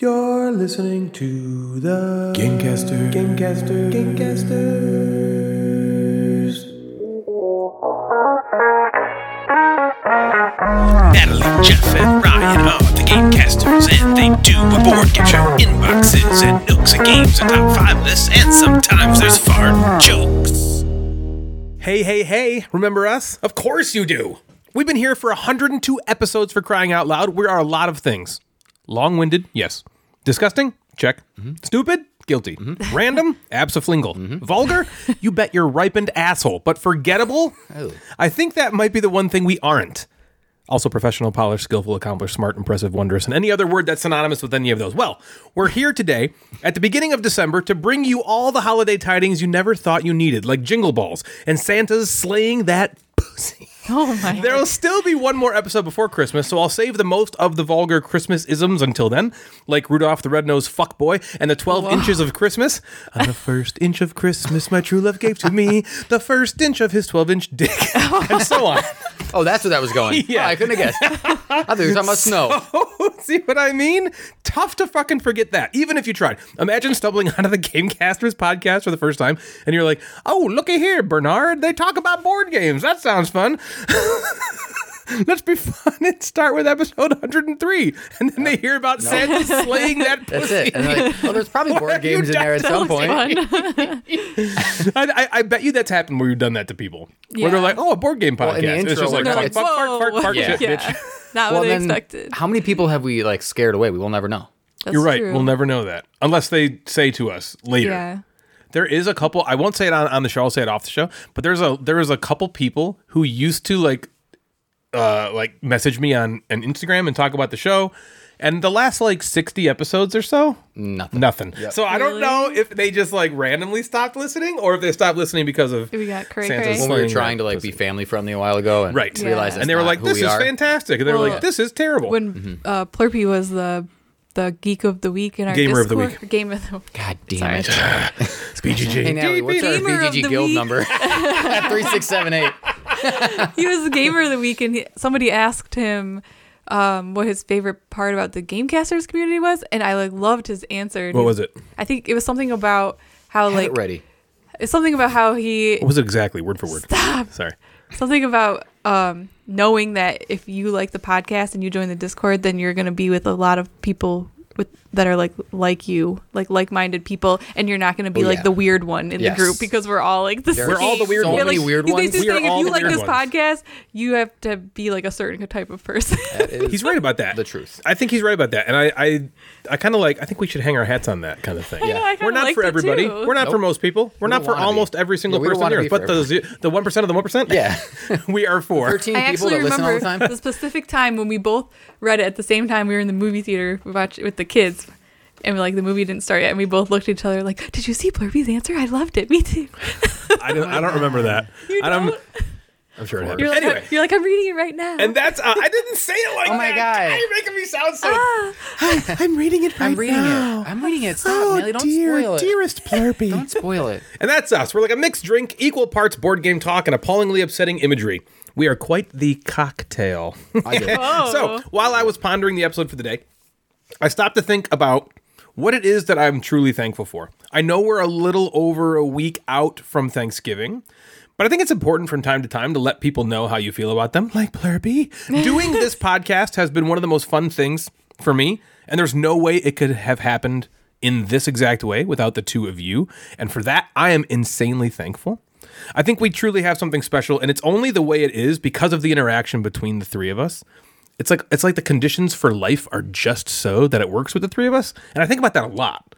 You're listening to the Gamecaster. Gamecaster. Gamecasters. Natalie, Jeff, and Ryan are the Gamecasters, and they do a board game show, inboxes, and nooks and games, and top five lists, and sometimes there's fart jokes. Hey, hey, hey, remember us? Of course you do. We've been here for 102 episodes for crying out loud. We are a lot of things. Long winded, yes. Disgusting, check. Mm-hmm. Stupid, guilty. Random, absoflingle. Vulgar, you bet you're ripened asshole. But forgettable, Oh. I think that might be the one thing we aren't. Also, professional, polished, skillful, accomplished, smart, impressive, wondrous, and any other word that's synonymous with any of those. Well, we're here today at the beginning of December to bring you all the holiday tidings you never thought you needed, like jingle balls and Santa's slaying that pussy. Oh my. There will still be one more episode before Christmas, so I'll save the most of the vulgar Christmas isms until then, like Rudolph the Red-Nosed Fuckboy and the 12 inches of Christmas. On the first inch of Christmas, my true love gave to me the first inch of his 12-inch dick, and so on. Oh, that's where that was going. Yeah. Oh, I couldn't have guessed. I thought you were talking about snow. See what I mean? Tough to fucking forget that, even if you tried. Imagine stumbling onto the Gamecasters podcast for the first time, and you're like, oh, looky here, Bernard. They talk about board games. That sounds fun. Let's be fun and start with episode 103. And then they hear about Santa slaying that That's pussy. it. And they're like, oh, there's probably board you games in there at some point. I, I, I bet you that's happened where you've done that to people. Where they're Yeah. like, oh, a board game podcast. in the And it's intro, just like, we're fuck, like, fuck, fuck, fuck, fuck, Yeah. shit, yeah. bitch. Not Well, what I then, expected. how many people have we like scared away? We will never know. That's You're right. true. We'll never know that unless they say to us later. Yeah. There is a couple. I won't say it on, on the show. I'll say it off the show. But there's a there is a couple people who used to like, uh, like message me on an Instagram and talk about the show. And the last like sixty episodes or so, Nothing. nothing. So I don't Really? know if they just like randomly stopped listening or if they stopped listening because of We got cray Santa's cray. When we were slaying trying that to like pussy. be family friendly a while ago and right, Yeah. realize And and they were not like, who "This we is are. fantastic," and they were Well, like, "This is terrible." When uh, Plurpy was the the geek of the week in our Gamer of the Discord- Game of the week. God damn Sorry. it. Hey, BGG. Natalie, what's our Gamer of BGG the guild week. number? 3678. he was the gamer of the week, and he, somebody asked him um, what his favorite part about the Gamecasters community was, and I like loved his answer. What was it? I think it was something about how Get like ready. it's something about how he What was it exactly? Word for word. Stop. Sorry. something about um, knowing that if you like the podcast and you join the Discord, then you're going to be with a lot of people with that are like like you, like like-minded people, and you're not going to be Oh, like yeah. the weird one in Yes. the group because we're all like the same. We're all the weird so ones. many like, weird they ones. just We are saying all if the you like weird this ones. podcast, you have to be like a certain type of person. He's right about that. the truth. I think he's right about that, and I, I, I kind of like. I think we should hang our hats on that kind of thing. know, I kinda we're not liked for it everybody. too. We're not for Nope. most people. We're not don't for wanna be. almost every single Yeah, we don't person on the wanna earth, but be for the ze- the one percent of the one percent. Yeah. we are for. 13 I people actually that listen all remember the time. the specific time when we both read it at the same time. We were in the movie theater watch with the kids, and like the movie didn't start yet, and we both looked at each other like, "Did you see Blurby's answer? I loved it. Me too." I don't. I don't remember that. I don't. I'm sure it happened. You're like, Anyway, you're like, I'm reading it right now. and that's. Uh, I didn't say it like Oh my that. God. You're making me sound so. Ah. I'm reading it right I'm reading now. it. I'm reading it. Stop, Oh, Nelly. Don't dear, spoil it. dearest Plurpy. Don't spoil it. And that's us. We're like a mixed drink, equal parts board game talk, and appallingly upsetting imagery. We are quite the cocktail. I get it. So while I was pondering the episode for the day, I stopped to think about what it is that I'm truly thankful for. I know we're a little over a week out from Thanksgiving, but I think it's important from time to time to let people know how you feel about them. Like Blurby, doing this podcast has been one of the most fun things for me, and there's no way it could have happened in this exact way without the two of you. And for that, I am insanely thankful. I think we truly have something special, and it's only the way it is because of the interaction between the three of us it's like it's like the conditions for life are just so that it works with the three of us and i think about that a lot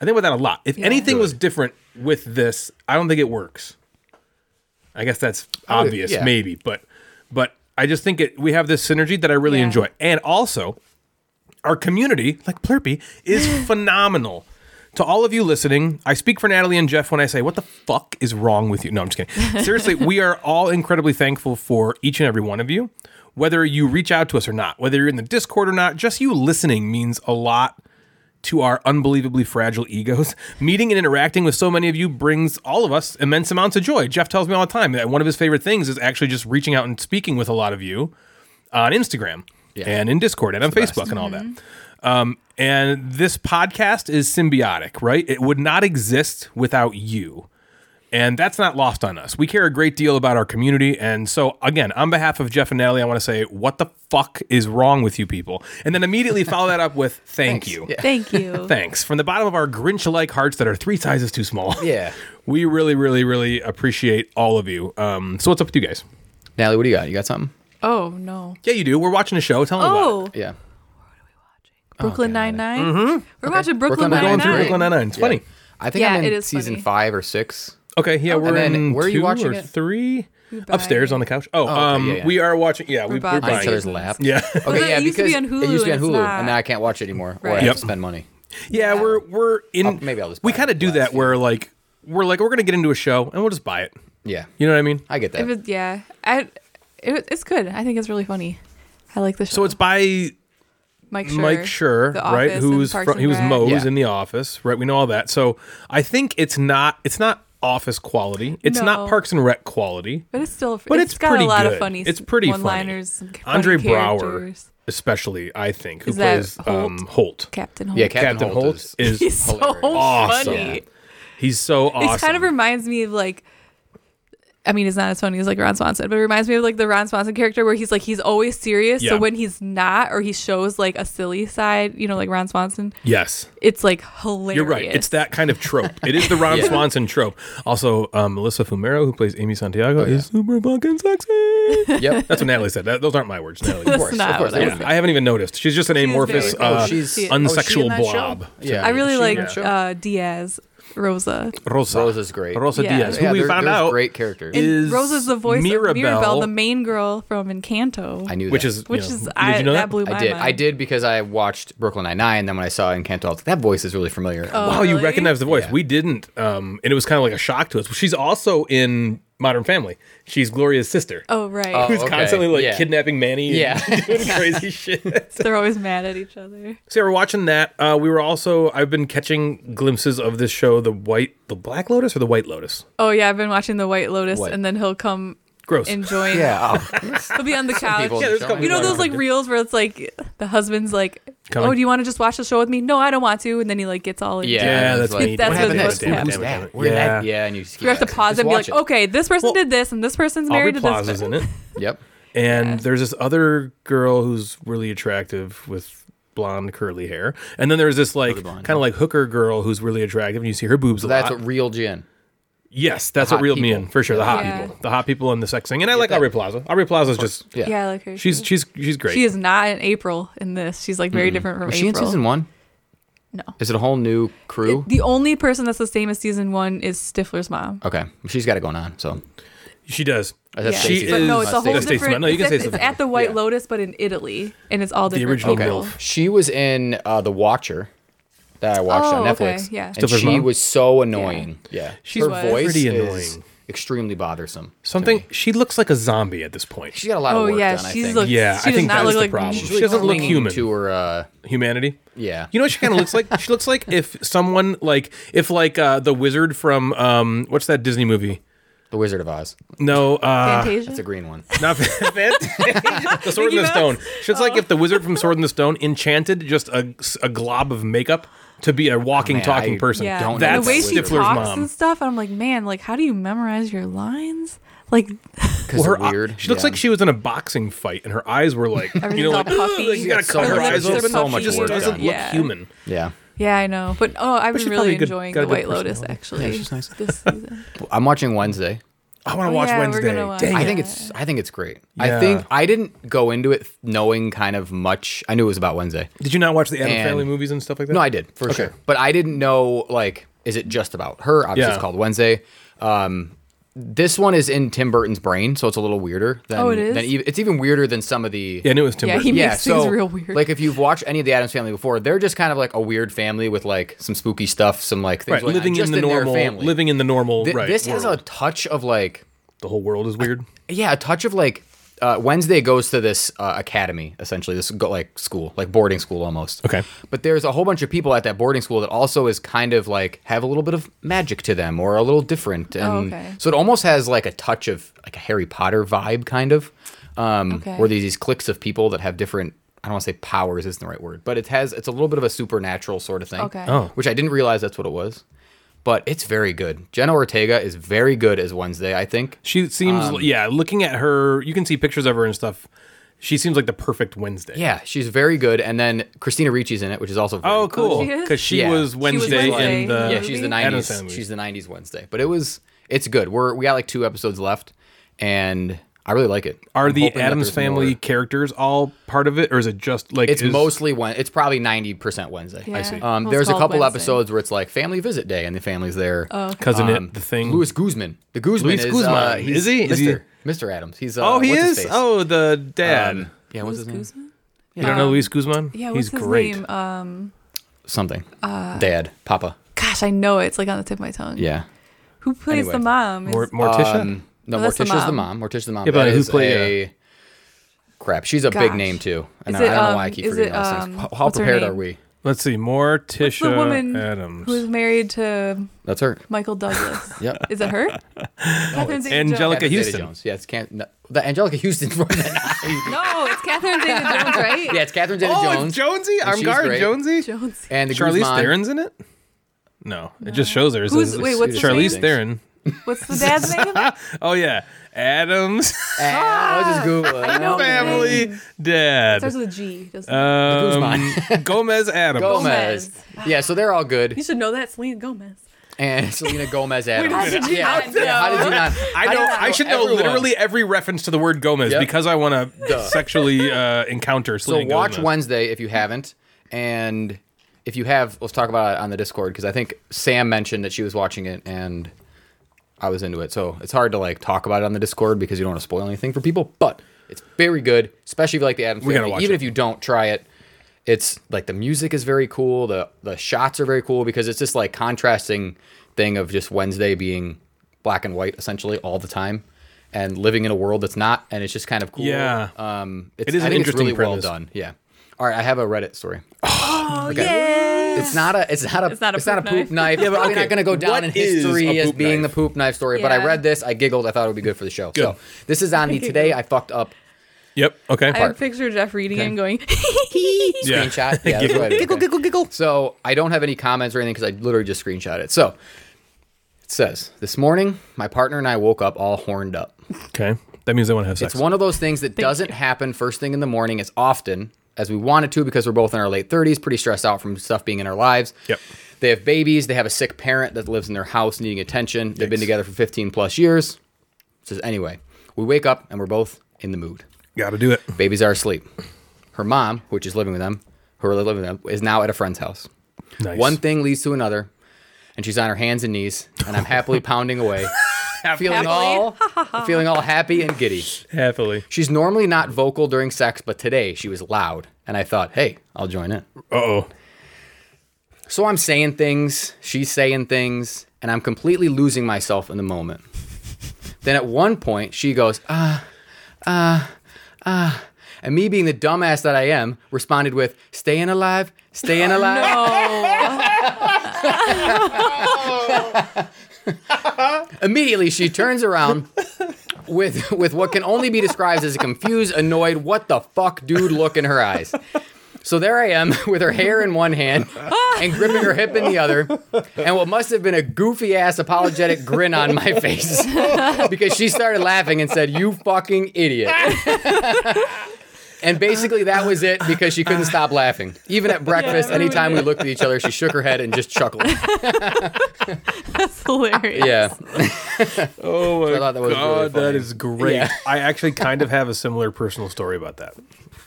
i think about that a lot if anything was different with this i don't think it works i guess that's obvious yeah. maybe but but i just think it we have this synergy that i really Yeah. enjoy and also our community, like Plurpy, is phenomenal. To all of you listening, I speak for Natalie and Jeff when I say, What the fuck is wrong with you? No, I'm just kidding. Seriously, we are all incredibly thankful for each and every one of you, whether you reach out to us or not, whether you're in the Discord or not, just you listening means a lot to our unbelievably fragile egos. Meeting and interacting with so many of you brings all of us immense amounts of joy. Jeff tells me all the time that one of his favorite things is actually just reaching out and speaking with a lot of you on Instagram and in Discord and on Facebook and all that. Um, and this podcast is symbiotic, right? It would not exist without you. And that's not lost on us. We care a great deal about our community. And so, again, on behalf of Jeff and Natalie, I want to say, what the fuck is wrong with you people? And then immediately follow that up with, thank you. Thank you. Thanks. From the bottom of our Grinch like hearts that are three sizes too small. Yeah. We really, really, really appreciate all of you. Um, so, what's up with you guys? Natalie, what do you got? You got something? oh no. Yeah, you do. We're watching a show. Tell me about it. Oh, Yeah. Brooklyn Nine Nine. We're watching Brooklyn Brooklyn We're Nine going through Nine. Mm-hmm. Brooklyn Nine-Nine. It's funny. I think Yeah, I'm it in is season funny. five or six. Okay, yeah, we're and then in where are two you watching or it? three buy upstairs it. on the couch. Oh, um, yeah, yeah. we are watching. Yeah, we, we're buying On buying. each it. other's it. lap. Yeah, that yeah, used to be on it used to be on Hulu, and it's Hulu, not. and now I can't watch it anymore. Or I Right. have Yep. to spend money. yeah. We're we're in. I'll- maybe I'll just We buy kind of it do last that year. where like we're like we're gonna get into a show and we'll just buy it. Yeah, You know what I mean? I get that. It was, yeah, I, it, it's good. I think it's really funny. I like the show. So it's by Mike Schur, Mike Schur, The right? Office Who's and Parks from, he and was Rec. Moe's Yeah. in The Office, right? We know all that. So I think it's not it's not Office quality. It's No. not Parks and Rec quality. But it's still, But it's it's got pretty a lot good. of funny. It's pretty funny. one-liners. some funny Andre Brower, characters. especially, I think, who Is that plays Holt? um, Holt. Captain Holt. yeah, Captain, Captain Holt, Holt is, is He's so hilarious. awesome. funny. He's so awesome. It kind of reminds me of like. I mean, it's not as funny as like Ron Swanson, but it reminds me of like the Ron Swanson character where he's like he's always serious. Yeah. So when he's not, or he shows like a silly side, you know, like Ron Swanson, yes. it's like hilarious. You're right. It's that kind of trope. It is the Ron Swanson trope. Also, um, Melissa Fumero, who plays Amy Oh, Santiago, is super fucking sexy. Yep. That's what Natalie said. That, those aren't my words, Natalie. Of course, not of course. what that I was- I haven't even noticed. She's just an She is amorphous, very cool. uh, She's- oh, she unsexual in that show? blob. Yeah, I really Is she in like that show? uh, Diaz, Rosa. Rosa. Rosa's great. Rosa Yeah. Diaz, who Yeah, we there- found there's out, great characters. is- Rosa's the voice Mirabelle- of Mirabelle, the main girl from Encanto. I knew that. which is which you know, is did I you know that? that? blew my I did. mind. I did because I watched Brooklyn Nine Nine. Then when I saw Encanto, I was like, that voice is really familiar. Oh. Wow, you really? recognize the voice. Yeah. We didn't, um, and it was kind of like a shock to us. She's also in Modern Family. She's Gloria's sister. Oh right, Oh. who's okay. constantly like Yeah. kidnapping Manny Yeah. and doing crazy shit. they're always mad at each other. So yeah, we're watching that. Uh, we were also I've been catching glimpses of this show, the White, the Black Lotus or the White Lotus. Oh yeah, I've been watching The White Lotus, What? and then he'll come Gross. and join. Yeah. Oh. he'll be on the couch. people Yeah, there's a couple You know people those like reels where it's like the husband's like, Coming. "Oh, do you want to just watch the show with me?" No, I don't want to. And then he like gets all in. Yeah. yeah, that's it's like- me. That's what Damn it, it's damn it, damn supposed to it, damn that? it. Where did that? Yeah, Yeah, and you just, You have to pause and be like, "Oh." "Okay, this person Well, did this, and this person's Aubrey married to this." Plaza's person." in it, Yep. and there's this other girl who's really attractive with blonde curly hair, and then there's this like blonde, kind of like hooker girl who's really attractive, and you see her boobs a That's lot. what real gin. yes, that's the what hot reeled me people. in for sure. The hot Yeah. people, the hot people, and the sex thing, and I like that. Aubrey Plaza. Aubrey Plaza's just Yeah. Yeah, I like her. she's she's she's great. Mm-hmm. she is not an April in this. She's like very different from Was she in April. season one? No. Is it a whole new crew? The only person that's the same as season one is Stifler's mom. okay, she's got it going on. So She does. I said Yeah. Stacey. She but no, is- it's a whole That's Stacey different. Mom. No, you can it's, say it's Stacey at the White Yeah. Lotus, but in Italy, and it's all different. original people. MILF. She was in uh, The Watcher that I watched Oh, on okay, Netflix. yeah. And Stifler's she mom? was so annoying. Yeah. She's Her was. voice pretty is annoying. extremely bothersome. to Something. me. She looks like a zombie at this point. She's got a lot Oh of work yeah, done, I she's think. look. Yeah, she I does think not that's look the like problem. she- She doesn't look clinging human. to her uh, Humanity. yeah. You know what she kind of looks like? She looks like if someone like if like uh the wizard from um what's that Disney movie? The Wizard of Oz. No, uh Fantasia. That's a green one. not Fantasia. The Sword in the Mickey Mouse? Oh. Stone. She's like if the wizard from Sword in the Stone enchanted just a, a glob of makeup to be a walking man, talking I person. yeah, don't know That's the way she Stifler's talks mom. and stuff. I'm like, man, like how do you memorize your lines? Like Because Well, her eye- they're weird. She looks Yeah. like she was in a boxing fight, and her eyes were like, you know, Everything's like, all puffy. like you gotta She's cut got her so much- eyes open. so She much just work doesn't done. look Yeah. human. Yeah. yeah, I know, but oh, But I've been she's probably really a good- enjoying got a the good White Lotus personality. actually she's nice. this season. I'm watching Wednesday. I want to Oh, watch yeah, we're Wednesday. gonna watch Dang I it. think it's I think it's great. Yeah. I think I didn't go into it knowing kind of much. I knew it was about Wednesday. Did you not watch the Adam And- Family movies and stuff like that? No, I did for sure, but I didn't know like is it just about her? Obviously, Yeah. it's called Wednesday. Um, this one is in Tim Burton's brain, so it's a little weirder. Than, Oh, it is? Than ev- it's even weirder than some of the Yeah, I knew it was Tim Yeah, Burton. he yeah, makes so things real weird. like if you've watched any of the Adams Family before, they're just kind of like a weird family with like some spooky stuff, some like things right, going on living in just the their normal, family. living in the normal. Th- right, this has a world. touch of like the whole world is weird. yeah, a touch of like uh, Wednesday goes to this uh, academy essentially, this go, like school, like boarding school almost. Okay. But there's a whole bunch of people at that boarding school that also is kind of like have a little bit of magic to them or a little different, and Oh, okay. so it almost has like a touch of like a Harry Potter vibe, kind of, um, Okay. where there's these cliques of people that have different I don't want to say powers isn't the right word, but it has it's a little bit of a supernatural sort of thing. Okay. Oh. Which I didn't realize that's what it was. But it's very good. Jenna Ortega is very good as Wednesday, I think. She seems, Um, yeah, looking at her, you can see pictures of her and stuff. She seems like the perfect Wednesday. Yeah, she's very good. And then Christina Ricci's in it, which is also very Oh, good. cool. She is? Because she, Yeah. was She was Wednesday Wednesday in the. in yeah, she's the movie? Adam 90s. Sandler. She's the 90s Wednesday. But it was it's good. We're we got like two episodes left and I really like it. Are I'm the hoping that Adams there's more. family characters all part of it, or is it just like It's is- mostly when it's probably 90% Wednesday. Yeah. I see. Well, Um, it's there's a called couple Wednesday. episodes where it's like family visit day and the family's there. Oh, cousin it the thing? Luis Guzman. The Guzman Luis is Guzman. uh, he's Is he? Mr. Is he- Mr. Adams. He's uh, oh, he what's his is. face? Oh, the dad. Um, yeah, what's his name? you don't know Luis Guzman? Yeah, he's what's his great. name? Um, Something. Uh, Dad, Papa. gosh, I know it. it's like on the tip of my tongue. Yeah. Who plays Anyway. the mom? Is- Mor- Morticia. Um, no, Oh, that's the Morticia's the mom. mom. Morticia's the mom. Yeah, but That who is played- a- Crap, she's a big Gosh. name too, and Is I, I it, don't know why I um, keep is forgetting it, all these things. um, How- How what's her prepared name? are we? Let's see, What's Morticia the woman Adams. who was married to That's her. Michael Douglas? Yep. Is it her? Catherine Zeta Angelica Catherine Houston. Zeta-Jones. Yeah, it's can no, the Angelica Houston. from the- No, it's Catherine Zeta Jones, right? yeah, it's Catherine Oh, Zeta-Jones. it's Jonesy. I'm she's guard great. Jonesy. Jones. and the Charlize Guzman. Theron's in it. No, it just shows her. as Who's- a- wait, what's his Charlize name? Theron? What's the dad's name? Oh yeah, Adams Ah, I was just googling. know. family dad. Starts with a G. doesn't it? Uh, Um, Gomez Adams. Gomez. Gomez. Yeah, so they're all you good. should know that, Selena Gomez. And Selena Gomez Adams. How did you yeah, not yeah, how did know? you not? I know. did not I should know everyone. literally every reference to the word Gomez Yep. because I want to sexually uh, encounter. So Selena watch Gomez. Wednesday if you haven't, and if you have, let's talk about it on the Discord because I think Sam mentioned that she was watching it and I was into it. So it's hard to like talk about it on the Discord because you don't want to spoil anything for people. But it's very good, especially if you like the Adams We gotta Family. watch Even it. if you don't try it, it's like the music is very cool. the The shots are very cool because it's just like contrasting thing of just Wednesday being black and white essentially all the time. And living in a world that's not, and it's just kind of cool. Yeah. um, it's, It is I an think it's interesting really premise. well done. Yeah. All right, I have a Reddit story. Oh, Okay. yeah. It's not a it's not a it's not a poop poop knife. Yeah, but Probably okay, not going to go down what in is a history as poop being knife? the poop knife story. But I Yeah. read this, I giggled, I thought it would be good for the show. So Good. this is on the today I fucked up Yep. Okay. I picture Jeff reading and going, Yeah. screenshot. Yeah, that's what I did. Okay. So I don't have any comments or anything because I literally just screenshot it. So it says this morning my partner and I woke up all horned up. Okay. That means I want to have sex. It's one of those things that doesn't happen first thing in the morning as often as we want it to because we're both in our late 30s, pretty stressed out from stuff being in our lives. Yep. They have babies, they have a sick parent that lives in their house needing attention. They've been together for 15 plus years. It says, anyway, we wake up and we're both in the mood. Got to do it. Babies are asleep. Her mom, which is living with them, who are living with them, is now at a friend's house. Nice. One thing leads to another, and she's on her hands and knees, and I'm happily pounding away, feeling all, feeling all happy and giddy. happily. She's normally not vocal during sex, but today she was loud, and I thought, hey, I'll join in. Uh oh. So I'm saying things, she's saying things, and I'm completely losing myself in the moment. then at one point, she goes, ah, ah, ah, and me being the dumbass that I am, responded with, staying alive, staying alive. Immediately, she turns around with with what can only be described as a confused, annoyed, what the fuck, dude look in her eyes. So there I am with her hair in one hand and gripping her hip in the other, and what must have been a goofy ass apologetic grin on my face because she started laughing and said, You fucking idiot. And basically, that was it because she couldn't stop laughing. Even at breakfast, everyone anytime we looked at each other, she shook her head and just chuckled. that's hilarious. Yeah. Oh my thought that was really god, that funny. is great. Yeah. I actually kind of have a similar personal story about that.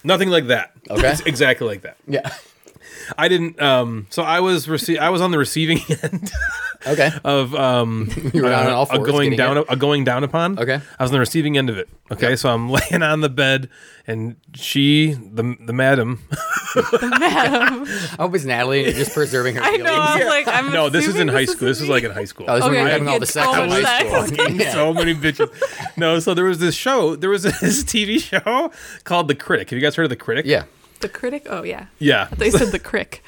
Nothing like that. Okay. It's exactly like that. Yeah. I didn't. Um. So I was rece- I was on the receiving end Okay. of um. You were down on all a fours. going getting down it. a going down upon. Okay. I was on the receiving end of it. Okay, so I'm laying on the bed, and she, the the madam, I hope it's Natalie and you're just preserving her I feelings. know. I was like, I'm no, this is in assuming high school. This is Oh, like me. in high school. Oh, this is when Okay, you're having I all get the sex so in much high sex. school. Fucking so many bitches. No, so there was this show. There was this TV show called The Critic. Have you guys heard of The Critic? Yeah. The critic? Oh, yeah. Yeah. They said the crick.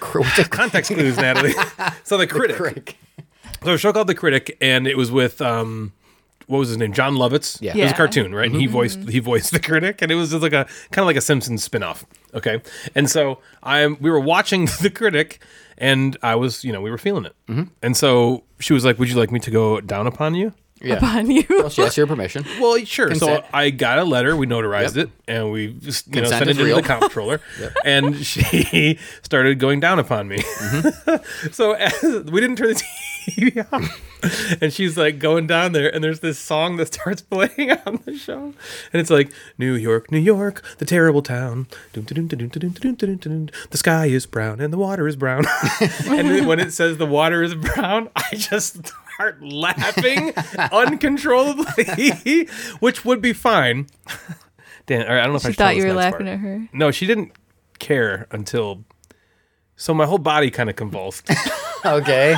Context clues, Natalie. so the critic. Crick. So a show called The Critic, and it was with um, what was his name? John Lovitz. Yeah. It was a Yeah. cartoon, right? And he voiced he voiced the critic, and it was just like a kind of like a Simpsons spin-off. Okay. And so I'm we were watching the critic and I was, you know, we were feeling it. Mm-hmm. And so she was like, Would you like me to go down upon you? Yeah. upon you. Well, she asked your permission. Well, sure. Consent. So I got a letter. We notarized Yep. it, and we just you know, Consent sent is it to real. the comptroller, and she started going down upon me. so as, we didn't turn the TV off, and she's like going down there, and there's this song that starts playing on the show, and it's like New York, New York, the terrible town. Dun, dun, dun, dun, dun, dun, dun, dun, dun, dun. The sky is brown and the water is brown, and then when it says the water is brown, I just start laughing uncontrollably, which would be fine. Dan, or I don't know if I She should tell thought you this were next laughing part. at her. No, she didn't care until. So my whole body kind of convulsed. Okay.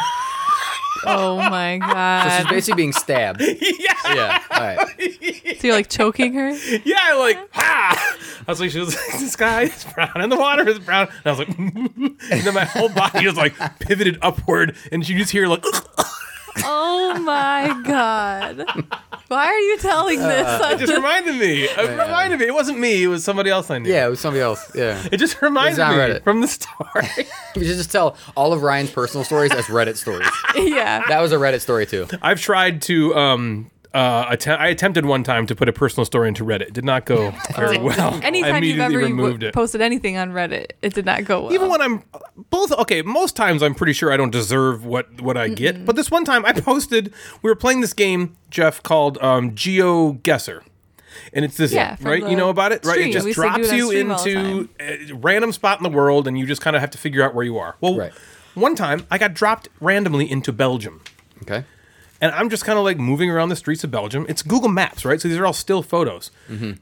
Oh my god! She's basically being stabbed. yeah, Yeah. All right. so you're like choking her. yeah, I like ha. I was like, she was like, the sky is brown and the water is brown, and I was like, and then my whole body just like pivoted upward, and you just hear like, Oh my god! Why are you telling this? on Uh, just the- reminded me, it reminded me. It wasn't me, it was somebody else I knew. Yeah, it was somebody else. Yeah. It just reminded It was on me Reddit. from the story. We should just tell all of Ryan's personal stories as Reddit stories. yeah. That was a Reddit story too. I've tried to um uh attempt I attempted one time to put a personal story into Reddit. It did not go very well. I Anytime you've immediately ever removed w- it. posted anything on Reddit, it did not go well. even when I'm both okay, most times I'm pretty sure I don't deserve what what I get. But this one time I posted we were playing this game, Jeff, called um Geo Guesser. And it's this Yeah, from right? You the know about it? Right? stream. It just We used to do drops it on you stream all the into a random spot in the world and you just kind of have to figure out where you are. Well, Right. one time I got dropped randomly into Belgium. Okay. and I'm just kind of like moving around the streets of Belgium. It's Google Maps, right? So these are all still photos.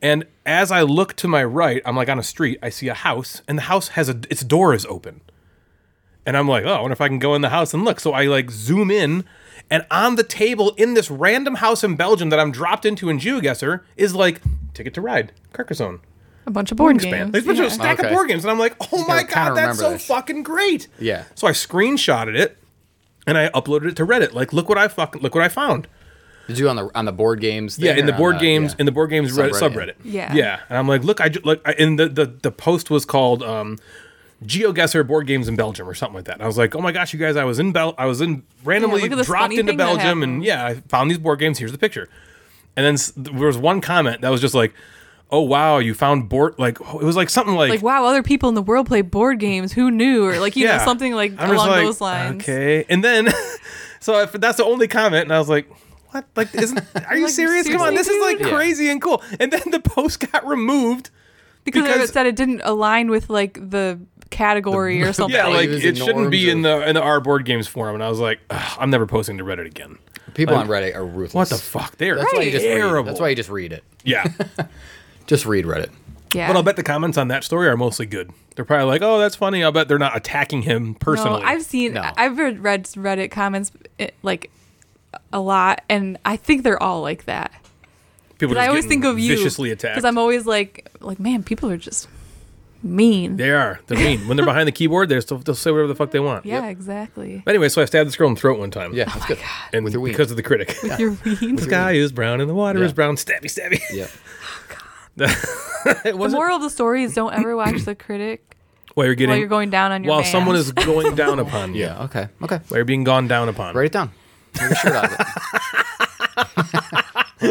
And as I look to my right, I'm like on a street. I see a house, and the house has a its door is open. And I'm like, oh, I wonder if I can go in the house and look. So I like zoom in, and on the table in this random house in Belgium that I'm dropped into in GeoGuessr is like Ticket to Ride, Carcassonne, a bunch of board games. Wingspan. There's a bunch of Yeah. stack Okay. of board games, and I'm like, oh my I kinda god, that's remember so this. fucking great. Yeah. So I screenshotted it, and I uploaded it to Reddit. Like, look what I fucking look what I found. Did you on the on the board games? Yeah, thing in the or on board games, yeah. in the board games Reddit, Subreddit. subreddit. Yeah. yeah. And I'm like, look, I just, like, I, and the, the the post was called um, GeoGuessr board games in Belgium or something like that. And I was like, oh my gosh, you guys, I was in Bel, I was in randomly look at this dropped funny into thing that Belgium, and happened. yeah, I found these board games. Here's the picture. And then s- there was one comment that was just like, oh wow, you found board like it was like something like. Like wow, other people in the world play board games. Who knew? Or like you yeah, know something like I'm just along like, those lines. Okay, and then so if that's the only comment, and I was like, "What? Like, isn't? Are you Like, serious? Come on, seriously, this is like dude? Yeah. crazy and cool." And then the post got removed. Because, because- it said it didn't align with like the category or something. Yeah, like it was it the shouldn't be norms in the in the R board games forum. And I was like, "Ugh, I'm never posting to Reddit again. people like, on Reddit are ruthless. What the fuck? They're That's why you just terrible. read. That's why you just read it. yeah. Just read Reddit. yeah. But I'll bet the comments on that story are mostly good. They're probably like, "Oh, that's funny." I'll bet they're not attacking him personally. No, I've seen, No. I've read, read Reddit comments eh, like a lot, and I think they're all like that. People But I just always getting think of you viciously attacked. because I'm always like, like man, people are just mean. they are. They're mean. when they're behind the keyboard, they're still, they'll say whatever the fuck they want. yeah, exactly. But anyway, so I stabbed this girl in the throat one time. Yeah, Oh that's good. And With your ween. because of the critic. You're mean. The sky is brown and the water Yeah. is brown. Stabby, stabby. Yeah. it The wasn't moral of the story is don't ever watch the critic while you're getting while you're going down on your. while man. someone is going down upon you. Yeah. Okay. Okay. While you're being gone down upon. Write it down. Make a shirt out of it.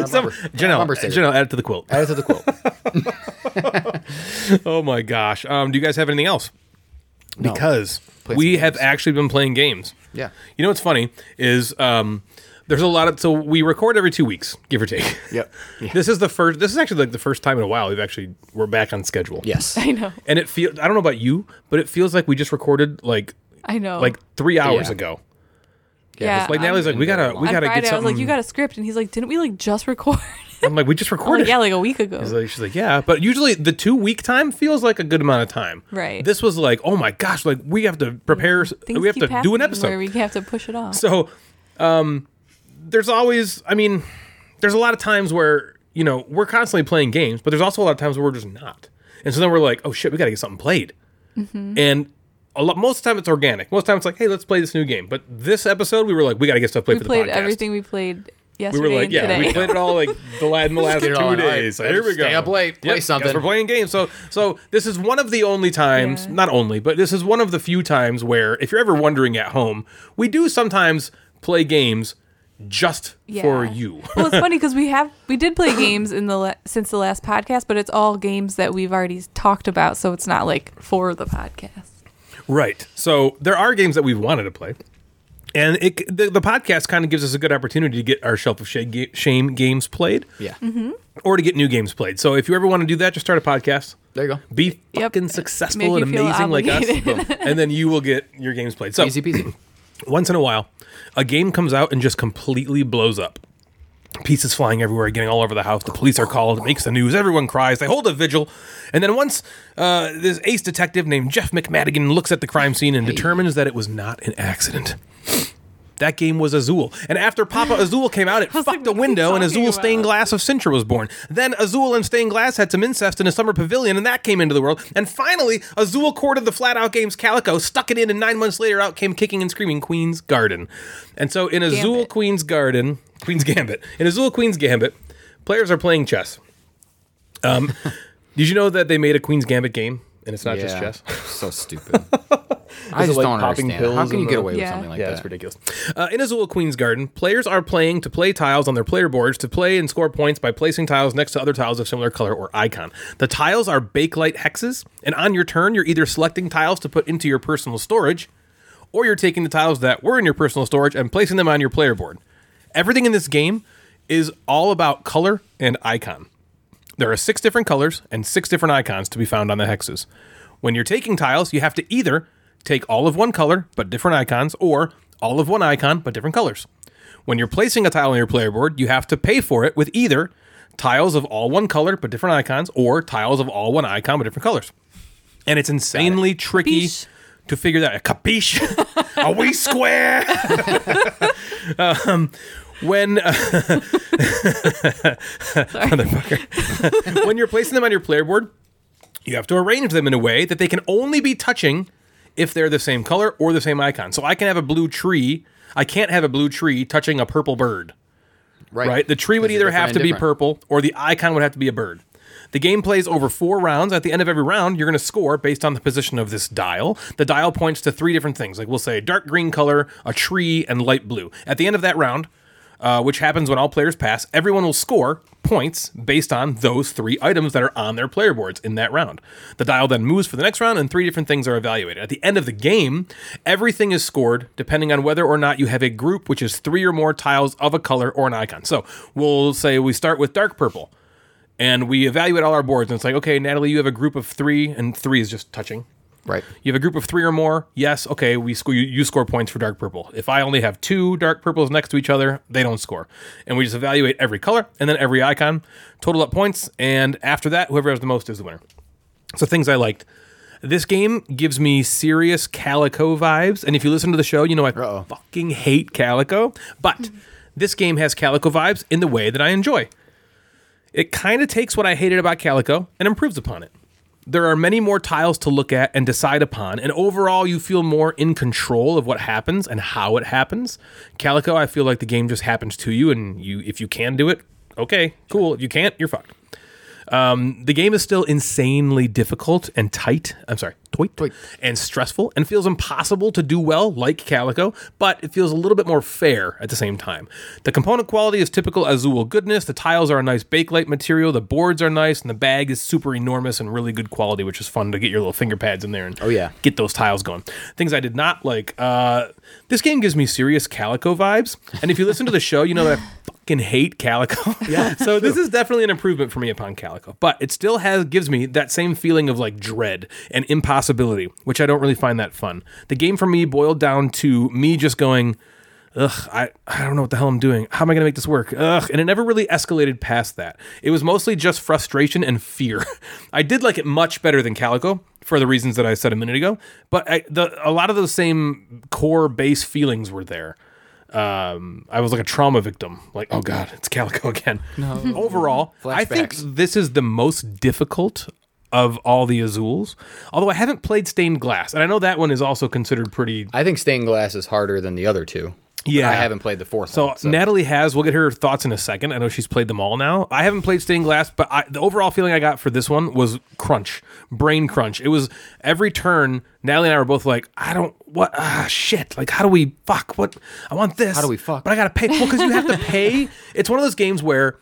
Some, Janelle, Remember, Sarah. Janelle, add it to the quilt. Add it to the quote. Oh my gosh. Um, do you guys have anything else? Because Play we some have actually been playing games. Yeah. You know what's funny is um, there's a lot of so we record every two weeks, give or take. Yep. This is the first. This is actually like the first time in a while we've actually we're back on schedule. Yes. I know. And it feels I don't know about you, but it feels like we just recorded like I know. like three hours Yeah. ago. yeah. Like Natalie's like we gotta we on gotta Friday, get I was something. like, you got a script, and he's like, didn't we like just record? I'm like we just I'm recorded. like, yeah, like a week ago. She's like, she's like, yeah, but usually the two week time feels like a good amount of time. Right. This was like, oh my gosh, like we have to prepare, Things we have keep to do an happening episode. where we have to push it off. so, um, there's always, I mean, there's a lot of times where you know we're constantly playing games, but there's also a lot of times where we're just not, and so then we're like, oh shit, we got to get something played, and. A lot, most of the time it's organic. Most of the time it's like, hey, let's play this new game. But this episode, we were like, we got to get stuff played we for played the podcast. everything we played we yesterday were like, and yeah, today. we played it all like the la- in the last get it two all out. All right, days. So here we go. stay up late, play guess something. We're playing games. So so this is one of the only times, Yeah. not only, but this is one of the few times where, if you're ever wondering at home, we do sometimes play games just for Yeah. you. well, it's funny because we have we did play games in the la- since the last podcast, but it's all games that we've already talked about, so it's not like for the podcast. Right. So there are games that we've wanted to play. And it, the, the podcast kind of gives us a good opportunity to get our Shelf of Shame, ga- shame games played Yeah. Mm-hmm. or to get new games played. So if you ever want to do that, just start a podcast. There you go. Be Yep. fucking Make successful you and feel amazing like us. obligated. Boom. and then you will get your games played. So Easy peasy. once in a while, a game comes out and just completely blows up. Pieces flying everywhere, getting all over the house. The police are called. It makes the news. Everyone cries. They hold a vigil. And then once uh, this ace detective named Jeff McMadigan looks at the crime scene and determines that it was not an accident. That game was Azul. And after Papa Azul came out, it fucked a like, what are you window and talking Azul stained about? glass of Sintra was born. Then Azul and stained glass had some incest in a summer pavilion and that came into the world. And finally, Azul courted the flat out games Calico, stuck it in, and nine months later out came kicking and screaming Queen's Garden. And so in Azul Gambit. Queen's Garden, Queen's Gambit, in Azul Queen's Gambit, players are playing chess. Um, did you know that they made a Queen's Gambit game and it's not just Yeah. chess? So stupid. I Is it just like don't popping understand. it. How pills can you and get the- away with Yeah. something like yeah, that? that's ridiculous. Uh, in Azul Queen's Garden, players are playing to play tiles on their player boards to play and score points by placing tiles next to other tiles of similar color or icon. The tiles are Bakelite hexes, and on your turn, you're either selecting tiles to put into your personal storage, or you're taking the tiles that were in your personal storage and placing them on your player board. Everything in this game is all about color and icon. There are six different colors and six different icons to be found on the hexes. When you're taking tiles, you have to either take all of one color but different icons, or all of one icon but different colors. When you're placing a tile on your player board, you have to pay for it with either tiles of all one color but different icons, or tiles of all one icon but different colors. And it's insanely tricky Capiche. to figure that out. Capiche? Are we square? um, when when you're placing them on your player board, you have to arrange them in a way that they can only be touching if they're the same color or the same icon. So I can have a blue tree. I can't have a blue tree touching a purple bird, Right. right? The tree would Because either they're have to different be and purple or the icon would have to be a bird. The game plays over four rounds. At the end of every round, you're going to score based on the position of this dial. The dial points to three different things. Like we'll say dark green color, a tree, and light blue. At the end of that round, uh, which happens when all players pass, everyone will score points based on those three items that are on their player boards in that round. The dial then moves for the next round, and three different things are evaluated. At the end of the game, everything is scored depending on whether or not you have a group, which is three or more tiles of a color or an icon. So we'll say we start with dark purple and we evaluate all our boards and it's like okay natalie you have a group of three and three is just touching Right. you have a group of three or more yes okay we score you, you score points for dark purple if i only have two dark purples next to each other they don't score and we just evaluate every color and then every icon total up points and after that whoever has the most is the winner so things i liked this game gives me serious calico vibes and if you listen to the show you know i Uh-oh. fucking hate calico but this game has calico vibes in the way that i enjoy it kind of takes what I hated about Calico and improves upon it. There are many more tiles to look at and decide upon, and overall, you feel more in control of what happens and how it happens. Calico, I feel like the game just happens to you, and you if you can do it, okay, cool. If you can't, you're fucked. Um, the game is still insanely difficult and tight. I'm sorry, toit, Toit. and stressful, and feels impossible to do well like Calico, but it feels a little bit more fair at the same time. The component quality is typical Azul goodness. The tiles are a nice bakelite material. The boards are nice, and the bag is super enormous and really good quality, which is fun to get your little finger pads in there and Oh, yeah. get those tiles going. Things I did not like. Uh, this game gives me serious Calico vibes, and if you listen to the show, you know that. I Fucking hate calico. Yeah. so this is definitely an improvement for me upon calico, but it still has gives me that same feeling of like dread and impossibility, which I don't really find that fun. The game for me boiled down to me just going, ugh, I, I don't know what the hell I'm doing. How am I going to make this work? Ugh. And it never really escalated past that. It was mostly just frustration and fear. I did like it much better than Calico for the reasons that I said a minute ago, but I, the, a lot of those same core base feelings were there. Um, I was like a trauma victim. Like, oh god, it's Calico again. No. Overall, I think Flashbacks. this is the most difficult of all the Azules. Although I haven't played Stained Glass, and I know that one is also considered pretty I think stained glass is harder than the other two. Yeah. I haven't played the fourth So, one. So Natalie has. We'll get her thoughts in a second. I know she's played them all now. I haven't played Stained Glass, but I, the overall feeling I got for this one was crunch, brain crunch. It was every turn. Natalie and I were both like, I don't what ah shit. Like how do we fuck? What I want this. How do we fuck? But I gotta pay. Well, because you have to pay. it's one of those games where,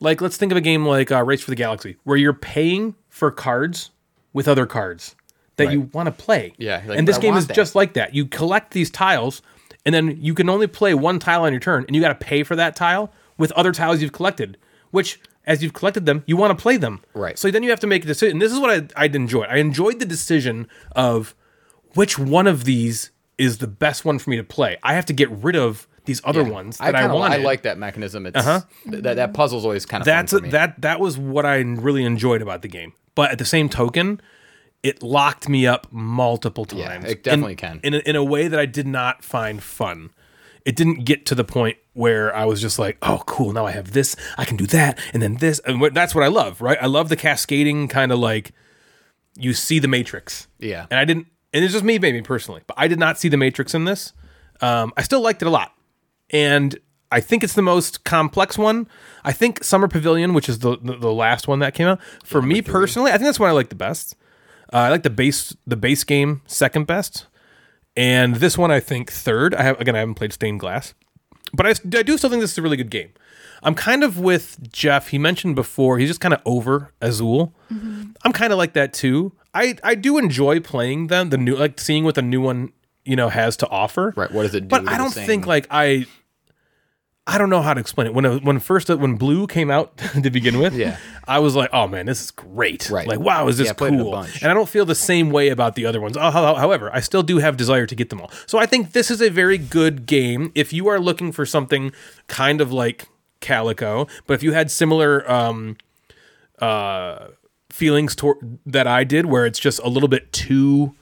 like, let's think of a game like uh, Race for the Galaxy, where you're paying for cards with other cards that you want to play. Yeah, like, and this I game want is that. just like that. You collect these tiles, and then you can only play one tile on your turn, and you got to pay for that tile with other tiles you've collected, which as you've collected them, you want to play them. Right. So then you have to make a decision. This is what I, I enjoyed. I enjoyed the decision of which one of these is the best one for me to play. I have to get rid of these other ones I that I, kind of I wanted. Uh-huh. like that mechanism. It's that that puzzle's always kind of That's fun for me. that that was what I really enjoyed about the game. But at the same token, it locked me up multiple Yeah, times. it definitely in, can. in a, in a way that I did not find fun. It didn't get to the point where I was just like, "Oh, cool! Now I have this. I can do that, and then this." And what- that's what I love, right? I love the cascading kind of like you see the Matrix. Yeah. and I didn't. And it's just me, maybe personally, but I did not see the Matrix in this. Um, I still liked it a lot and I think it's the most complex one. I think Summer Pavilion, which is the the, the last one that came out, for me personally, I think that's one I like the best. Uh, I like the base the base game second best, and this one I think third. I have again I haven't played Stained Glass, but I, s- I do still think this is a really good game. I'm kind of with Jeff. He mentioned before he's just kind of over Azul. I'm kind of like that too. I I do enjoy playing them. The new like seeing what the new one you know has to offer. Right, what does it do But to I the don't same- think like I. I don't know how to explain it. When it- when first uh, when Blue came out to begin with, Yeah. I was like, "Oh man, this is great! Right. Like, wow, is this Yeah, I played it a cool?" bunch. And I don't feel the same way about the other ones. Oh, how- However, I still do have desire to get them all. So I think this is a very good game if you are looking for something kind of like Calico, but if you had similar um, uh, feelings toward that I did, where it's just a little bit too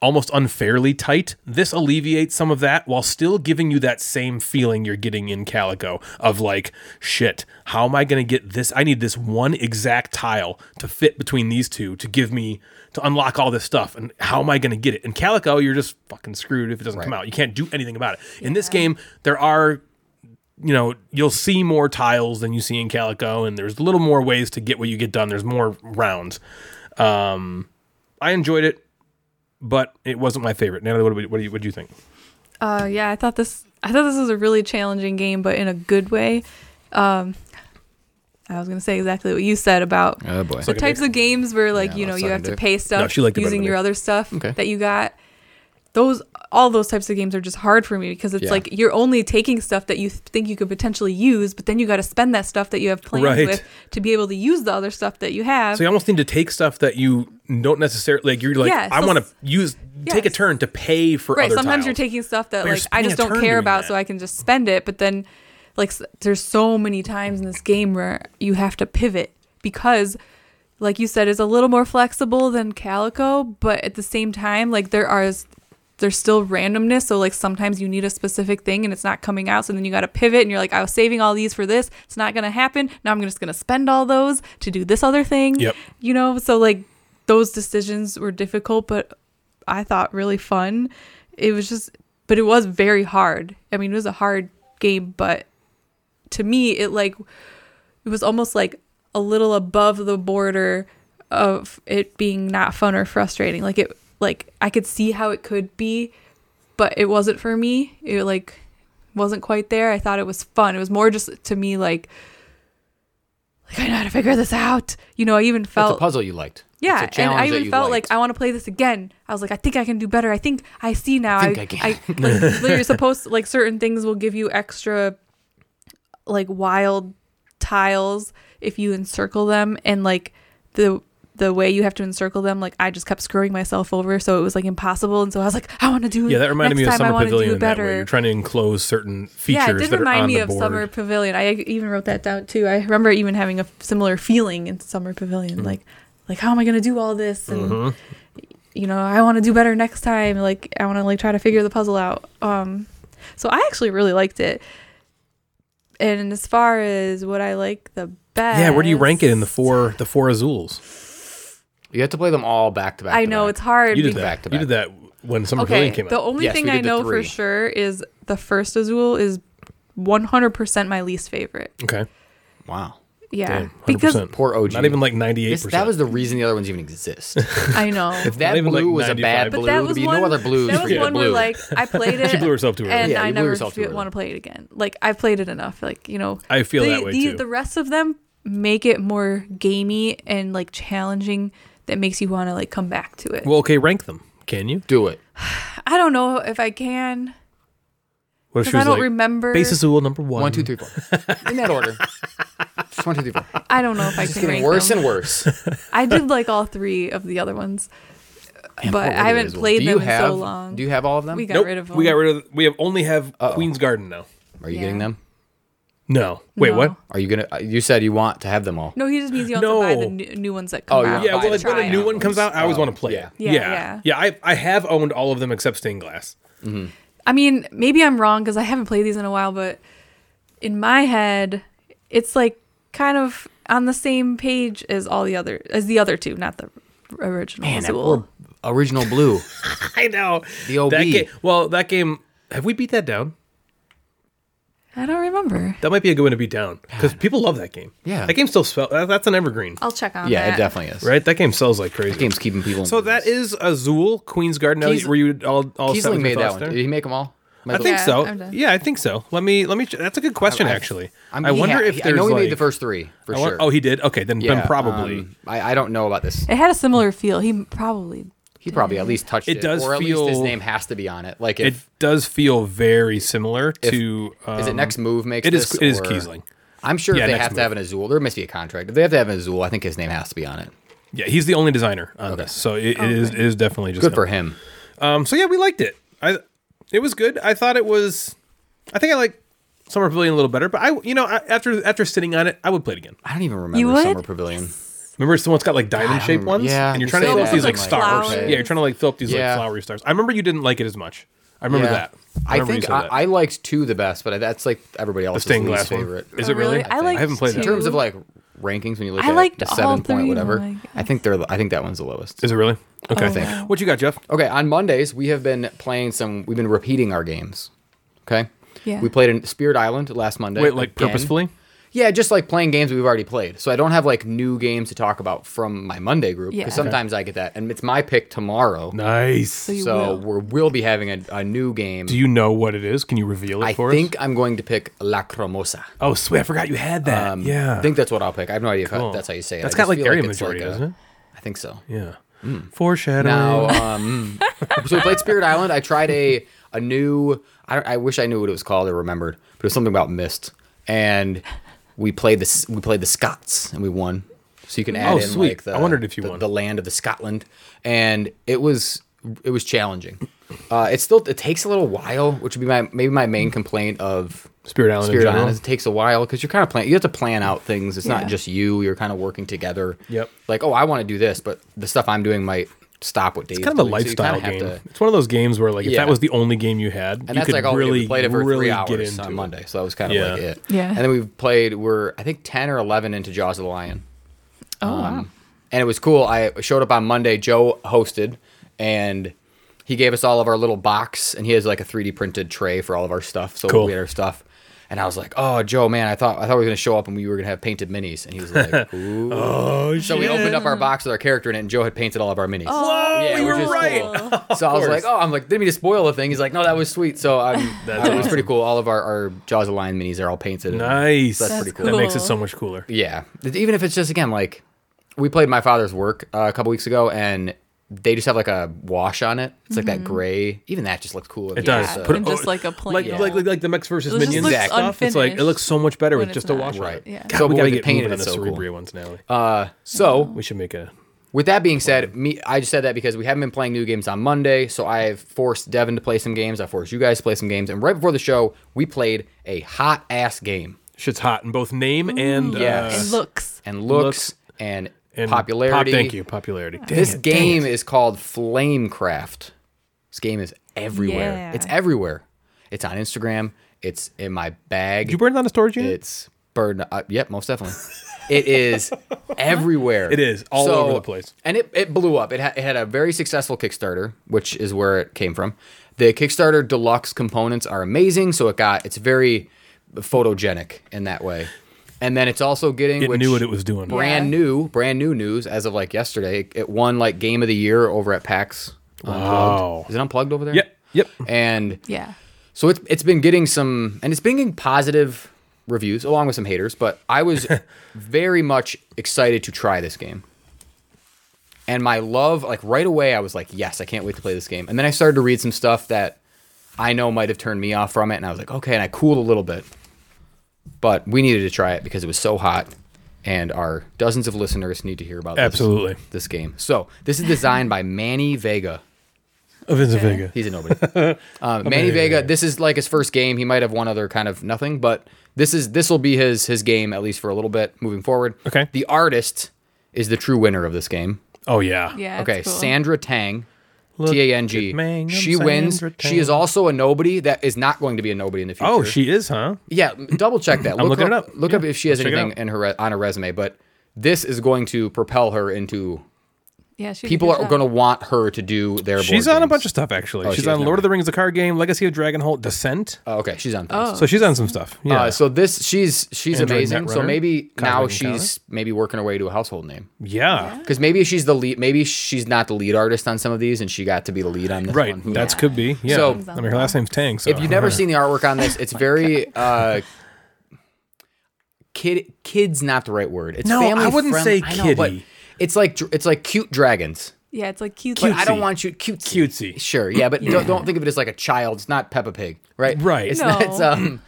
almost unfairly tight. This alleviates some of that while still giving you that same feeling you're getting in Calico of like, shit, how am I going to get this? I need this one exact tile to fit between these two to give me, to unlock all this stuff. And how am I going to get it? In Calico, you're just fucking screwed if it doesn't come out. You can't do anything about it. In this game, there are you know, you'll see more tiles than you see in Calico, and there's a little more ways to get what you get done. There's more rounds. Um, I enjoyed it, but it wasn't my favorite. Natalie, what do, we, what do you what do you think? Uh, yeah, I thought this. I thought this was a really challenging game, but in a good way. Um, I was gonna say exactly what you said about Oh boy. the types of games where, like, Yeah, you know, that's you not have gonna to do it. pay No, stuff she liked it better using than your me. other stuff Okay. that you got. Those, all those types of games are just hard for me because it's Yeah. like you're only taking stuff that you th- think you could potentially use, but then you got to spend that stuff that you have plans Right. with to be able to use the other stuff that you have. So you almost need to take stuff that you don't necessarily like. You're like, Yeah, I so- want to use take a Yes. turn to pay for right other tiles. sometimes you're taking stuff that But you're like i spending just a don't turn care doing about that. so i can just spend it but then like s- there's so many times in this game where you have to pivot because like you said it's a little more flexible than calico but at the same time like there are s- there's still randomness so like sometimes you need a specific thing and it's not coming out so then you got to pivot and you're like i was saving all these for this it's not going to happen now i'm just going to spend all those to do this other thing Yep. you know so like those decisions were difficult but I thought really fun. It was just, but it was very hard. I mean, it was a hard game, but to me, it like it was almost like a little above the border of it being not fun or frustrating. Like it, like I could see how it could be, but it wasn't for me. It like wasn't quite there. I thought it was fun. It was more just to me like. Like, I know how to figure this out. You know, I even That's a felt puzzle you liked. yeah, It's a and challenge I that even you felt liked. like I want to play this again. I was like, I think I can do better. I think I see now. think I can. like, you're supposed like certain things will give you extra like wild tiles if you encircle them, and like the the way you have to encircle them, like I just kept screwing myself over, so it was like impossible. And so I was like, I want to do yeah, that reminded next me of time I Summer wanna do Pavilion. in That better. way. You're trying to enclose certain features Yeah, it did that are remind on me the of board. Summer Pavilion. I even wrote that down too. I remember even having a similar feeling in Summer Pavilion, Mm. like, like how am I gonna do all this? And Mm-hmm. you know, I want to do better next time. Like, I want to like try to figure the puzzle out. Um, so I actually really liked it. And as far as what I like the best, yeah, where do you rank it in the four the four Azuls? you have to play them all back to back. I to know back. it's hard. You did that. because- back to You did that when Summer Okay, Pavilion came the out. only Yes, thing we I did the know three. for sure is the first Azul is 100% my least favorite. Okay. Wow. Yeah. Damn, 100%. because Poor OG. Not even like 98%. This- that was the reason the other ones even exist. I know. If that even, blue like, was a 95. bad But blue, that there was would be one, no other blues. That was forget one blue. where like I played it. She blew herself too early. And Yeah, I you blew never yourself too early. want to play it again. Like I played it enough. Like you know, I feel the, that way, the, too. The rest of them make it more gamey and like challenging. That makes you want to like come back to it. well, okay, rank them. Can you? Do it. I don't know if I can What if because she I was don't like, remember. Basis rule number one. One, two, three, four. In that order. Just one, two, three, four. I don't know if I can. Getting rank worse them. and worse. I did like all three of the other ones, Poor but I haven't Azul. played Do them you in have, so long. Do you have all of them? we got Nope. rid of them. We got rid of. We have only have Queen's Garden now. Are you Yeah. getting them? No. Wait, No. what? Are you gonna? uh, You said you want to have them all. No, he just means you also buy No. the new, new ones that come yeah, out. Yeah, Buy well, the like when a trial new one ones. comes out, I always want to play yeah. it. Yeah, yeah, yeah. yeah. I I have owned all of them except Stained Glass. I mean, maybe I'm wrong because I haven't played these in a while, but in my head, it's like kind of on the same page as all the other as the other two, not the original. Man, that Azul. poor original blue. I know. The OB. That game, well, that game. Have we beat that down? I don't remember. That might be a good one to beat down because people love that game. Yeah. that game still spell. That, that's an evergreen, I'll check on yeah, that. it definitely is. right? That game sells like crazy. Game's keeping people. in So that business. is Azul Queen's Garden. Now, Kies- were you all all set with Kiesling your made that thoughts one. there? Did he make them all? I think Yeah, so. I'm done. Yeah, I think so. Let me let me. ch- That's a good question, I- actually. i I'm- he wonder had- if he- there's I know he like, made the first three for I won- sure. Oh, he did. Okay, then then Yeah, probably. um, I, I don't know about this. It had a similar feel. He probably He probably at least touched It it. does or at least his feel- name has to be on it. Like it if does feel very similar to. Um, is it next move makes It is. this, It is or- Kiesling. I'm sure Yeah, if they next have move. to have an Azul, there must be a contract. If they have to have an Azul, I think his name has to be on it. Yeah, he's the only designer on this, so it, Oh, it is it is definitely just Good him. for him. Um, so yeah, we liked it. I it was good. I thought it was. I think I like Summer Pavilion a little better, but I you know I, after after sitting on it, I would play it again. I don't even remember You would? Summer Pavilion. Remember, it's the one's got like diamond God, I shaped remember- ones, yeah, and you're you trying to say fill up that, these and, like, like, stars. flowers. Yeah, you're trying to like fill up these Yeah. like flowery stars. I remember you didn't like it as much. I remember Yeah. that. I, remember you think said I, that. I liked two the best, but that's like everybody else's stained least glass one. favorite. Is Oh, it really? really? I I haven't liked played in that. terms of two. like rankings when you look I at liked the all seven three, point whatever. like- I think they're I think that one's the lowest. Is it really? Okay. think. What you got, Jeff? Okay, on Mondays we have been playing some. We've been repeating our games. Okay. Yeah. We played in Spirit Island last Monday. Wait, like again. purposefully? Yeah, just like playing games we've already played. So I don't have like new games to talk about from my Monday group Yeah. because sometimes I get that, and it's my pick tomorrow. Nice. you So will. we will be having a, a new game. Do you know what it is? Can you reveal it I for think us? I'm going to pick Lacrimosa. Oh, sweet! I forgot you had that. yeah. Um, I think that's what I'll pick. I have no idea Cool. if that's how you say it. That's I got, just like, feel area it's majority, a- doesn't it? I think so. yeah. Foreshadowing. Hmm. Now, um, so we played Spirit Island. I tried a a new. I, don't- I wish I knew what it was called or remembered, but it was something about mist. And we played this. We played the Scots, and we won. So you can add Oh, in sweet. like the. I wondered if you the, won. the land of the Scotland, and it was it was challenging. Uh, it still it takes a little while, which would be my maybe my main complaint of Spirit Island in Spirit general? Island is it takes a while because you're kind of plan. You have to plan out things. It's Yeah. not just you. You're kind of working together. Yep. Like, oh, I want to do this, but the stuff I'm doing might stop what Dave's It's kind of a doing, so you kinda lifestyle game. have to- it's one of those games where, like, if Yeah. that was the only game you had, and you that's could like all we did. really, we played it for really three get hours into on it. Monday, so that was kind of like Yeah. it. Yeah. And then we played. We're I think ten or eleven into Jaws of the Lion. Oh wow! And it was cool. I showed up on Monday. Joe hosted, and he gave us all of our little box, and he has like a 3D printed tray for all of our stuff. So Cool. we had our stuff. And I was like, "Oh, Joe, man, I thought I thought we were gonna show up and we were gonna have painted minis." And he was like, "Ooh." Oh, so we opened up our box with our character in it, and Joe had painted all of our minis. Whoa, Yeah, you we were just- right. So I was like, oh, I'm like, didn't mean to spoil the thing. He's like, no, that was sweet. So I'm, That's it was awesome. pretty cool. All of our, our Jaws of Lion minis are all painted. and- Nice. So that's pretty cool. cool. That makes it so much cooler. Yeah. Even if it's just, again, like, we played My Father's Work uh, a couple weeks ago, and they just have like a wash on it. It's like Mm-hmm. that gray. Even that just looks cool. It does. Yeah, Put and it- just like a plain like, old- like, like, like the Mex versus It just Minions looks stuff. It's like it unfinished looks so much better with when just it's a not. wash. on Right. it. Yeah. God, So we we gotta got get to paint painted it, on the it's so cool. Cerebri ones now. Uh, so we should make a. With that being said, me I just said that because we haven't been playing new games on Monday, so I've forced Devin to play some games. I forced you guys to play some games, and right before the show, we played a hot ass game Shit's hot in both name and yes. and uh, looks. and Looks looks, and, and popularity. Pop, thank you, popularity. Dang This it, dang game it. is called Flamecraft. This game is everywhere. Yeah. It's everywhere. It's on Instagram. It's in my bag. Did you burn it on a storage unit? It's burden. Uh, yep, most definitely. it is everywhere. It is, all over the place. and it, it blew up. It, ha- it had a very successful Kickstarter, which is where it came from. The Kickstarter deluxe components are amazing, so it got it's very photogenic in that way. And then it's also getting It which knew what it was doing. brand Yeah. new, brand new news as of like yesterday. It, it won like game of the year over at PAX. Wow. Unplugged. Is it unplugged over there? Yep. Yep. And Yeah. so it's it's been getting some and it's been getting positive reviews along with some haters, but I was very much excited to try this game. And my love, like right away, I was like, yes, I can't wait to play this game. And then I started to read some stuff that I know might have turned me off from it, and I was like, okay, and I cooled a little bit. But we needed to try it because it was so hot, and our dozens of listeners need to hear about this- Absolutely. this game. So this is designed by Manny Vega. Of Vincent Vega. He's a nobody. Um, Manny Vega. This is like his first game. He might have one other kind of nothing, but this is this will be his his game at least for a little bit moving forward. Okay. The artist is the true winner of this game. Oh yeah. Yeah. that's okay, cool. Sandra Tang. Look T A N G. at Mangum, She wins. Sandra She is Tang. also a nobody that is not going to be a nobody in the future. Oh, she is, huh? Yeah, double check that. Look looking it up, up. Look up Yeah, if she has I'll check it anything out. in her re- on her resume. But this is going to propel her into. Yeah. she did People good are job. going to want her to do their. She's board on a games. bunch of stuff actually. Oh, she's she is, on never Lord of the Rings, the card game, Legacy of Dragonhold, Descent. Oh, okay, she's on. things. Oh. So she's on some stuff. Yeah. Uh, so this she's she's Android amazing. So Netrunner, maybe Cosmic now Encounter. she's maybe working her way to a household name yeah. because maybe she's the lead. Maybe she's not the lead artist on some of these, and she got to be the lead on this Right. one. Who That's knows? could be. Yeah. So- I mean, her last name's Tang. So If you've never seen the artwork on this, Oh it's very uh, kid. Kid's not the right word. It's No, family I wouldn't friendly- say I know, but kiddie. It's like dr- it's like cute dragons. Yeah, it's like cute. But I don't Cutesy. want you cutesy. Cutesy. Sure, yeah, but Don't, don't think of it as like a child. It's not Peppa Pig, right? Right. It's not. It's, No. um,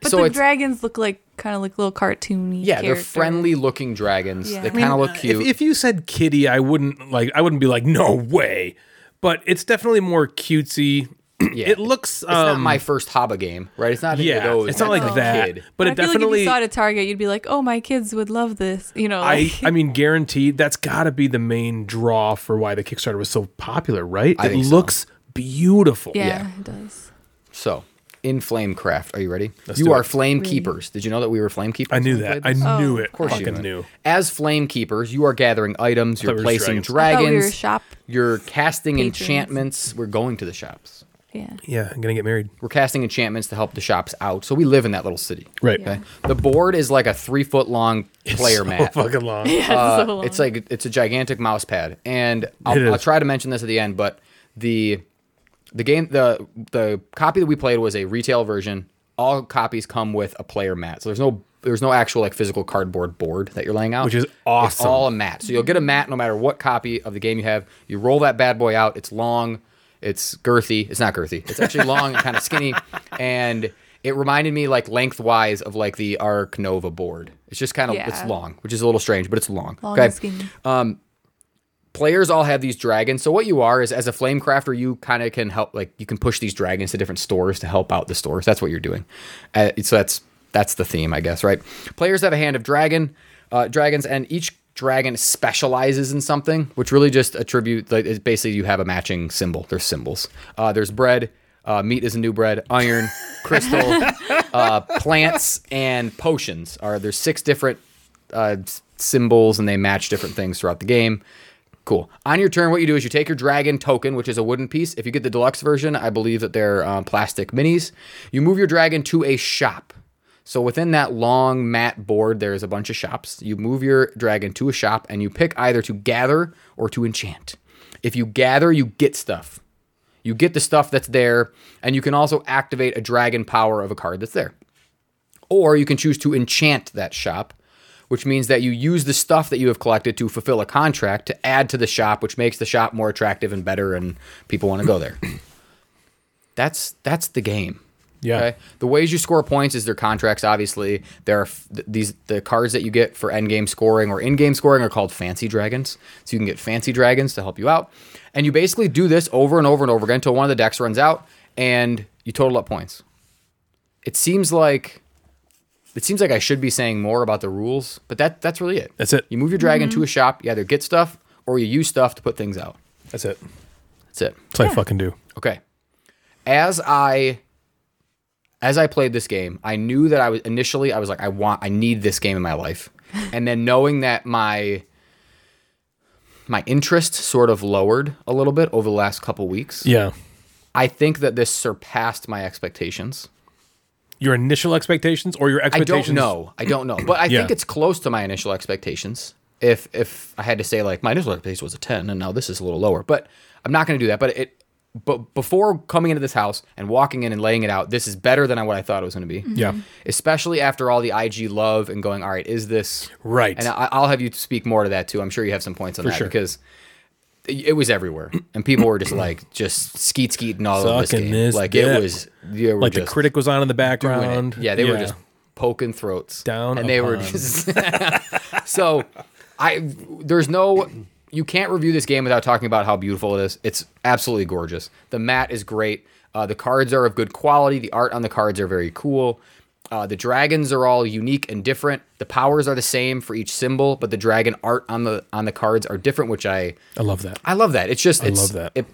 But so the it's dragons look like kind of like little cartoony. yeah, they're characters. friendly looking dragons. Yeah. They I mean, uh, kind of look uh, if, cute. if you said kitty, I wouldn't like. I wouldn't be like, no way. But it's definitely more cutesy. Yeah. It looks. It's not um, my first Haba game, right? It's not any of Yeah. those. It's not like That's a that. kid. But I it feel like if definitely. you saw it at Target, you'd be like, "Oh, my kids would love this," you know. I, Like, I mean, guaranteed that's got to be the main draw for why the Kickstarter was so popular, right? it think so. looks beautiful. yeah, yeah. it does. So, in Flamecraft, are you ready? do you are it. Flame Keepers. Did you know that we were Flame Keepers? I knew when we that. I played this? knew it. Oh. Oh, Of course you Fucking knew. knew. it. As Flame Keepers, you are gathering items, you're thought we were dragons. I placing thought dragons, we were shop. you're casting patrons. enchantments. We're going to the shops. Yeah. Yeah, I'm gonna get married. We're casting enchantments to help the shops out. So, we live in that little city. Right. Okay. The board is like a three foot long player so mat. Fucking long. Yeah, Uh, it's so long. it's like it's a gigantic mouse pad, and It I'll, I'll is. try to mention this at the end. But the the game the the copy that we played was a retail version. All copies come with a player mat, so there's no there's no actual like physical cardboard board that you're laying out, Which is It's awesome. all a mat, so you'll get a mat no matter what copy of the game you have. You roll that bad boy out. It's long, it's girthy. It's not girthy. It's actually long and kind of skinny, and it reminded me like lengthwise of like the Arc Nova board. It's just kind of it's Yeah. long, which is a little strange, but it's long Long okay. and skinny. Players all have these dragons. So what you are is as a flame crafter, you kind of can help like you can push these dragons to different stores to help out the stores. That's what you're doing. Uh, so that's that's the theme, I guess, right? Players have a hand of dragon uh, dragons and each dragon specializes in something, which really just attribute like it's basically you have a matching symbol. There's symbols. Uh, there's bread, uh, meat is a new bread, iron, crystal, uh, plants and potions are there's six different uh, s- symbols and they match different things throughout the game. Cool. On your turn, what you do is you take your dragon token, which is a wooden piece. If you get the deluxe version, I believe that they're um, plastic minis. You move your dragon to a shop. So within that long mat board, there is a bunch of shops. You move your dragon to a shop and you pick either to gather or to enchant. If you gather, you get stuff. You get the stuff that's there, and you can also activate a dragon power of a card that's there. Or you can choose to enchant that shop, which means that you use the stuff that you have collected to fulfill a contract to add to the shop, which makes the shop more attractive and better, and people want to go there. that's that's the game. Yeah. The ways you score points is their contracts. Obviously, there are f- th- these the cards that you get for end game scoring or in game scoring are called fancy dragons. So you can get fancy dragons to help you out, and you basically do this over and over and over again until one of the decks runs out and you total up points. It seems like it seems like I should be saying more about the rules, but that that's really it. That's it. You move your dragon to a shop. You either get stuff or you use stuff to put things out. That's it. That's it. That's what I fucking do. Okay. As I as I played this game, I knew that I was initially I was like I want I need this game in my life. And then knowing that my my interest sort of lowered a little bit over the last couple weeks, Yeah. I think that this surpassed my expectations. Your initial expectations or your I expectations? don't know. I don't know. But I Yeah. think it's close to my initial expectations. If if I had to say like my initial expectation was a 10 and now this is a little lower, but I'm not going to do that. But it but before coming into this house and walking in and laying it out, this is better than what I thought it was going to be. Mm-hmm. Yeah. Especially after all the IG love and going, all right, is this Right. And I, I'll have you speak more to that too. I'm sure you have some points on that sure. because it it was everywhere and people were just like just skeet skeeting all of this Sucking game. this like dick. it was they were Like the just critic was on in the doing it. background. Yeah, they were just poking throats Down and they were upon. just so. I there's no you can't review this game without talking about how beautiful it is. It's absolutely gorgeous. The mat is great. Uh, the cards are of good quality. The art on the cards are very cool. Uh, the dragons are all unique and different. The powers are the same for each symbol, but the dragon art on the on the cards are different, which I I love that. I love that. It's just it's, love that. It,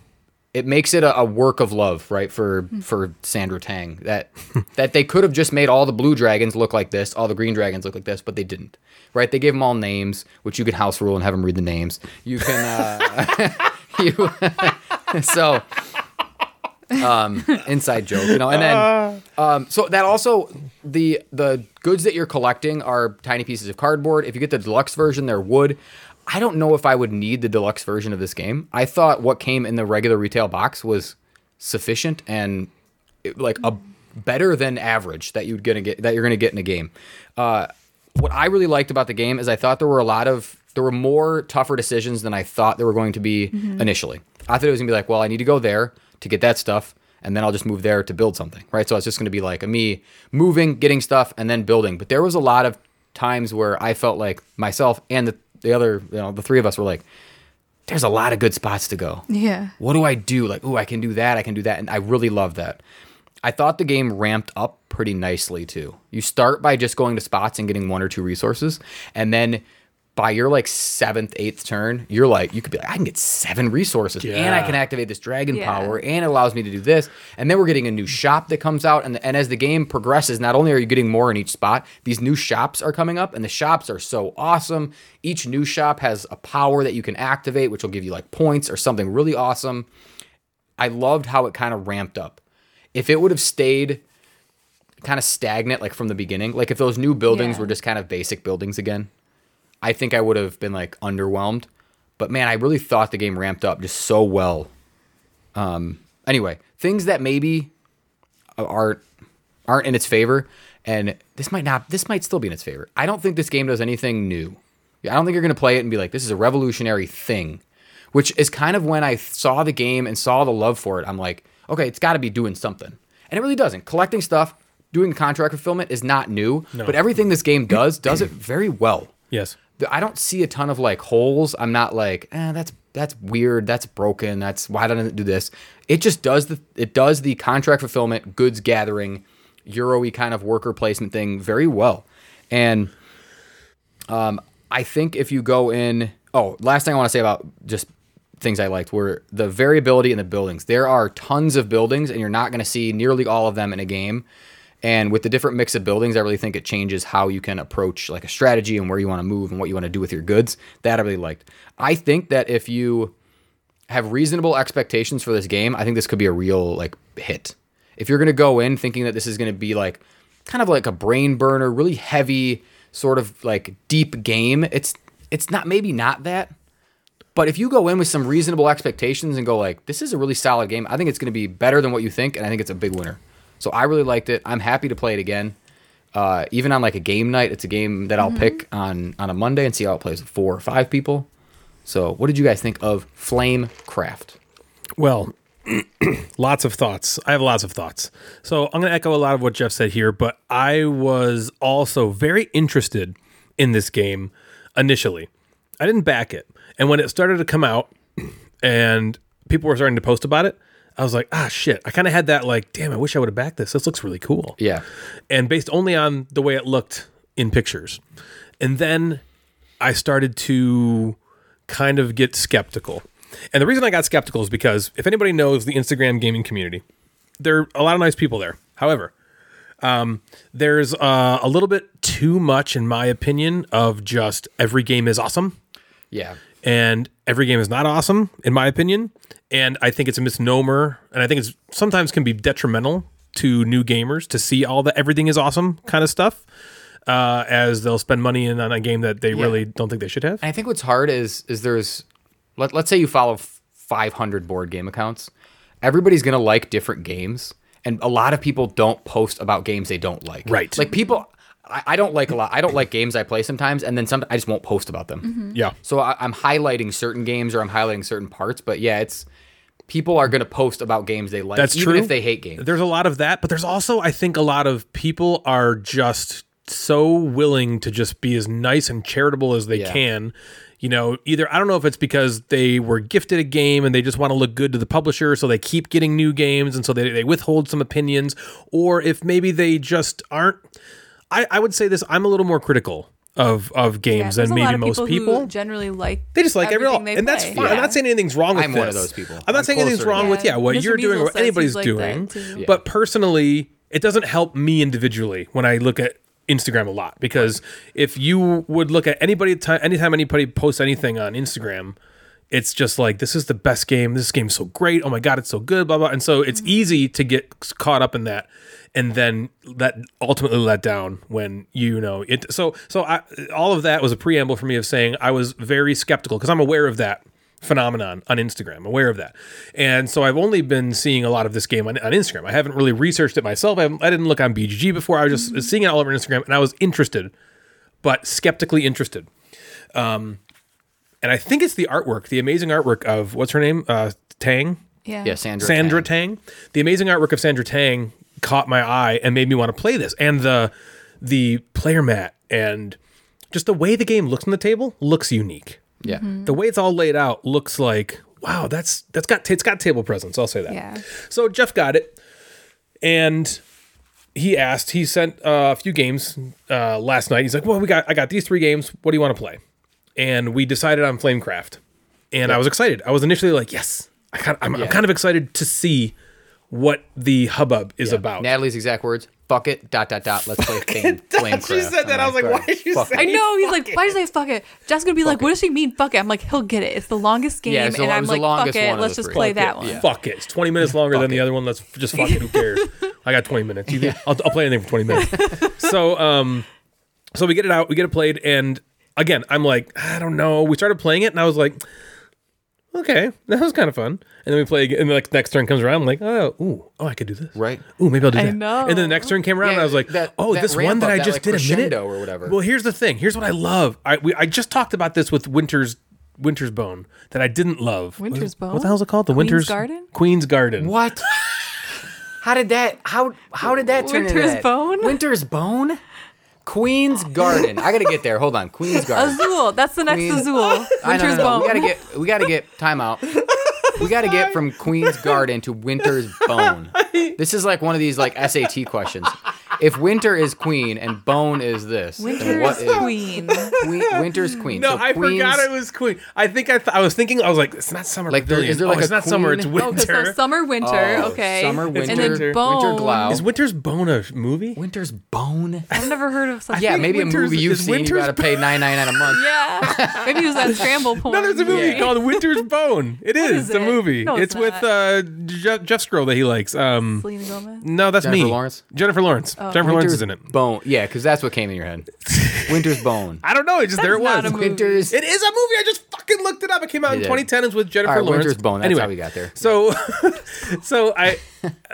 it makes it a, a work of love, right? For for Sandra Tang that that they could have just made all the blue dragons look like this, all the green dragons look like this, but they didn't, right? They gave them all names, which you can house rule and have them read the names. You can uh, you so um inside joke you know and then um so that also the the goods that you're collecting are tiny pieces of cardboard if you get the deluxe version they're wood i don't know if i would need the deluxe version of this game i thought what came in the regular retail box was sufficient and it- like a better than average that you're gonna get that you're gonna get in a game uh what i really liked about the game is i thought there were a lot of there were more tougher decisions than i thought there were going to be initially i thought it was gonna be like well i need to go there to get that stuff and then I'll just move there to build something, right? So it's just going to be like me moving, getting stuff, and then building. But there was a lot of times where I felt like myself and the, the other, you know, the three of us were like, there's a lot of good spots to go. Yeah. What do I do? Like, oh, I can do that, I can do that. And I really love that. I thought the game ramped up pretty nicely too. You start by just going to spots and getting one or two resources, and then by your like seventh, eighth turn, you're like, you could be like, I can get seven resources, and I Yeah. can activate this dragon Yeah. power, and it allows me to do this. And then we're getting a new shop that comes out, and and as the game progresses, not only are you getting more in each spot, these new shops are coming up, and the shops are so awesome. Each new shop has a power that you can activate, which will give you like points or something really awesome. I loved how it kind of ramped up. If it would have stayed kind of stagnant, like from the beginning, like if those new buildings Yeah. were just kind of basic buildings again, I think I would have been like underwhelmed. But man, I really thought the game ramped up just so well. Um, anyway, things that maybe aren't aren't in its favor, and this might not. This might still be in its favor. I don't think this game does anything new. I don't think you're going to play it and be like, "This is a revolutionary thing," which is kind of when I saw the game and saw the love for it. I'm like, "Okay, it's got to be doing something," and it really doesn't. Collecting stuff, doing contract fulfillment is not new, but everything this game does does it very well Yes. th- I don't see a ton of like holes. I'm not like, eh, that's that's weird. That's broken. That's why didn't it do this? It just does the it does the contract fulfillment, goods gathering, Euro-y kind of worker placement thing very well. And I think if you go in, oh, last thing I want to say about just things I liked were the variability in the buildings. There are tons of buildings, and you're not going to see nearly all of them in a game. And with the different mix of buildings, I really think it changes how you can approach like a strategy and where you want to move and what you want to do with your goods. That I really liked. I think that if you have reasonable expectations for this game, I think this could be a real like hit. If you're going to go in thinking that this is going to be like kind of like a brain burner, really heavy sort of like deep game, it's it's not maybe not that. But if you go in with some reasonable expectations and go like this is a really solid game, I think it's going to be better than what you think and I think it's a big winner. So I really liked it. I'm happy to play it again. Uh, even on like a game night, it's a game that I'll pick on on a Monday and see how it plays with four or five people. So, what did you guys think of Flame Craft? Well, lots of thoughts. I have lots of thoughts. So I'm going to echo a lot of what Jeff said here, but I was also very interested in this game initially. I didn't back it. And when it started to come out and people were starting to post about it, I was like, ah, shit. I kind of had that, like, damn, I wish I would have backed this. This looks really cool Yeah. and based only on the way it looked in pictures. And then I started to kind of get skeptical. And the reason I got skeptical is because if anybody knows the Instagram gaming community, there are a lot of nice people there. However, um, there's uh, a little bit too much, in my opinion, of just every game is awesome Yeah. And every game is not awesome, in my opinion. And I think it's a misnomer. And I think it's sometimes can be detrimental to new gamers to see all the everything is awesome kind of stuff. Uh, as they'll spend money in on a game that they really don't think they should have. And I think what's hard is is there's let, let's say you follow f- 500 board game accounts. Everybody's going to like different games and a lot of people don't post about games they don't like. Right. Like people I, I don't like a lot. I don't like games I play sometimes and then some I just won't post about them. Yeah. So I, I'm highlighting certain games or I'm highlighting certain parts, but yeah, it's people are going to post about games they like That's even true. if they hate games. There's a lot of that, but there's also I think a lot of people are just so willing to just be as nice and charitable as they Yeah. can. You know, either I don't know if it's because they were gifted a game and they just want to look good to the publisher, so they keep getting new games and so they, they withhold some opinions, or if maybe they just aren't. I, I would say this: I'm a little more critical of of games there's than a maybe lot of most people who people. generally like They just like everything, everything they and that's play. fine. I'm Yeah. not saying anything's wrong with I'm one of this. those people. I'm not I'm saying anything's closer to wrong that. with yeah what Mr. you're doing or what Measles says anybody's he's like doing. that, too. But personally, it doesn't help me individually when I look at Instagram a lot because if you would look at anybody ti- anytime anybody posts anything on Instagram, it's just like this is the best game. This game's so great. Oh my god, it's so good. Blah blah. And so it's easy to get s- caught up in that, and then that ultimately let down when you know it. So so I, all of that was a preamble for me of saying I was very skeptical because I'm aware of that phenomenon on Instagram. Aware of that, and so I've only been seeing a lot of this game on, on Instagram. I haven't really researched it myself. I, haven't- I didn't look on BGG before. I was just seeing it all over Instagram, and I was interested, but skeptically interested. Um, and I think it's the artwork, the amazing artwork of what's her name, uh, Tang. yeah. yeah, Sandra. Sandra Tang. Tang. The amazing artwork of Sandra Tang caught my eye and made me want to play this. And the the player mat and just the way the game looks on the table looks unique. Yeah. The way it's all laid out looks like wow, that's that's got it's got table presence. I'll say that. Yeah. So Jeff got it, and he asked. He sent uh, a few games uh, last night. He's like, "Well, we got I got these three games. What do you want to play?" And we decided on Flamecraft, and I was excited. I was initially like, "Yes, I kind I'm, I'm kind of excited to see what the hubbub is about." Natalie's exact words. Fuck it. Dot dot dot. Let's play Fame. Flamecraft. She said that. I was like, "Why did you fuck say?" it. I know. He's like, why does I fuck it? Jeff's gonna be like, what does she mean? Fuck it. I'm like, he'll get it. It's the longest game, Yeah, it's the- and it I'm was the like, fuck longest one it. of Let's the just three. play Fuck that it, one. yeah. Fuck it. It's 20 minutes longer than the other one. Let's f- just fuck it. Who cares? I got 20 minutes. You- I'll, I'll play anything for 20 minutes. So, um, so we get it out, we get it played, and again, I'm like, I don't know. We started playing it, and I was like, okay, that was kind of fun. And then we play, again, and like next turn comes around, I'm like, oh, ooh, oh, I could do this, Right. Ooh, maybe I'll do I that. know. And then the next turn came around, Yeah, and I was like, that- oh, that this ramp one that up, I that, just like, did a minute crescendo or whatever. Well, here's the thing. Here's what I love. I we, I just talked about this with Winter's. Winter's Bone that I didn't love. What- Winter's Bone? What the hell's it called? The Queen's Winter's Garden? Queen's Garden. What? How did that? How how did that turn into Winter's that? Bone? Winter's Bone. Queen's Garden. I gotta get there. Hold on. Queen's Garden. Azul. That's the next Queen- Azul. I know, Winter's no, no, Bone. We gotta get. We gotta get timeout. We gotta get from Queen's Garden to Winter's Bone. This is like one of these like SAT questions. If Winter is Queen and Bone is this, then what Winter's is Queen. Queen- Winter's Queen? No, So I Queen's- forgot it was Queen. I think I, th- I was thinking I was like, it's not summer. Like, there- pavilion. is there, like, oh, it's a not summer? It's queen? Oh, okay, winter. so summer, winter, Oh, okay. summer, winter, and winter then bone. glow. is Winter's Bone a movie? Winter's Bone. I've never heard of such. Yeah, thing. maybe a Winter's- movie you've is seen. You Winter's gotta pay nine nine nine a month. Yeah, maybe it was that scramble porn. No, there's a movie Yeah. called Winter's Bone. It is, is the it? movie. No, it's it's with not. uh, Je- Jeff's girl that he likes. Um, Selena Gomez. no, that's Jennifer me. Lawrence? Jennifer Lawrence. Oh. Jennifer Lawrence is in it. Bone. Yeah, because that's what came in your head. Winter's Bone. I don't know. It just there it is not was. a movie. Winter's. It is a movie. I just fucking looked it up. It came out in did. 2010. It's with Jennifer All right, Lawrence. Winter's Bone. That's how we got there. So, so I,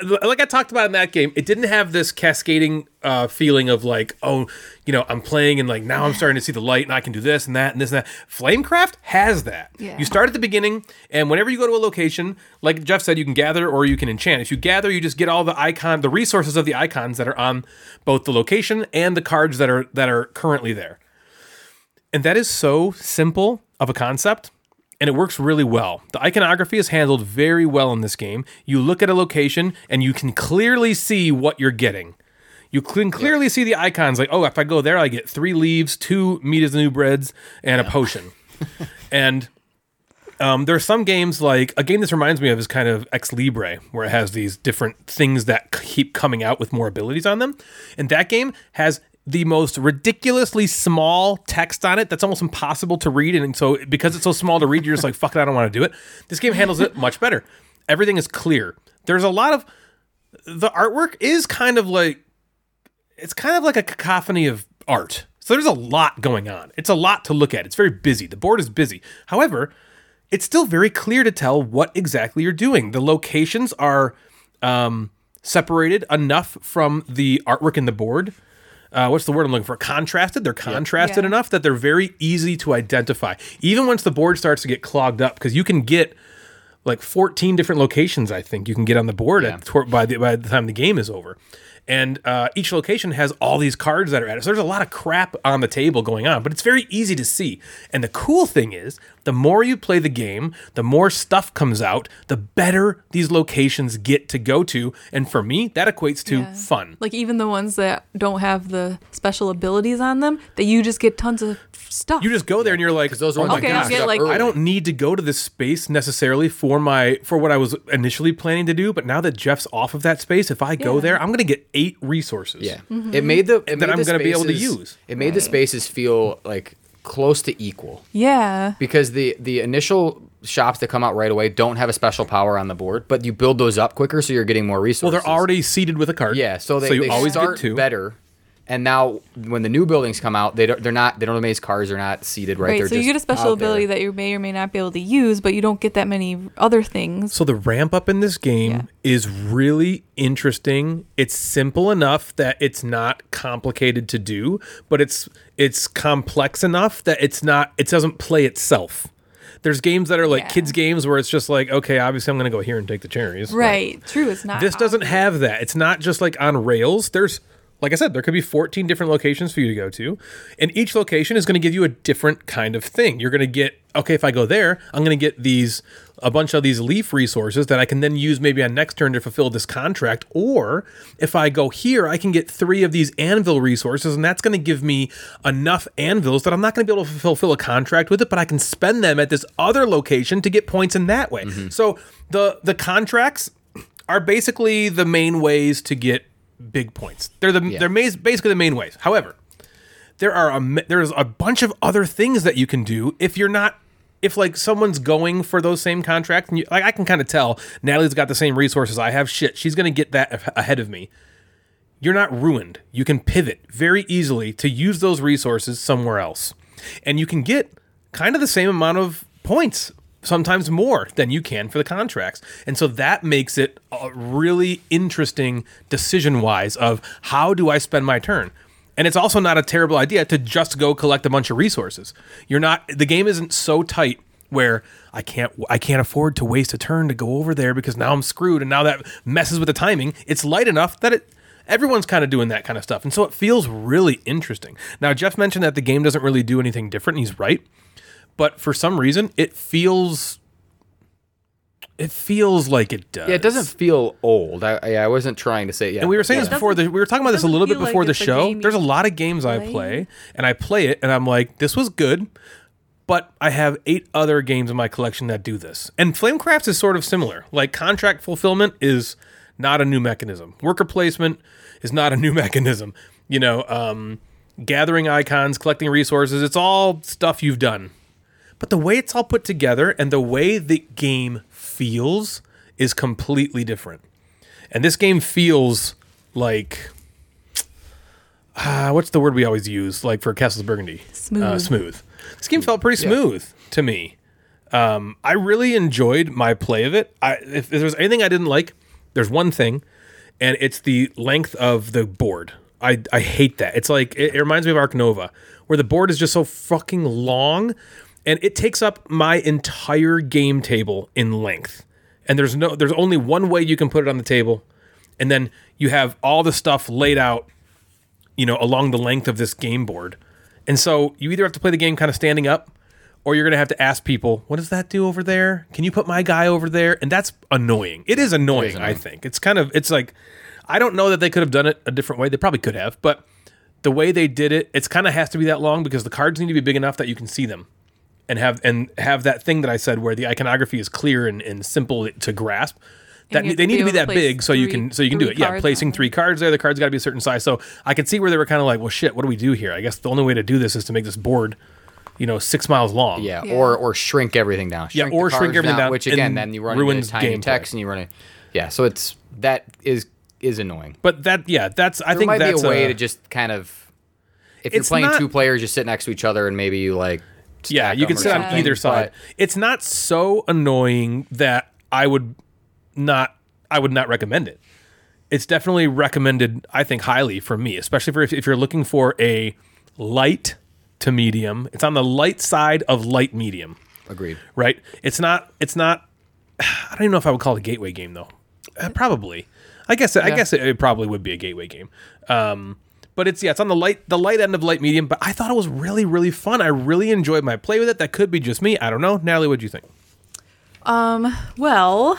like I talked about in that game, it didn't have this cascading uh, feeling of like, oh, you know, I'm playing and like now I'm starting to see the light and I can do this and that and this and that. Flamecraft has that. Yeah. You start at the beginning, and whenever you go to a location, like Jeff said, you can gather or you can enchant. If you gather, you just get all the icon, the resources of the icons that are on both the location and the cards that are that are currently there. And that is so simple of a concept, and it works really well. The iconography is handled very well in this game. You look at a location, and you can clearly see what you're getting. You can clearly see the icons like, oh, if I go there, I get three leaves, two meat is the new breads, and a potion. and um, there are some games like a game this reminds me of is kind of Ex Libre, where it has these different things that keep coming out with more abilities on them. And that game has the most ridiculously small text on it that's almost impossible to read. And so, because it's so small to read, you're just like, fuck it, I don't want to do it. This game handles it much better. Everything is clear. There's a lot of the artwork is kind of like it's kind of like a cacophony of art. So there's a lot going on. It's a lot to look at. It's very busy. The board is busy. However, it's still very clear to tell what exactly you're doing. The locations are um, separated enough from the artwork in the board. Uh, what's the word I'm looking for? Contrasted. They're contrasted Yeah. enough that they're very easy to identify. Even once the board starts to get clogged up, because you can get like 14 different locations I think you can get on the board at, toward, by the by the time the game is over. And uh, each location has all these cards that are at it. So there's a lot of crap on the table going on, but it's very easy to see. And the cool thing is, the more you play the game, the more stuff comes out, the better these locations get to go to. And for me, that equates to Yeah. fun. Like even the ones that don't have the special abilities on them, that you just get tons of stuff. You just go there and you're like, those are oh ones my Okay, you gosh, get, like- I don't need to go to this space necessarily for my for what I was initially planning to do. But now that Jeff's off of that space, if I go Yeah. there, I'm going to get eight resources. Yeah, it made the it Mm-hmm. That made I'm the gonna be able to spaces- use. It made the spaces feel like close to equal yeah. because the the initial shops that come out right away don't have a special power on the board, but you build those up quicker, so you're getting more Well, resources. they're already seated with a card. yeah, so they, you they always start get two. better. And now when the new buildings come out, they don't, they're not they don't amaze cars. They're not seated right. Right, they're so you just get a special out there. ability that you may or may not be able to use, but you don't get that many other things. So the ramp up in this game Yeah. is really interesting. It's simple enough that it's not complicated to do, but it's it's complex enough that it's not it doesn't play itself. There's games that are like Yeah. kids games where it's just like, okay, obviously I'm going to go here and take the cherries. Right, true. It's not. This doesn't have that. It's not just like on rails. There's, like I said, there could be 14 different locations for you to go to, and each location is going to give you a different kind of thing. You're going to get, okay, if I go there, I'm going to get these, a bunch of these leaf resources that I can then use maybe on next turn to fulfill this contract. Or if I go here, I can get three of these anvil resources, and that's going to give me enough anvils that I'm not going to be able to fulfill a contract with it, but I can spend them at this other location to get points in that way. So the the contracts are basically the main ways to get big points. They're the they're mas- basically the main ways. However, there are a m- there's a bunch of other things that you can do if you're not if like someone's going for those same contracts and you, like I can kind of tell Natalie's got the same resources I have shit she's going to get that a- ahead of me. You're not ruined. You can pivot very easily to use those resources somewhere else. And you can get kind of the same amount of points, sometimes more than you can for the contracts. And so that makes it a really interesting decision wise of how do I spend my turn? And it's also not a terrible idea to just go collect a bunch of resources. You're not the game isn't so tight where I can't I can't afford to waste a turn to go over there because now I'm screwed and now that messes with the timing. It's light enough that it everyone's kind of doing that kind of stuff. And so it feels really interesting. Now Jeff mentioned that the game doesn't really do anything different and he's right. But for some reason it feels it feels like it does. Yeah, it doesn't feel old. I, I I wasn't trying to say yeah. And we were saying yeah. this before. The, we were talking about this a doesn't little bit feel like before the it's a show. game you There's a lot of games I play, and I play it, and I'm like, this was good, but I have eight other games in my collection that do this. And Flamecrafts is sort of similar. Like contract fulfillment is not a new mechanism. Worker placement is not a new mechanism. You know, um, gathering icons, collecting resources. It's all stuff you've done. But the way it's all put together and the way the game feels is completely different. And this game feels like uh, what's the word we always use like for Castles of Burgundy? Uh, Smooth. smooth. This game felt pretty smooth to me. Um, I really enjoyed my play of it. I, if, if there's anything I didn't like, there's one thing, and it's the length of the board. I, I hate that. It's like it, it reminds me of Arc Nova, where the board is just so fucking long, and it takes up my entire game table in length. And there's no there's only one way you can put it on the table, and then you have all the stuff laid out you know, along the length of this game board. And so you either have to play the game kind of standing up or you're going to have to ask people, what does that do over there? Can you put my guy over there? And that's annoying. It is annoying, I think. It's kind of, it's like, I don't know that they could have done it a different way. They probably could have, but the way they did it, it's kind of has to be that long because the cards need to be big enough that you can see them and have and have that thing that I said where the iconography is clear and, and simple to grasp. that you they have to need be to be able to that place big so you three- can so you can do three it. Yeah, cards placing on it. three cards there. The card's got to be a certain size. So I could see where they were kind of like, well, shit, what do we do here? I guess the only way to do this is to make this board, you know, six miles long. Yeah, Yeah. or or shrink everything down. Shrink the or shrink cards everything down Which again, and then you run ruins into tiny gameplay. text and you run it. Yeah, so it's that is is annoying. But that, yeah, that's. I There think might that's be a way to just kind of if you're It's playing not- two players, you sit next to each other and maybe you like yeah, stack you can them or sit on something, either side. It's not so annoying that I would not I would not recommend it. It's definitely recommended, I think, highly for me, especially for if, if you're looking for a light to medium. It's on the light side of light medium, but- Agreed. right? It's not it's not I don't even know if I would call it a gateway game though. Uh, probably. I guess I guess it, it probably would be a gateway game. Um, but it's yeah, it's on the light the light end of light medium. But I thought it was really really fun. I really enjoyed my play with it. That could be just me. I don't know. Natalie, what do you think? Well,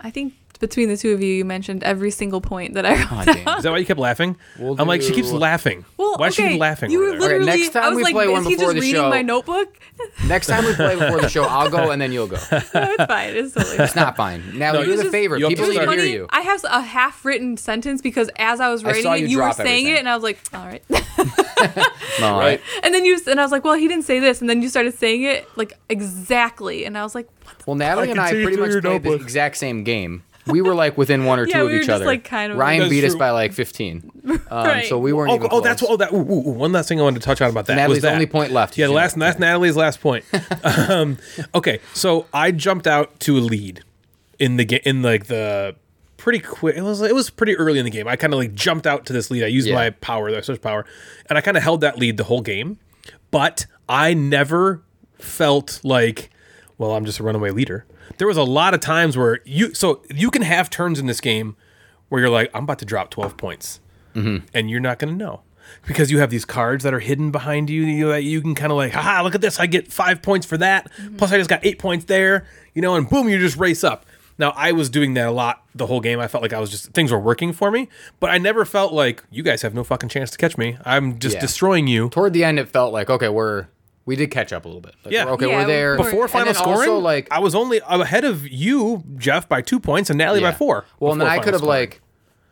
I think between the two of you, you mentioned every single point that I wrote. down. Is that why you kept laughing? We'll I'm like she keeps do- laughing. Well, why is okay, she laughing? You over were there? literally. Alright, next time I was we like, play is one he before just the reading my show." notebook? Next time we play before the show, I'll go and then you'll go. It's no, it's fine. It's totally. fine. not fine. Now you do the just- favor. you have to People need start- to hear Funny, you. I have a half-written sentence because as I was I writing saw it, you you were drop saying everything. it, and I was like, "All right." No, Right. I- and then you and I was like, "Well, he didn't say this," and then you started saying it like exactly, and I was like, "What the?" Well, Natalie I and can I see you pretty through much your played the notebook. exact same game. We were like within one or Yeah, two of we were each just, other. like, kind of- Ryan That's beat us true. by like 15. Um, Right. So we weren't Oh, even oh, that's close. what, oh, that ooh, ooh, ooh, one last thing I wanted to touch on about that Natalie's was that only point left. Yeah, She the last knocked that's Natalie's last point. um, okay, so I jumped out to a lead in the game in like the pretty quick. It was it was pretty early in the game. I kind of like jumped out to this lead. I used Yeah. my power, the switch power, and I kind of held that lead the whole game. But I never felt like, well, I'm just a runaway leader. There was a lot of times where you so you can have turns in this game where you're like, I'm about to drop 12 points and you're not going to know because you have these cards that are hidden behind you you know, that you can kind of like haha look at this i get five points for that plus i just got eight points there you know and boom you just race up now i was doing that a lot the whole game i felt like i was just things were working for me but i never felt like you guys have no fucking chance to catch me i'm just Yeah. destroying you Toward the end, it felt like okay, we're we did catch up a little bit. Like, Yeah. we're- okay, Yeah, we're there. we're- before And final then also, scoring like- i was only ahead of you jeff by two points and natalie by Yeah. four Well, and then before I final could have scoring. like,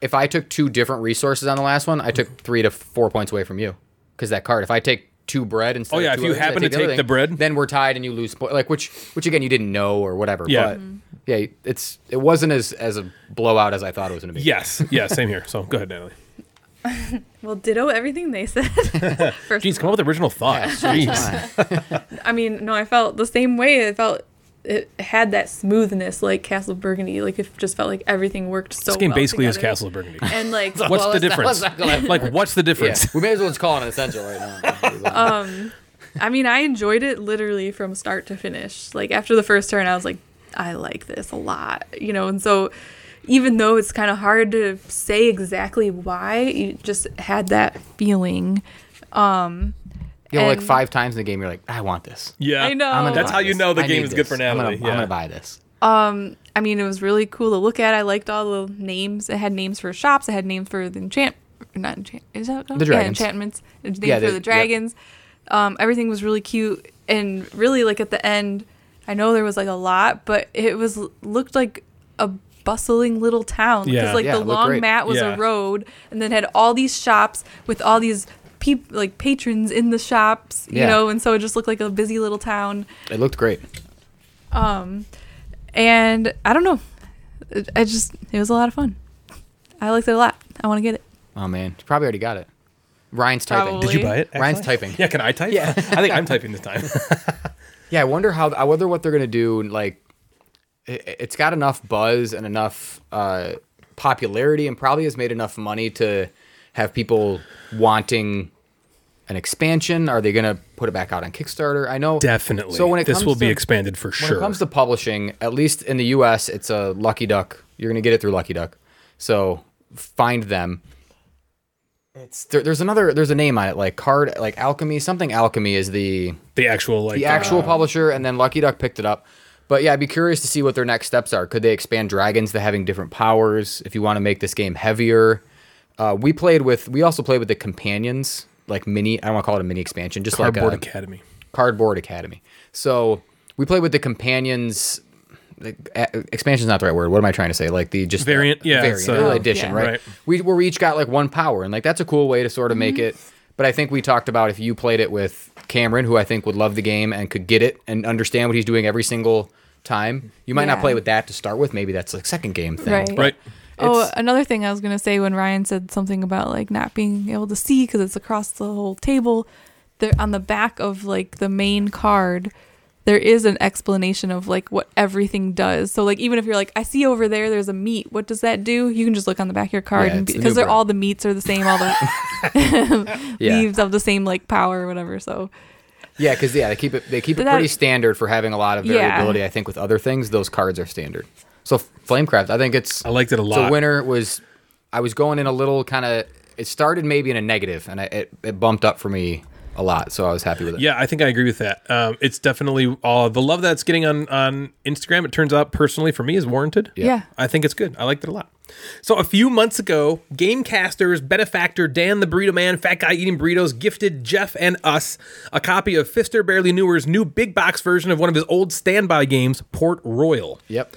if I took two different resources on the last one, I took three to four points away from you because that card. If I take two bread instead, Oh, yeah, of if two you others, I happen to other take the thing, bread. then we're tied and you lose. po- Like which, which again, you didn't know or whatever. Yeah. but, yeah. It's it wasn't as as a blowout as I thought it was going to be. yes yeah same here so go ahead natalie Well, ditto everything they said. First jeez come up with original thoughts jeez I mean, no, I felt the same way. I felt it had that smoothness like Castle Burgundy. Like it just felt like everything worked so. This game well basically is together. Castle of Burgundy. And like, What's Well, the that's- difference? that's not gonna- like, what's the Yeah. difference? we may as well just call it an essential right Uh, now. I mean, I enjoyed it literally from start to finish. Like after the first turn, I was like, I like this a lot, you know. And so, even though it's kind of hard to say exactly why, you just had that feeling. um, you know, like And- five times in the game, you're like, I want this. Yeah, I know. I'm gonna That's buy how you this. know the I game need is good this. for I'm gonna- Natalie. I'm yeah. gonna buy this. I mean, it was really cool to look at. I liked all the names. It had names for shops. It had names for the enchant, not enchant. Is that The yeah, dragons. enchantments? It had names Yeah, for they- the yep. dragons. Um, everything was really cute and really like at the end. I know there was like a lot, but it was looked like a bustling little town because Yeah. like Yeah, it the looked long great. mat was Yeah. a road, and then had all these shops with all these. peop like patrons in the shops, you Yeah. know, and so it just looked like a busy little town It looked great. and I don't know. It- I just it was a lot of fun. I liked it a lot. I want to get it. Oh man, you probably already got it. Ryan's typing. Probably. Did you buy it? Ryan's actually? typing. Yeah, can I type? Yeah, I think I'm typing this time. Yeah, I wonder how. I wonder what they're gonna do. Like, it, it's got enough buzz and enough uh, popularity, and probably has made enough money to have people wanting an expansion. Are they gonna put it back out on Kickstarter? I know Definitely. So when it this comes will be to- expanded for When sure. it comes to publishing, at least in the U.S., it's a Lucky Duck. You're gonna get it through Lucky Duck. So find them. It's there, there's another there's a name on it like card like alchemy something alchemy is the the actual like the uh, actual publisher, and then Lucky Duck picked it up. But yeah, I'd be curious to see what their next steps are. Could they expand dragons to having different powers? If you want to make this game heavier, uh, we played with. We also played with the companions, like mini. I don't want to call it a mini expansion, just Cardboard like a Academy. cardboard academy. So we played with the companions. the, uh, expansion's not the right word. What am I trying to say? Like the just Variant? Yeah, variant it's, uh, or addition, Yeah. right? right. We where we each got like one power, and like that's a cool way to sort of make Mm-hmm. it. But I think we talked about if you played it with Cameron, who I think would love the game and could get it and understand what he's doing every single time. You might not Yeah. play with that to start with. Maybe that's like second game thing. Right. Right. Oh, It's- another thing I was gonna say when Ryan said something about like not being able to see because it's across the whole table, there on the back of like the main card, there is an explanation of like what everything does. So like even if you're like, I see over there, there's a meat. What does that do? You can just look on the back of your card Yeah, and it's the because new they're bread. all the meats are the same, all the Yeah. leaves of the same like power or whatever. So Yeah, because yeah, they keep it they keep it But that- pretty standard for having a lot of Yeah. variability. I think with other things, those cards are standard. So Flamecraft, I think it's I liked it a lot. The winner was I was going in a little kind of it started maybe in a negative, and I, it it bumped up for me a lot, so I was happy with it. Yeah, I think I agree with that. Um, it's definitely all the love that's getting on on Instagram. It turns out personally for me is warranted. Yeah. Yeah. I think it's good. I liked it a lot. So a few months ago, Gamecasters benefactor Dan the Burrito Man, Fat Guy Eating Burritos, gifted Jeff and us a copy of Fister Barely Newer's new big box version of one of his old standby games, Port Royal. Yep.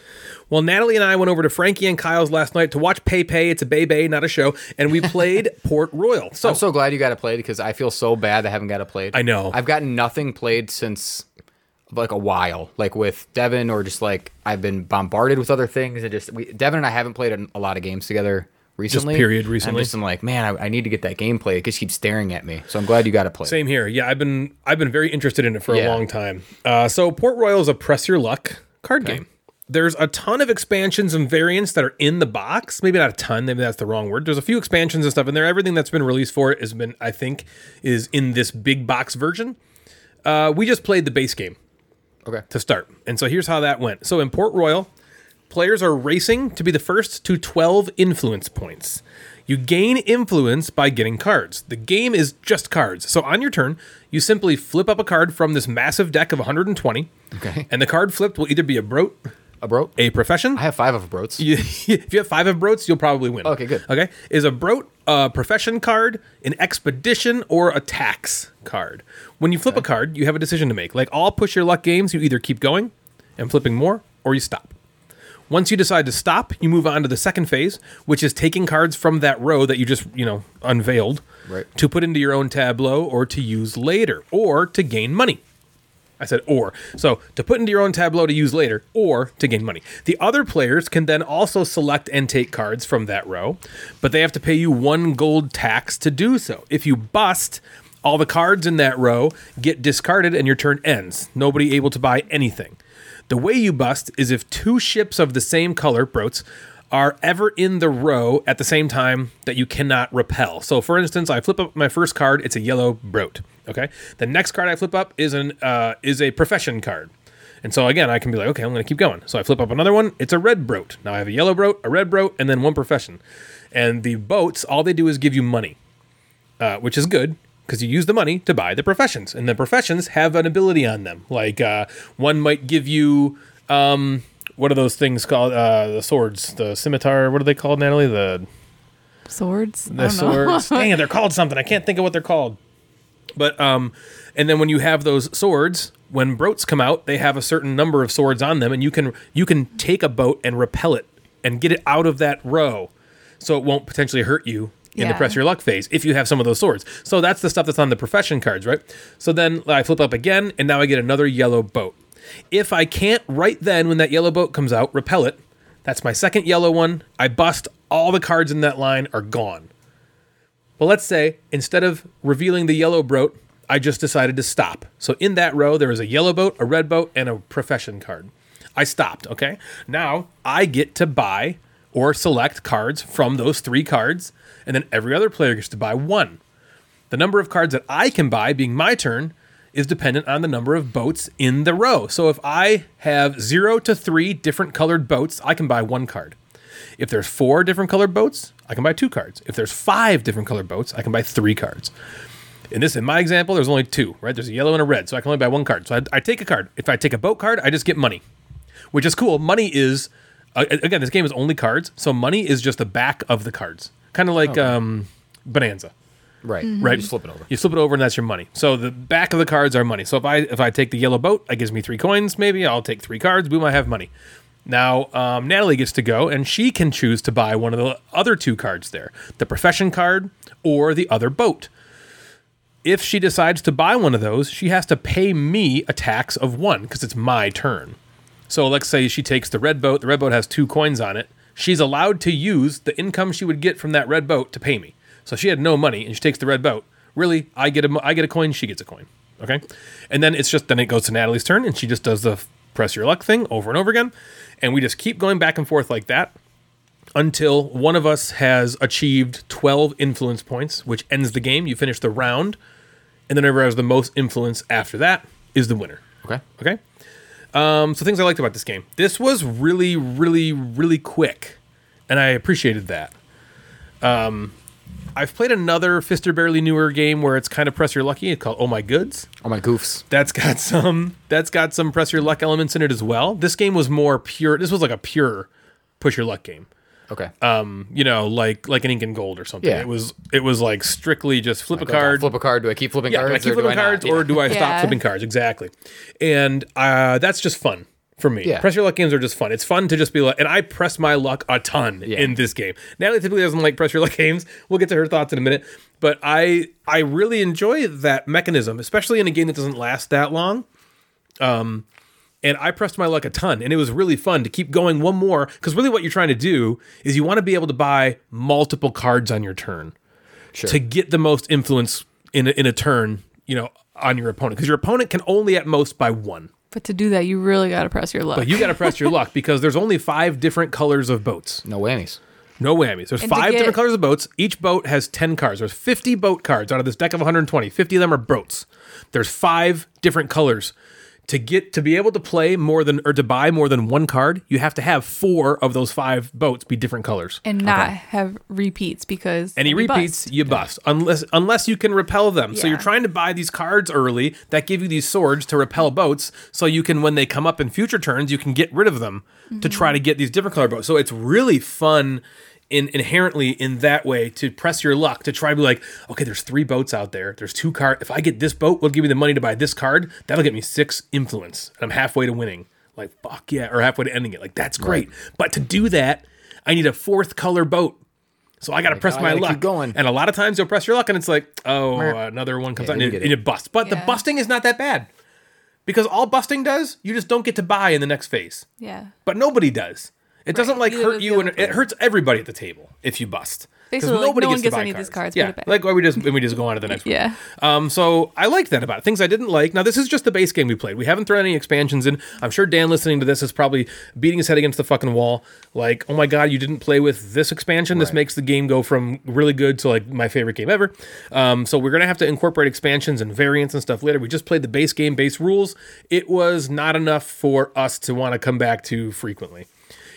Well, Natalie and I went over to Frankie and Kyle's last night to watch Pay Pay. It's a Bebe, not a show, and we played Port Royal. So, I'm so glad you got it played because I feel so bad I haven't got it played. I know. I've gotten nothing played since like a while, like with Devin or just like I've been bombarded with other things and just we, Devin and I haven't played a- a lot of games together recently. period, And recently. I'm just I'm like, man, I, I need to get that game played. It just keeps staring at me. So I'm glad you got it played. Same here. Yeah, I've been I've been very interested in it for a Yeah. long time. Uh, so Port Royal is a press your luck card game. There's a ton of expansions and variants that are in the box. Maybe not a ton. Maybe that's the wrong word. There's a few expansions and stuff in there. Everything that's been released for it has been, I think, is in this big box version. Uh, we just played the base game Okay. to start. And so here's how that went. So in Port Royal, players are racing to be the first to 12 influence points. You gain influence by getting cards. The game is just cards. So on your turn, you simply flip up a card from this massive deck of 120. Okay. And the card flipped will either be a brote, A bro? a profession. I have five of broats. You- if you have five of brotes, you'll probably win. Okay, good. Okay, is a brote a profession card, an expedition, or a tax card? When you flip a card, you have a decision to make. Like all push your luck games, you either keep going and flipping more, or you stop. Once you decide to stop, you move on to the second phase, which is taking cards from that row that you just you know unveiled Right. to put into your own tableau, or to use later, or to gain money. I said or. So to put into your own tableau to use later, or to gain money. The other players can then also select and take cards from that row, but they have to pay you one gold tax to do so. If you bust, all the cards in that row get discarded and your turn ends. Nobody able to buy anything. The way you bust is if two ships of the same color, broats, are ever in the row at the same time that you cannot repel. So, for instance, I flip up my first card; it's a yellow broat. Okay. The next card I flip up is an uh, is a profession card, and so again I can be like, okay, I'm going to keep going. So I flip up another one; it's a red broat. Now I have a yellow broat, a red broat, and then one profession. And the boats, all they do is give you money uh, which is good because you use the money to buy the professions, and the professions have an ability on them. Like uh, one might give you um, what are those things called? Uh, the swords, the scimitar. What are they called, Natalie? The swords. I the don't know. swords. Dang it, they're called something. I can't think of what they're called. But um, and then when you have those swords, when broats come out, they have a certain number of swords on them, and you can you can take a boat and repel it and get it out of that row, so it won't potentially hurt you in the Yeah. press your luck phase if you have some of those swords. So that's the stuff that's on the profession cards, right? So then I flip up again, and now I get another yellow boat. If I can't right then when that yellow boat comes out, repel it. That's my second yellow one. I bust all the cards in that line are gone. Well, let's say instead of revealing the yellow broat, I just decided to stop. So in that row, there was a yellow boat, a red boat, and a profession card. I stopped, okay? Now I get to buy or select cards from those three cards, and then every other player gets to buy one. The number of cards that I can buy, being my turn, is dependent on the number of boats in the row. So if I have zero to three different colored boats, I can buy one card. If there's four different colored boats, I can buy two cards. If there's five different colored boats, I can buy three cards. In this, in my example, there's only two, right? There's a yellow and a red, so I can only buy one card. So I, I take a card. If I take a boat card, I just get money, which is cool. Money is, uh, again, this game is only cards, so money is just the back of the cards, kind of like um, Bonanza Right. Mm-hmm. right? Mm-hmm. You just flip it over. You flip it over, and that's your money. So the back of the cards are money. So if I if I take the yellow boat, that gives me three coins. Maybe I'll take three cards. Boom, I have money. Now, um, Natalie gets to go, and she can choose to buy one of the other two cards there the profession card or the other boat. If she decides to buy one of those, she has to pay me a tax of one because it's my turn. So let's say she takes the red boat. The red boat has two coins on it. She's allowed to use the income she would get from that red boat to pay me. So she had no money, and she takes the red boat. Really, I get a mo- I get a coin. She gets a coin. Okay, and then it's just then it goes to Natalie's turn, and she just does the f- press your luck thing over and over again, and we just keep going back and forth like that until one of us has achieved 12 influence points, which ends the game. You finish the round, and then whoever has the most influence after that is the winner. Okay. Okay. Um, so things I liked about this game. This was really, really, really quick, and I appreciated that. Um, I've played another Fister Barely Newer game where it's kind of press your lucky. It's called Oh My Goods. Oh my goofs. That's got some that's got some press your luck elements in it as well. This game was more pure. This was like a pure push your luck game Okay. um, you know, like like an ink and gold or something. Yeah. It was it was like strictly just flip a Do I card. Flip a card. Do I keep flipping yeah, cards? do I keep or do flipping I not? cards or do I stop Yeah. flipping cards? Exactly. And uh, that's just fun for me. Yeah. Press your luck games are just fun. It's fun to just be like, and I press my luck a ton in this game. Natalie typically doesn't like press your luck games. We'll get to her thoughts in a minute. But I I really enjoy that mechanism, especially in a game that doesn't last that long Um, and I pressed my luck a ton, and it was really fun to keep going one more because really what you're trying to do is you want to be able to buy multiple cards on your turn to get the most influence in a, in a turn, you know, on your opponent because your opponent can only at most buy one. But to do that, you really got to press your luck. But you got to press your luck because there's only five different colors of boats. No whammies. No whammies. There's And to five get- different colors of boats. Each boat has 10 cards. There's 50 boat cards out of this deck of 120. 50 of them are boats. There's five different colors. To get to be able to play more than or to buy more than one card, you have to have four of those five boats be different colors. and not have repeats because Any then you repeats, bust. you bust. Unless unless you can repel them. So Yeah. you're trying to buy these cards early that give you these swords to repel boats so you can when they come up in future turns, you can get rid of them to try to get these different color boats. So it's really fun in inherently in that way to press your luck to try to be like, okay, there's three boats out there. There's two card. If I get this boat, will give me the money to buy this card. That'll get me six influence. And I'm halfway to winning. Like, fuck yeah, or halfway to ending it. Like, that's great. But to do that, I need a fourth color boat. So I got to press I my gotta luck. keep going. And a lot of times you'll press your luck and it's like, oh, another one comes out and didn't it, get and it. it busts. But the Yeah. busting is not that bad because all busting does, you just don't get to buy in the next phase. Yeah. But nobody does. It doesn't like Neither hurt does the you and other it hurts everybody at the table if you bust. 'Cause Basically, like, no one to gets buy any of these cards, put Yeah, it back. like why we just and we just go on to the next one. Yeah. Um, so I liked that about it. Things I didn't like. Now this is just the base game we played. We haven't thrown any expansions in. I'm sure Dan listening to this is probably beating his head against the fucking wall. Like, oh my god, you didn't play with this expansion. This makes the game go from really good to like my favorite game ever. Um, so we're gonna have to incorporate expansions and variants and stuff later. We just played the base game, base rules. It was not enough for us to want to come back to frequently.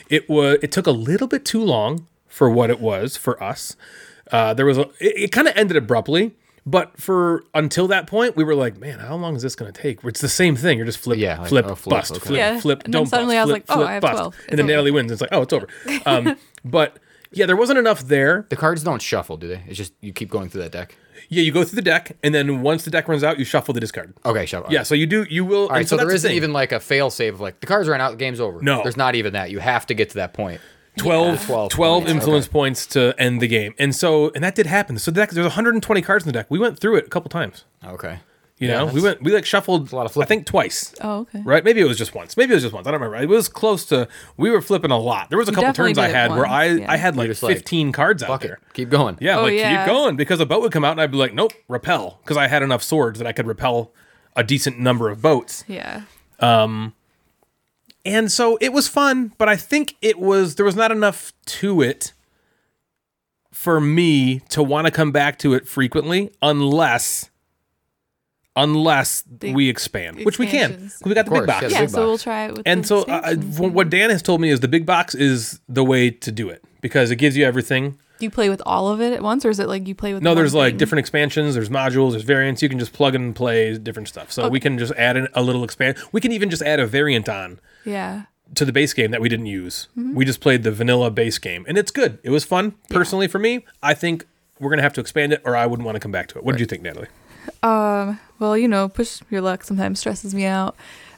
It was. It took a little bit too long for what it was for us. Uh, there was a, it, it kind of ended abruptly, but for until that point, we were like, man, how long is this going to take? It's the same thing. You're just flip, Yeah, like, flip, oh, flip, bust, okay. flip, Yeah. flip, And then don't suddenly bust, I was flip, like, oh, flip, I have bust. 12. And It's then over. Natalie wins. It's like, oh, it's over. Um, but yeah, there wasn't enough there. The cards don't shuffle, do they? It's just you keep going through that deck. Yeah, you go through the deck, and then once the deck runs out, you shuffle the discard. Okay, shuffle. Yeah, so you do, you will. Oh, All right, so, there that's the isn't thing. even like a fail save of like the cards ran out, the game's over. No. There's not even that. You have to get to that point. 12, Yeah. 12, 12 points, influence okay. points to end the game. And so, and that did happen. So the deck, there's 120 cards in the deck. We went through it a couple times. Okay. You know, we went, we like shuffled, lot of I flipping. think twice. Oh, okay. Right? Maybe it was just once. Maybe it was just once. I don't remember. It was close to, we were flipping a lot. There was a couple definitely turns I did it had where once, I, yeah. I had like just like, 15 cards out Fuck there. it. Keep going. Yeah, Oh, like yeah. keep going because a boat would come out and I'd be like, nope, repel. Because I had enough swords that I could repel a decent number of boats. Yeah. Um, And so it was fun, but I think it was there was not enough to it for me to want to come back to it frequently unless unless we expand, which we can. 'cause expansions. We got the big course, box. yeah, the Yeah. big So box. we'll try it with. And the so uh, expansions. from what Dan has told me is the big box is the way to do it because it gives you everything. do you play with all of it at once, or is it like you play with? No, there's one like thing? different expansions, there's modules, there's variants. You can just plug and play different stuff. So we can just add in a little expand. We can even just add a variant on Yeah. to the base game that we didn't use. We just played the vanilla base game, and it's good. It was fun. Personally, for me, I think we're gonna have to expand it, or I wouldn't want to come back to it. What did you think, Natalie? Um. Well, you know, push your luck sometimes stresses me out.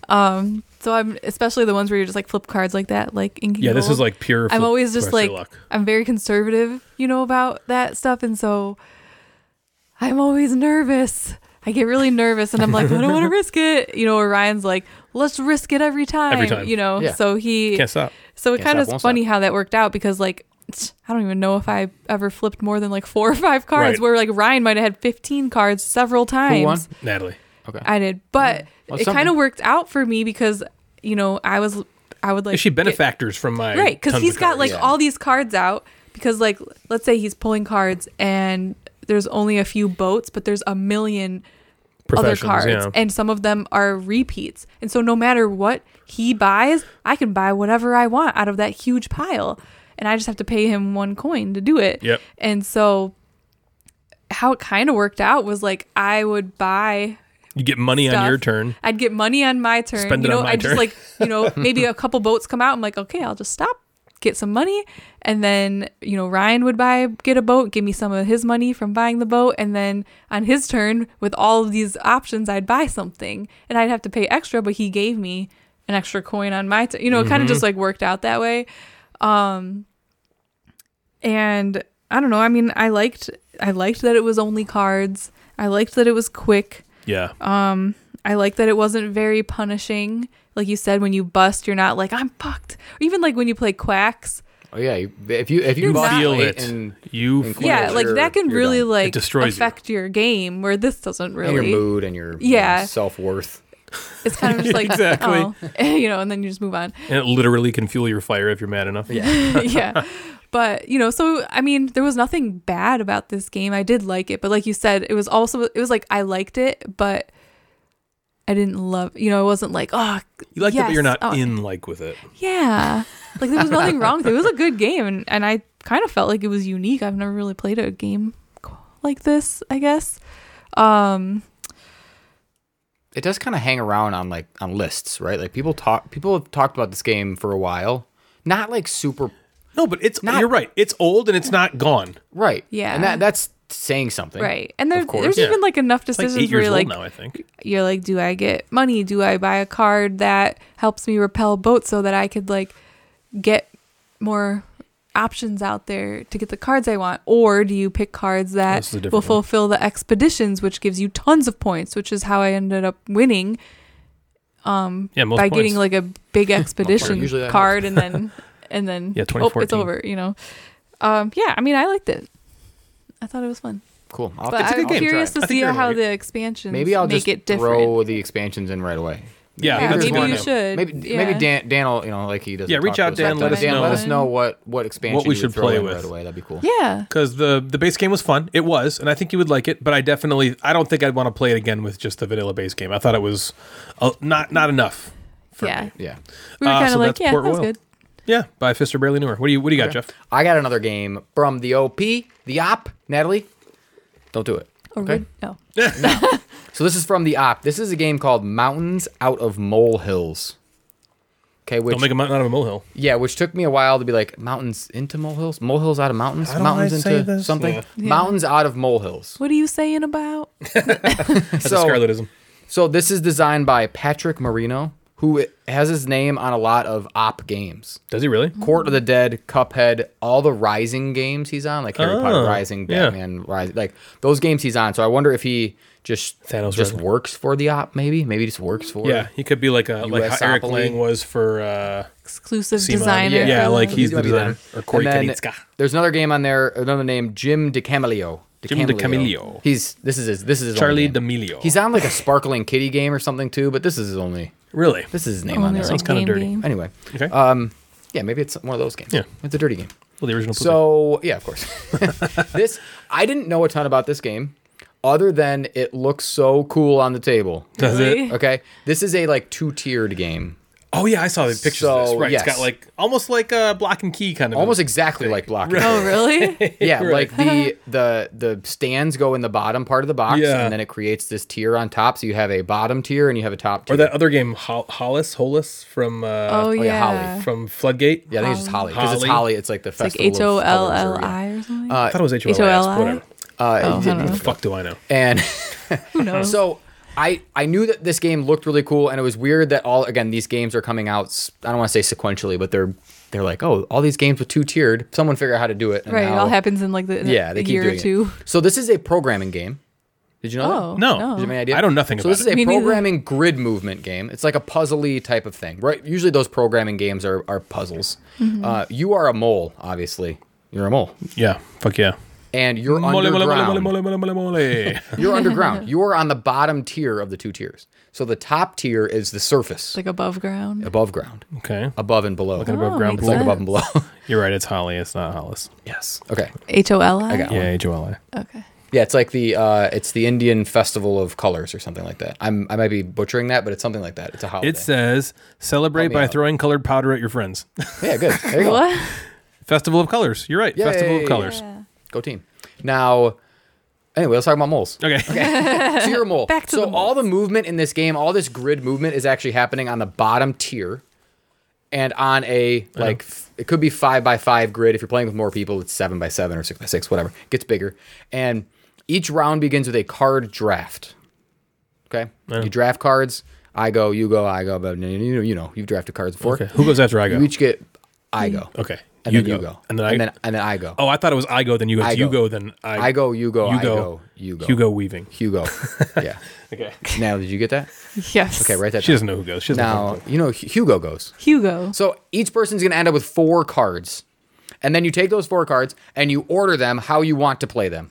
Um. So I'm especially the ones where you're just like flip cards like that, like inky. Yeah, this gold. is like pure. I'm flip- always just press like your luck. I'm very conservative, you know, about that stuff, and so I'm always nervous. I get really nervous, and I'm like, I don't want to risk it, you know. Or Ryan's like, let's risk it every time, time. you know. Yeah. So he can't stop. so it kind Can't stop, of won't is funny stop. how that worked out because like I don't even know if I ever flipped more than like four or five cards. Right. Where like Ryan might have had 15 cards several times. Who won? Natalie. I did, but Well, it something. kind of worked out for me because you know I was I would like Is she get- benefactors from my right because tons he's of got like cards? Yeah. all these cards out because like let's say he's pulling cards and there's only a few boats but there's a million other Professions, cards and some of them are repeats and so no matter what he buys i can buy whatever i want out of that huge pile and i just have to pay him one coin to do it Yep. and so how it kind of worked out was like i would buy you get money on stuff. your turn. I'd get money on my turn. Spend it you know, on my I just turn. like, you know, maybe a couple boats come out. I'm like, okay, I'll just stop, get some money, and then you know, Ryan would buy get a boat, give me some of his money from buying the boat, and then on his turn with all of these options, I'd buy something, and I'd have to pay extra, but he gave me an extra coin on my turn. You know, it kind of Mm-hmm. just like worked out that way. Um, and I don't know. I mean, I liked I liked that it was only cards. I liked that it was quick. Yeah. Um, I like that it wasn't very punishing. Like you said, when you bust, you're not like I'm fucked. Or even like when you play quacks, Oh yeah, you- if you if you You're bust not- feel late it. and you and feel Well, yeah, it's like your- that can you're really done. like destroys you. affect your game. Where this doesn't and your really. mood and your Yeah. self worth. It's kind of just like Exactly. oh, you know, and then you just move on. and it literally can fuel your fire if you're mad enough. Yeah. yeah. But, you know, so I mean, there was nothing bad about this game. I did like it, but like you said, it was also it was like I liked it, but I didn't love, you know, I wasn't like, oh, You like it, but you're yes, not oh, in like with it. Yeah. Like there was nothing wrong with it. It was a good game and, and I kind of felt like it was unique. I've never really played a game like this, I guess. Um It does kind of hang around on like on lists, right? Like people talk people have talked about this game for a while, not like super No, but it's Not- you're right. It's old and it's not gone. right. Yeah. and that that's saying something, right. And there, Of course. there's Yeah. even like enough It's like decisions eight where years you're old like now, I think. you're like, do I get money? Do I buy a card that helps me repel boats so that I could like get more options out there to get the cards I want? Or do you pick cards This that is a different will one. fulfill the expeditions, which gives you tons of points, which is how I ended up winning Yeah, most by points. getting like a big expedition Usually that card and then and then Yeah, oh, it's 2014. over, you know. Um, yeah, I mean I liked it. I thought it was fun. Cool. I'll But have to- I'm good game. curious I to think see you're gonna how like it. the expansions maybe I'll make just it different. throw the expansions in right away. yeah, Yeah, that's maybe one you of- should. Maybe yeah. maybe Dan Dan will you know like he does. Yeah, reach out, Dan, let us know- let us know what what expansion What we you would should throw play in with. right away. That'd be cool. Yeah. because the the base game was fun. It was, and I think you would like it. But I definitely, I don't think I'd want to play it again with just the vanilla base game. I thought it was uh, not not enough. For Yeah. me. Yeah. We were Uh, kind of so like, that's yeah, Port that was Royal. good. yeah. By Fister barely knew her. What do you What do you got, Jeff? I got another game from the OP, the OP, Natalie. Don't do it. Or would no. So this is from the op. This is a game called Mountains Out of Molehills. Okay, which Don't make a mountain out of a molehill. yeah, which took me a while to be like mountains into molehills, molehills out of mountains, don't mountains I into say this? something, Yeah. mountains out of molehills. What are you saying about? That's So- a scarletism. So this is designed by Patrick Marino, who has his name on a lot of op games. Does he really? Court of the Dead, Cuphead, all the Rising games he's on, like Harry Potter Oh, Rising, yeah. Batman Rising, like those games he's on. So I wonder if he just Thanos just Rising. works for the op, maybe, maybe he just works for Yeah, it. he could be like a like US how Eric Opoly. Lang was for uh, Exclusive Simon. designer. Yeah, Yeah. for like he's He the might be that. designer or Corey And then Kanitska. There's another game on there, another name, Jim DiCamilio. Jim DiCamillo. He's this is his this is his only Charlie game. D'Amelio. He's on like a sparkling kitty game or something too, but this is his only really. this is his the name on only, Oh, there. like, kinda game dirty. game. Anyway. Okay. Um yeah, maybe it's one of those games. Yeah. It's a dirty game. well, the original. Pussy. So yeah, of course. this I didn't know a ton about this game, other than it looks so cool on the table. does it? Really? Okay, this is a like two tiered game, Oh yeah, I saw the pictures of this. So, Right, it's yes. got like almost like a block and key kind of. almost exactly like block. and Oh, really? Tackle. Yeah, like the the the stands go in the bottom part of the box, Yeah. and then it creates this tier on top. So you have a bottom tier and you have a top tier. or that other game Hol- Hollis Hollis from uh, oh, yeah, yeah. Holly. from Floodgate. yeah, I think it's just Holly because it's Holly. Holly. It's like the It's like festival. H O of- L of L Missouri. I or something. I thought it was H O L I S. H-O-L-I? Whatever. Uh, oh, I don't know. Fuck do I know? and Who knows? So I, I knew that this game looked really cool, and it was weird that all again these games are coming out. s- I don't want to say sequentially, but they're they're like, oh, all these games were two tiered. Someone figure out how to do it. and Right. It now- all happens in like the in a- Yeah, they a keep year doing or two. it. So this is a programming game. Did you know Oh. that? No. No. Did you have any idea? I know nothing So about this it. is a Me neither. programming grid movement game. It's like a puzzly type of thing, right? Usually those programming games are, are puzzles. Mm-hmm. Uh, you are a mole, obviously. You're a mole, Yeah. Fuck yeah. and you're Mole, mole, underground. mole, mole, mole, mole, mole. You're underground. You are on the bottom tier of the two tiers. So the top tier is the surface, Like above ground. Oh, above ground, Okay. above and below. an above ground makes It's like pool. above and below. You're right. It's Holly. It's not Hollis. yes. Okay. H O L I. got Yeah, H O L I. Okay. Yeah, it's like the uh, it's the Indian Festival of Colors or something like that. I'm I might be butchering that, but it's something like that. It's a holiday. It says celebrate me by out. throwing colored powder at your friends. yeah, good. There you go. What? Festival of Colors. You're right. Festival Yay. of Colors. Go team. Now, anyway, let's talk about moles. Okay. So you're a mole. Back to so the all the movement in this game, all this grid movement, is actually happening on the bottom tier, and on a like f- it could be five by five grid. If you're playing with more people, it's seven by seven or six by six, whatever. It gets bigger, and each round begins with a card draft. Okay, you draft cards. I go, you go, I go. But you know, you know, you've drafted cards before. Okay. Who goes after I go? You each get, I go. Mm. okay. and then you go, And then I. and then, and then I go. oh, I thought it was I go. Then you go. I It's you go. go. Then I. I go, you go, You I go. go, you go. Hugo Weaving. Hugo. Yeah. Okay. Now, did you get that? Yes. Okay, write that She down. doesn't know who goes. She doesn't know. Now, you know, Hu- Hugo goes. Hugo. So each person's going to end up with four cards. And then you take those four cards and you order them how you want to play them.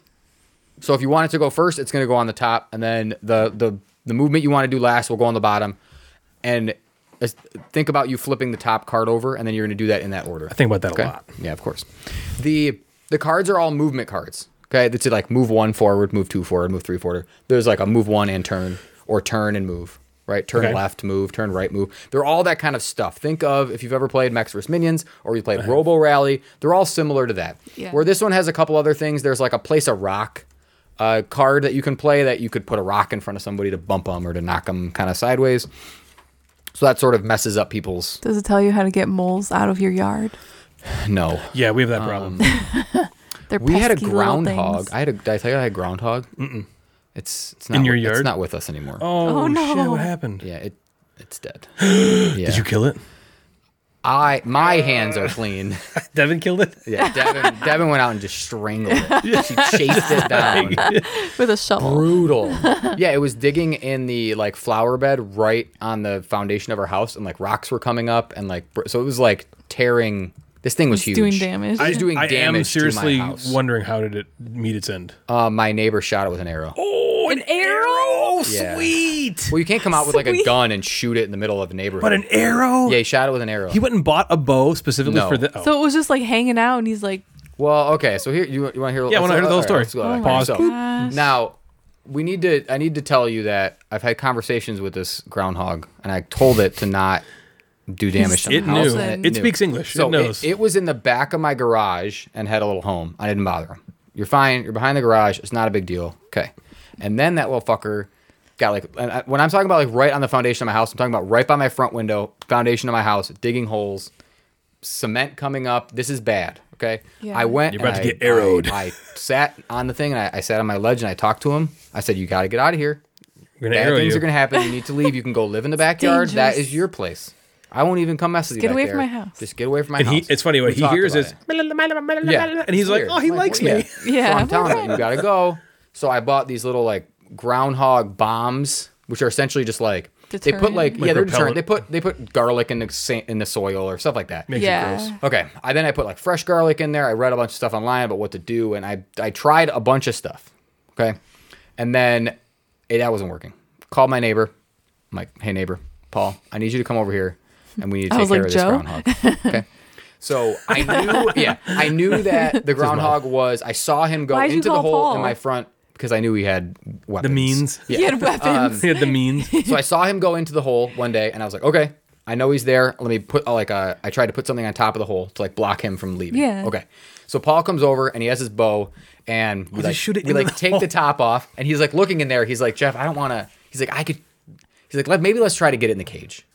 So if you want it to go first, it's going to go on the top. And then the, the, the movement you want to do last will go on the bottom. And as- think about you flipping the top card over, and then you're going to do that in that order. I think about that Okay. a lot. Yeah, of course. The the cards are all movement cards. Okay, that's it, like move one forward, move two forward, move three forward. There's like a move one and turn, or turn and move. Right, turn Okay. left, move, turn right, move. They're all that kind of stuff. Think of if you've ever played Max vs Minions or you played Robo Rally. They're all similar to that. Yeah. Where this one has a couple other things. There's like a place a rock uh, card that you can play that you could put a rock in front of somebody to bump them or to knock them kind of sideways. So that sort of messes up people's Does it tell you how to get moles out of your yard? no. Yeah, we have that problem. They're We had a pesky little groundhog. things. I had a. Did I tell you I had a groundhog? Mm-mm. It's it's not In your with- It's yard? not with us anymore. oh, no. shit! What happened? Yeah, it it's dead. Did you kill Uh. it? I my hands are clean. Devin killed it. Yeah, Devin, Devin went out and just strangled it. She chased it down. With a shovel. Brutal. Yeah, it was digging in the like flower bed right on the foundation of our house, and like rocks were coming up, and like br- so it was like tearing. This thing was huge. doing damage. It was doing I damage am seriously to my house. wondering how did it meet its end. uh, my neighbor shot it with an arrow. Oh, an arrow? Yeah. Sweet. Well, you can't come out with like a Sweet. gun and shoot it in the middle of a neighborhood. But an arrow. Yeah, he shot it with an arrow. He went and bought a bow specifically No. for the. Oh. So it was just like hanging out, and he's like, well, okay, so here you, you want to hear? Yeah, I let's- wanna hear the whole all story. let's go Oh back. my Pause. So, gosh. now, we need to. I need to tell you that I've had conversations with this groundhog, and I told it to not do damage to it my house. knew. and It speaks English. So it knows. It, was in the back of my garage and had a little home. I didn't bother him. You're fine. You're behind the garage. It's not a big deal. Okay. And then that little fucker got like, and I- when I'm talking about like right on the foundation of my house, I'm talking about right by my front window, foundation of my house, digging holes, cement coming up. This is bad. Okay. Yeah. I went. You're about and to I- get arrowed. I, I sat on the thing and I, I sat on my ledge and I talked to him. I said, You got to get out of here. We're gonna Bad arrow things you. are going to happen. You need to leave. You can go live in the backyard. That dangerous. is your place. I won't even come mess with you. get back away from there. my house. Just get away from my and house. he, it's funny We what he talked hears about is, it. yeah. and he's like, It's oh, he weird. likes Like, me. yeah. Yeah. So I'm telling you, you gotta go. So I bought these little like groundhog bombs, which are essentially just like they put Deterrent. Like like, yeah, they're repellent. deterrent. They put they put garlic in the sa- in the soil or stuff like that. Makes it gross. yeah. Okay. I then I put like fresh garlic in there. I read a bunch of stuff online about what to do, and I I tried a bunch of stuff. Okay, and then it, that wasn't working. Called my neighbor. I'm like, hey neighbor, Paul, I need you to come over here, and we need to I take was care like, of "Joe?" this groundhog. Okay. So I knew, yeah, I knew that the groundhog was. I saw him go Why'd you into the call hole in Paul? my front because I knew he had weapons. means. Yeah Uh, Um, He had weapons. He had the means. so I saw him go into the hole one day, and I was like, okay, I know he's there. Let me put uh, like uh, I tried to put something on top of the hole to like block him from leaving. Yeah. Okay. So Paul comes over and he has his bow, and we he like, shoot it we into like the take the hole? top off, and he's like looking in there. He's like, Jeff, I don't want to. He's like, I could. He's like, let maybe let's try to get it in the cage.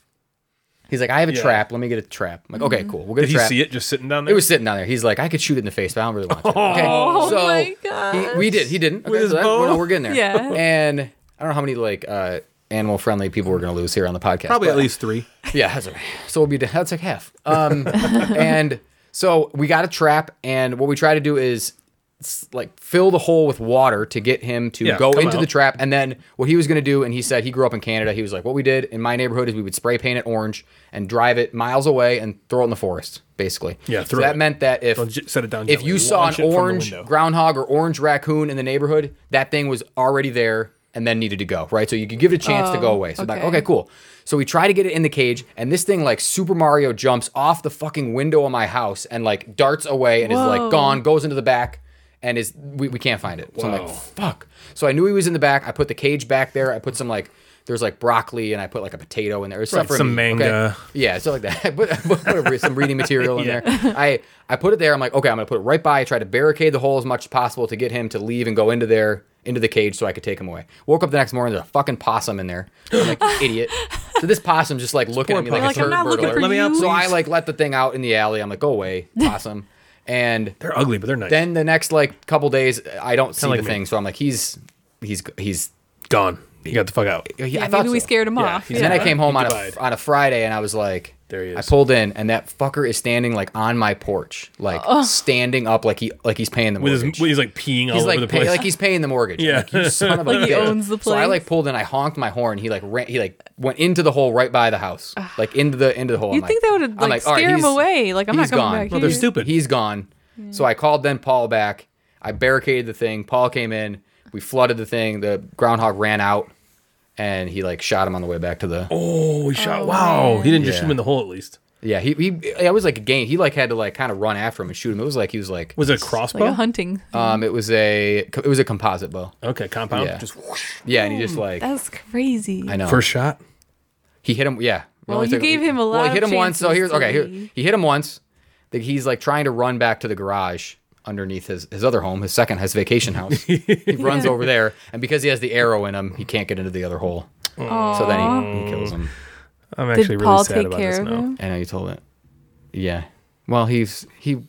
He's like, I have a Yeah. trap. Let me get a trap. I'm like, okay, cool. We'll get Did a he trap. see it just sitting down there? It was sitting down there. He's like, I could shoot it in the face, but I don't really want to. Okay. Oh so my gosh. He, we did. He didn't. Okay, his so that- bow? no, we're getting there. Yeah. And don't know how many like uh, animal friendly people we're going to lose here on the podcast. Probably but- at least three. Yeah, that's all right. So we'll be that's like half. Um, and so we got a trap, and what we try to do is s- like fill the hole with water to get him to Yeah, go come into the out. trap. And then what he was going to do, and he said he grew up in Canada. He was like, what we did in my neighborhood is we would spray paint it orange and drive it miles away and throw it in the forest, basically. Yeah, So throw that it. meant that if Don't j- set it down if gently. you saw Launch an it from the orange window. groundhog or orange raccoon in the neighborhood, that thing was already there and then needed to go, right? So you could give it a chance to go Oh, away. So okay. okay. okay, cool. So we try to get it in the cage, and this thing like Super Mario jumps off the fucking window of my house and like darts away and is Whoa. like gone, goes into the back, and is we, we can't find it. So I'm like, fuck. So I knew he was in the back. I put the cage back there. I put some like there's like broccoli and I put like a potato in there. There's stuff for some me, okay? manga. Yeah, stuff like that. I put, I put a re- some reading material in there. I, I put it there. I'm like, okay, I'm gonna put it right by. I try to barricade the hole as much as possible to get him to leave and go into there, into the cage, so I could take him away. Woke up the next morning, there's a fucking possum in there. I'm like, "You idiot. So this possum just like looking Poor at me like, possum. Like, I'm a turd not looking burglar. for Let me out, you. So I please. like let the thing out in the alley. I'm like, go away, possum. And They're ugly, but they're nice. then the next like couple days, I don't see like the me. thing. So I'm like, he's he's he's. gone. You got the fuck out. he- I Yeah, thought maybe we so. scared him Yeah, off. he's And then I came home on divide. a, on a Friday and I was like, There he I is. pulled in and that fucker is standing like on my porch, like Oh. standing up, like he like he's paying the With mortgage. his, he's like peeing all he's over like the pay- place. like he's paying the mortgage. I'm Yeah. like, you son of a Like he bitch. owns the So I place. like pulled in, I honked my horn. He like ran, he like went into the hole right by the house, like into the into the hole. You'd I'm think that would've, I'm like, "All scare him he's- away. Like, I'm not he's coming gone. back Well, they're Oh, here." stupid. He's gone. So I called then Paul back. I barricaded the thing. Paul came in. We flooded the thing. The groundhog ran out, and he like shot him on the way back to the. oh, he shot. wow. He didn't just shoot Yeah. him in the hole at least. Yeah, he, he it was like a game. He like had to like kind of run after him and shoot him. It was like he was like Was it a Like crossbow? a hunting. um it was a it was a composite bow. okay, compound. Yeah. Just whoosh. Yeah, and he just like That's crazy. I know First shot. he hit him. Yeah, Well, you gave him a Well, lot he hit of him once. So chances here's to okay. Here, leave. he hit him once. That he's like trying to run back to the garage underneath his his other home, his second, his vacation house. he runs over there, and because he has the arrow in him, he can't get into the other hole. So then he, he kills him. I'm Did actually really Paul sad take about care this of now. him? I know you told it. Yeah. Well, he's he. he's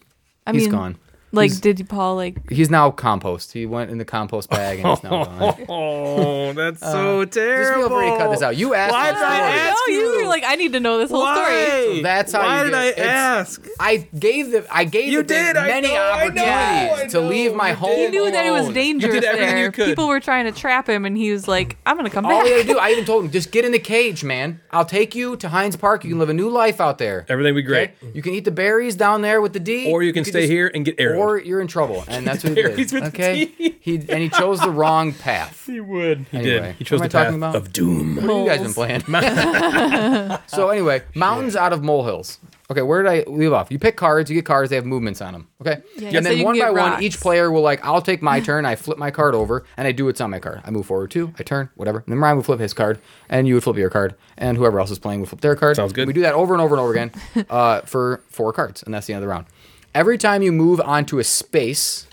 I mean, gone. Like, did Paul like? He's now compost. He went in the compost bag and he's now gone. Oh, that's so Uh, Just terrible. feel free to cut this out. You asked. Why for did I stories. ask no, you. you. were like, I need to know this whole story. So that's how Why did you do it. I It's- ask? I gave the I gave You the thing did, I many know, I opportunities know, I to know, leave my you home. He knew that it was alone. dangerous everything Oh. you there. could. People were trying to trap him, and he was like, "I'm gonna come All back." he had to do, I even told him, just get in the cage, man. I'll take you to Heinz Park. You can live a new life out there. Everything would be great. You can eat the berries down there with the D, Or you can could stay just- here and get arrowed. Or you're in trouble, and that's what he did. Berries with the okay, D. he and he chose the wrong path. He would. He Anyway, did. He what chose am I the talking path about? of doom. What have you guys been playing? so anyway, mountains out of molehills. Okay, where did I leave off? You pick cards, you get cards, they have movements on them. Okay, Yeah, and so then you one by can get one, rocks. each player will like, I'll take my turn, I flip my card over, and I do what's on my card. I move forward two, I turn, whatever. And then Ryan would flip his card, and you would flip your card, and whoever else is playing would flip their card. Sounds good. We do that over and over and over again uh, for four cards, and that's the end of the round. Every time you move onto a space,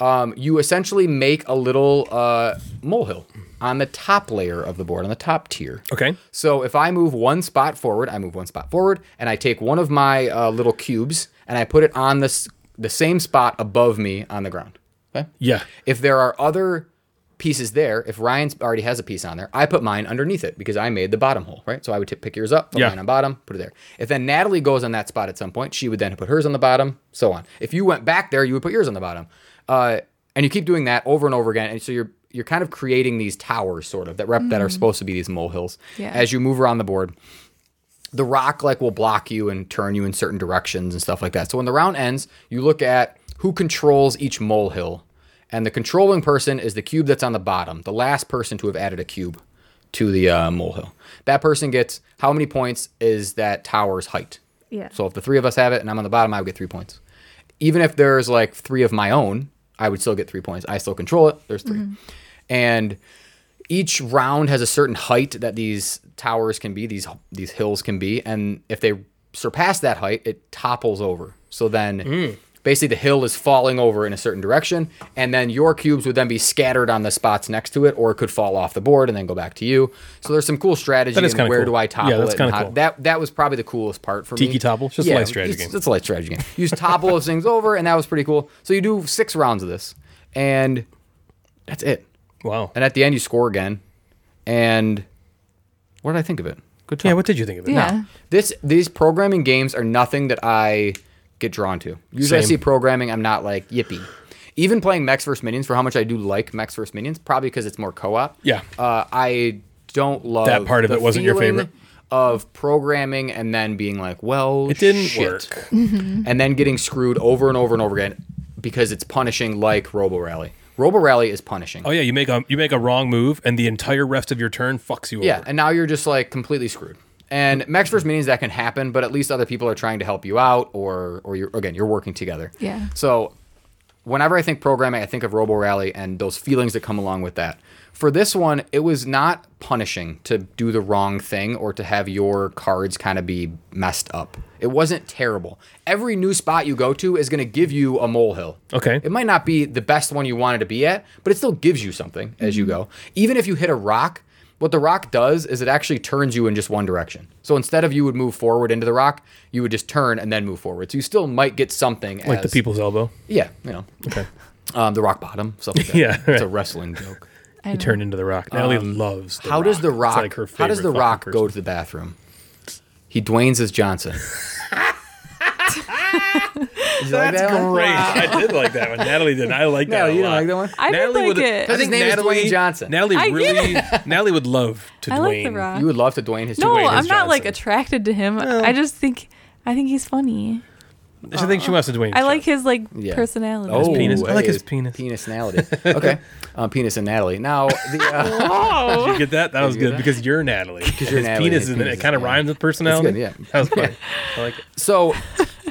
um, you essentially make a little uh, molehill on the top layer of the board, on the top tier. Okay. So if I move one spot forward, I move one spot forward, and I take one of my uh, little cubes and I put it on this the same spot above me on the ground. Okay. Yeah. If there are other pieces there, if Ryan's already has a piece on there, I put mine underneath it because I made the bottom hole, right? So I would t- pick yours up, put Yeah. mine on bottom, put it there. If then Natalie goes on that spot at some point, she would then put hers on the bottom, so on. If you went back there, you would put yours on the bottom, uh, and you keep doing that over and over again, and so you're you're kind of creating these towers, sort of that rep that are supposed to be these molehills Yeah. as you move around the board the rock like will block you and turn you in certain directions and stuff like that. So when the round ends, you look at who controls each molehill. And the controlling person is the cube that's on the bottom, the last person to have added a cube to the uh, molehill. That person gets how many points is that tower's height? Yeah. So if the three of us have it and I'm on the bottom, I would get three points. Even if there's like three of my own, I would still get three points. I still control it. There's 3 And each round has a certain height that these towers can be, these these hills can be, and if they surpass that height, it topples over. So then basically the hill is falling over in a certain direction, and then your cubes would then be scattered on the spots next to it, or it could fall off the board and then go back to you. So there's some cool strategy That is in kinda where cool. do I Yeah, topple that's it. and kinda how- cool. That that was probably the coolest part for me. Tiki topple? It's just a light strategy it's- game. It's a light strategy game. You just topple those things over, and that was pretty cool. So you do six rounds of this, and that's it. Wow. And at the end, you score again. And what did I think of it? Good talk. Yeah, what did you think of it? Yeah. This these programming games are nothing that I get drawn to. Usually I Same. see programming, I'm not like yippee. Even playing Mechs vs Minions, for how much I do like Mechs vs Minions, probably because it's more co-op. Yeah. uh, I don't love That part of the it wasn't your feeling favorite? Of programming and then being like, well, It didn't shit. work. and then getting screwed over and over and over again because it's punishing like Robo Rally. Robo Rally is punishing. Oh yeah, you make a you make a wrong move, and the entire rest of your turn fucks you Yeah, over. and now you're just like completely screwed. And max first meetings that can happen, but at least other people are trying to help you out, or or you're again you're working together. Yeah. So whenever I think programming, I think of Robo Rally and those feelings that come along with that. For this one, it was not punishing to do the wrong thing or to have your cards kind of be messed up. It wasn't terrible. Every new spot you go to is going to give you a molehill. Okay. It might not be the best one you wanted to be at, but it still gives you something as you go. Even if you hit a rock, what the rock does is it actually turns you in just one direction. So instead of you would move forward into the rock, you would just turn and then move forward. So you still might get something Like the as- people's elbow. yeah, you know. Okay. Um, the rock bottom, stuff like that. Yeah, It's right. a wrestling joke. I He know. turned into the rock. Natalie loves. The Um, how rock. does the It's rock like her how favorite does the fucking rock person. go to the bathroom? He Dwayne's as Johnson. Did you like That's that one? great. I did like that one. Natalie did. I like that. No, a you didn't lot. like that one? I did like would- it. 'Cause his name is Dwayne Johnson. Natalie I really. Natalie would love to Dwayne. I like the rock. You would love to Dwayne his no, Dwayne I'm as not like Johnson. attracted to him. Oh. I just think I think he's funny. She thinks she wants to Dwayne. I like his like Yeah. personality. Oh, penis. I like his it's penis. Penisnality. Okay. um, penis and Natalie. Now the uh, You get that? That was you get good that? because you're Natalie. Because you're his Natalie, penis his is in it. penis It is- kind of yeah. rhymes with personality. yeah. that was funny. I like it. So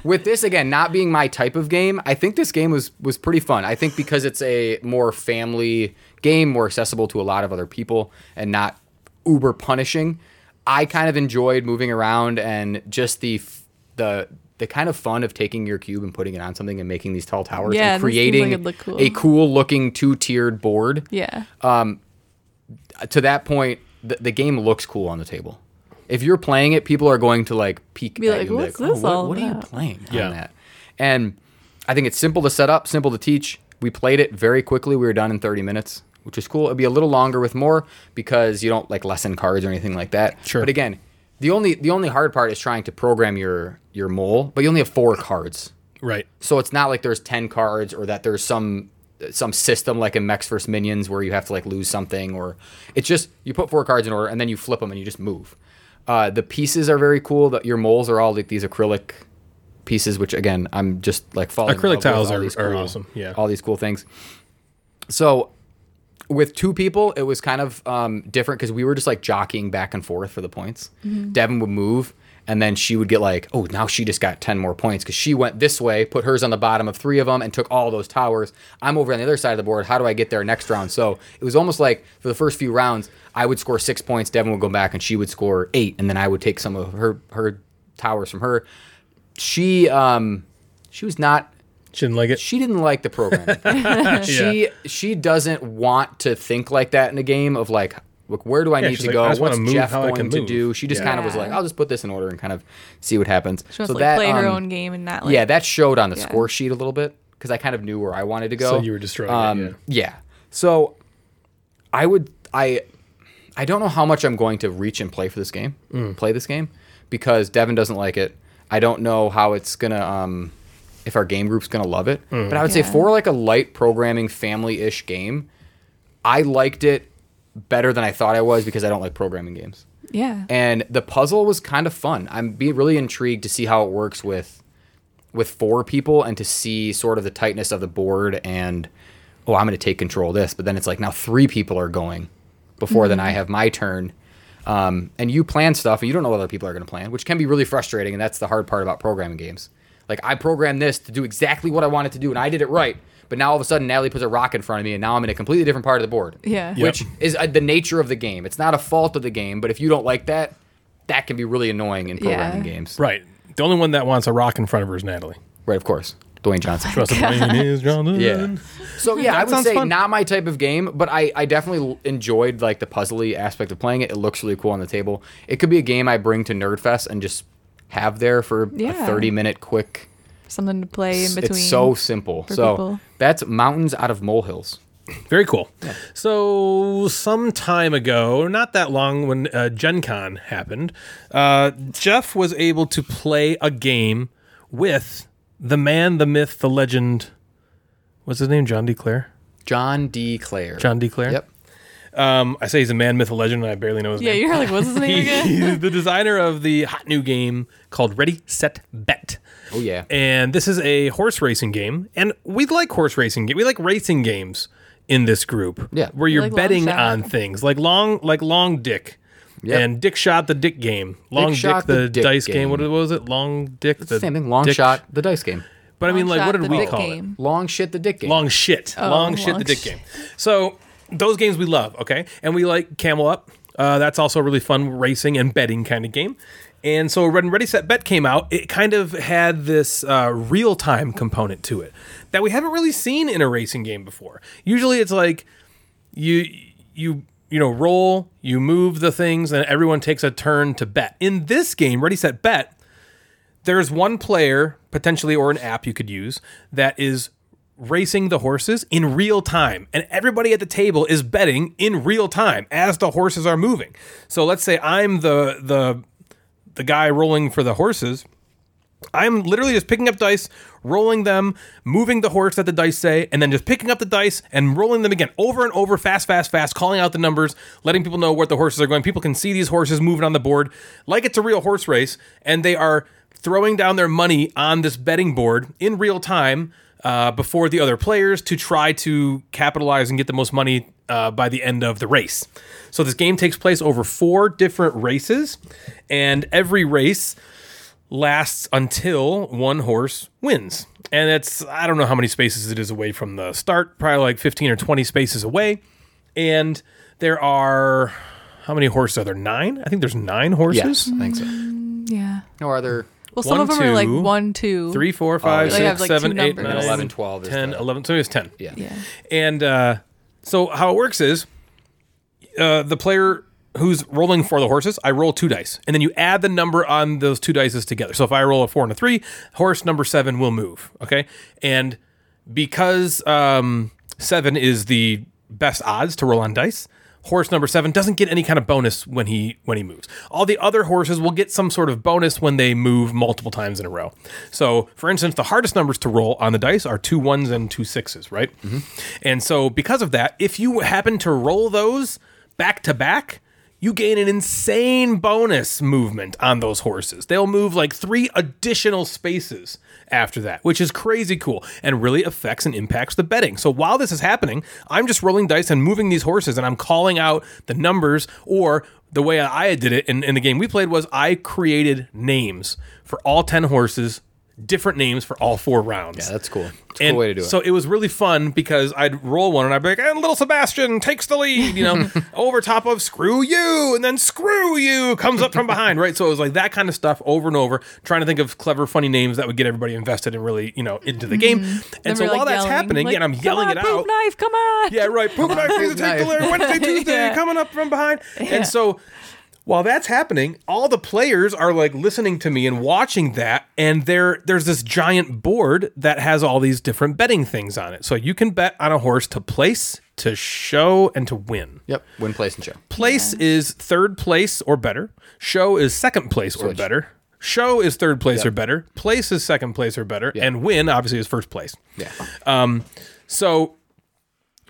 with this again not being my type of game, I think this game was was pretty fun. I think because it's a more family game, more accessible to a lot of other people and not uber punishing, I kind of enjoyed moving around and just the f- the the kind of fun of taking your cube and putting it on something and making these tall towers Yeah, and this seems like creating it'd look cool. a cool looking two-tiered board Yeah. Uh, to that point, the, the game looks cool on the table. If you're playing it, people are going to like peek Be at like, you and "What's be like, "Oh, this what, all what are you about?" playing Yeah. on that? And I think it's simple to set up, simple to teach. We played it very quickly. We were done in 30 minutes, which was cool. It'd be a little longer with more because you don't like lessen cards or anything like that. Sure. But again, the only the only hard part is trying to program your your mole, but you only have four cards. Right. So it's not like there's ten cards or that there's some some system like in Mechs vs Minions where you have to like lose something or it's just you put four cards in order and then you flip them and you just move. Uh, the pieces are very cool. That your moles are all like these acrylic pieces, which again I'm just like falling. in Acrylic love with tiles all are- these are awesome, yeah. all these cool things. So with two people, it was kind of um, different because we were just like jockeying back and forth for the points. Devin would move, and then she would get like, oh, now she just got 10 more points because she went this way, put hers on the bottom of three of them, and took all those towers. I'm over on the other side of the board. How do I get there next round? So it was almost like for the first few rounds, I would score six points, Devin would go back, and she would score eight, and then I would take some of her her towers from her. She um she was not She didn't like it. she didn't like the program. she she doesn't want to think like that in a game of like, look, where do I need she's to like, go? I just wanna What's move Jeff how I going can to move. do? She just Yeah. kind of was like, Yeah. I'll just put this in order and kind of see what happens. She wants to like play her um, own game and not like yeah, that showed on the Yeah. score sheet a little bit because I kind of knew where I wanted to go. you were destroying it, Um, yeah. Yeah. So I would I I don't know how much I'm going to reach and play for this game. Mm. Play this game because Devin doesn't like it. I don't know how it's gonna um if our game group's gonna love it. Mm. But I would say Yeah. for like a light programming family ish game, I liked it better than I thought I was because I don't like programming games yeah. and the puzzle was kind of fun. I'm be really intrigued to see how it works with with four people and to see sort of the tightness of the board and oh, I'm going to take control of this, but then it's like now three people are going before then I have my turn. Um, and you plan stuff and you don't know what other people are going to plan, which can be really frustrating and that's the hard part about programming games. Like I programmed this to do exactly what I wanted to do and I did it right. But now all of a sudden Natalie puts a rock in front of me and now I'm in a completely different part of the board yeah. Yep. which is uh, the nature of the game. It's not a fault of the game, but if you don't like that, that can be really annoying in programming Yeah. games. Right. Right. The only one that wants a rock in front of her is Natalie. of course. Dwayne Johnson. Trust Dwayne is Johnson. yeah. So yeah, I would sounds say fun. not my type of game, but I, I definitely l- enjoyed like the puzzly aspect of playing it. It looks really cool on the table. It could be a game I bring to Nerdfest and just have there for a Yeah. 30 minute quick. Something to play in between. It's so simple. for so people. that's Mountains Out of Molehills. Very cool. So, some time ago, not that long, when uh, Gen Con happened, uh, Jeff was able to play a game with the man, the myth, the legend. What's his name? John D. Clare? John D. Clare. John D. Clare? Yep. Um, I say he's a man, myth, a legend, and I barely know his Yeah, name. you're like, what's his name He- again? he's the designer of the hot new game called Ready, Set, Bet. Oh yeah. And this is a horse racing game. And we like horse racing. ga- We like racing games in this group. Yeah. Where you're like long betting shot. on things like long, like long dick. Yep. And dick shot the dick game, long dick, shot the, the dick dice game. game. What was it? Long dick the Same thing. Long dick- shot. The dice game. But I mean, Long like, what shot, did the we dick call it? game. Long shit. The dick game. Long shit. long shit, long the dick shit. game. So those games we love, okay? And we like Camel Up. Uh, that's also a really fun racing and betting kind of game. And so when Ready Set Bet came out, it kind of had this uh, real time component to it that we haven't really seen in a racing game before. Usually it's like you you you know roll, you move the things, and everyone takes a turn to bet. In this game, Ready Set Bet, there's one player potentially or an app you could use that is racing the horses in real time and everybody at the table is betting in real time as the horses are moving so let's say i'm the the the guy rolling for the horses i'm literally just picking up dice rolling them moving the horse that the dice say and then just picking up the dice and rolling them again over and over fast fast fast calling out the numbers letting people know what the horses are going people can see these horses moving on the board like it's a real horse race and they are throwing down their money on this betting board in real time uh, before the other players to try to capitalize and get the most money uh, by the end of the race. So this game takes place over four different races, and every race lasts until one horse wins. And it's, I don't know how many spaces it is away from the start, probably like 15 or 20 spaces away. And there are, how many horses are there? Nine? I think there's nine horses. Yes. I think so. Yeah. No other. Well, some One, of them are like two, one, two, Three, four, five, Oh, they six, have, like, two seven, eight, numbers. nine, 11, 12 is 10, the- 11. So it's 10. Yeah. Yeah. And uh, so how it works is uh, the player who's rolling for the horses, I roll two dice, and then you add the number on those two dices together. So if I roll a four and a three, horse number seven will move. Okay, and because um, seven is the best odds to roll on dice. Horse number seven doesn't get any kind of bonus when he when he moves. All the other horses will get some sort of bonus when they move multiple times in a row. So, for instance, the hardest numbers to roll on the dice are two ones and two sixes, right? And so, because of that, if you happen to roll those back to back, you gain an insane bonus movement on those horses. They'll move like three additional spaces after that, which is crazy cool and really affects and impacts the betting. So while this is happening, I'm just rolling dice and moving these horses and I'm calling out the numbers or the way I did it in, in the game we played was I created names for all 10 horses, different names for all four rounds. Yeah, that's cool. It's a cool way to do it. So it was really fun because I'd roll one and I'd be like, and little Sebastian takes the lead, you know, over top of screw you, and then screw you comes up from behind, right? So it was like that kind of stuff over and over, trying to think of clever, funny names that would get everybody invested and really, you know, into the game. And so Mm-hmm. Then we're, while like, that's yelling, happening, like, and I'm "Come yelling on, it poop out. Knife, come on. Yeah, right. Poop knife, please Poop take the knife. layer. Wednesday, Tuesday, Yeah. coming up from behind. And so while that's happening, all the players are like listening to me and watching that. And there, there's this giant board that has all these different betting things on it. So you can bet on a horse to place, to show, and to win. Yep. Win, place, and show. Place is third place or better. Show is second place or better. Show is third place or better. Place is second place or better. And win, obviously, is first place. Yeah. So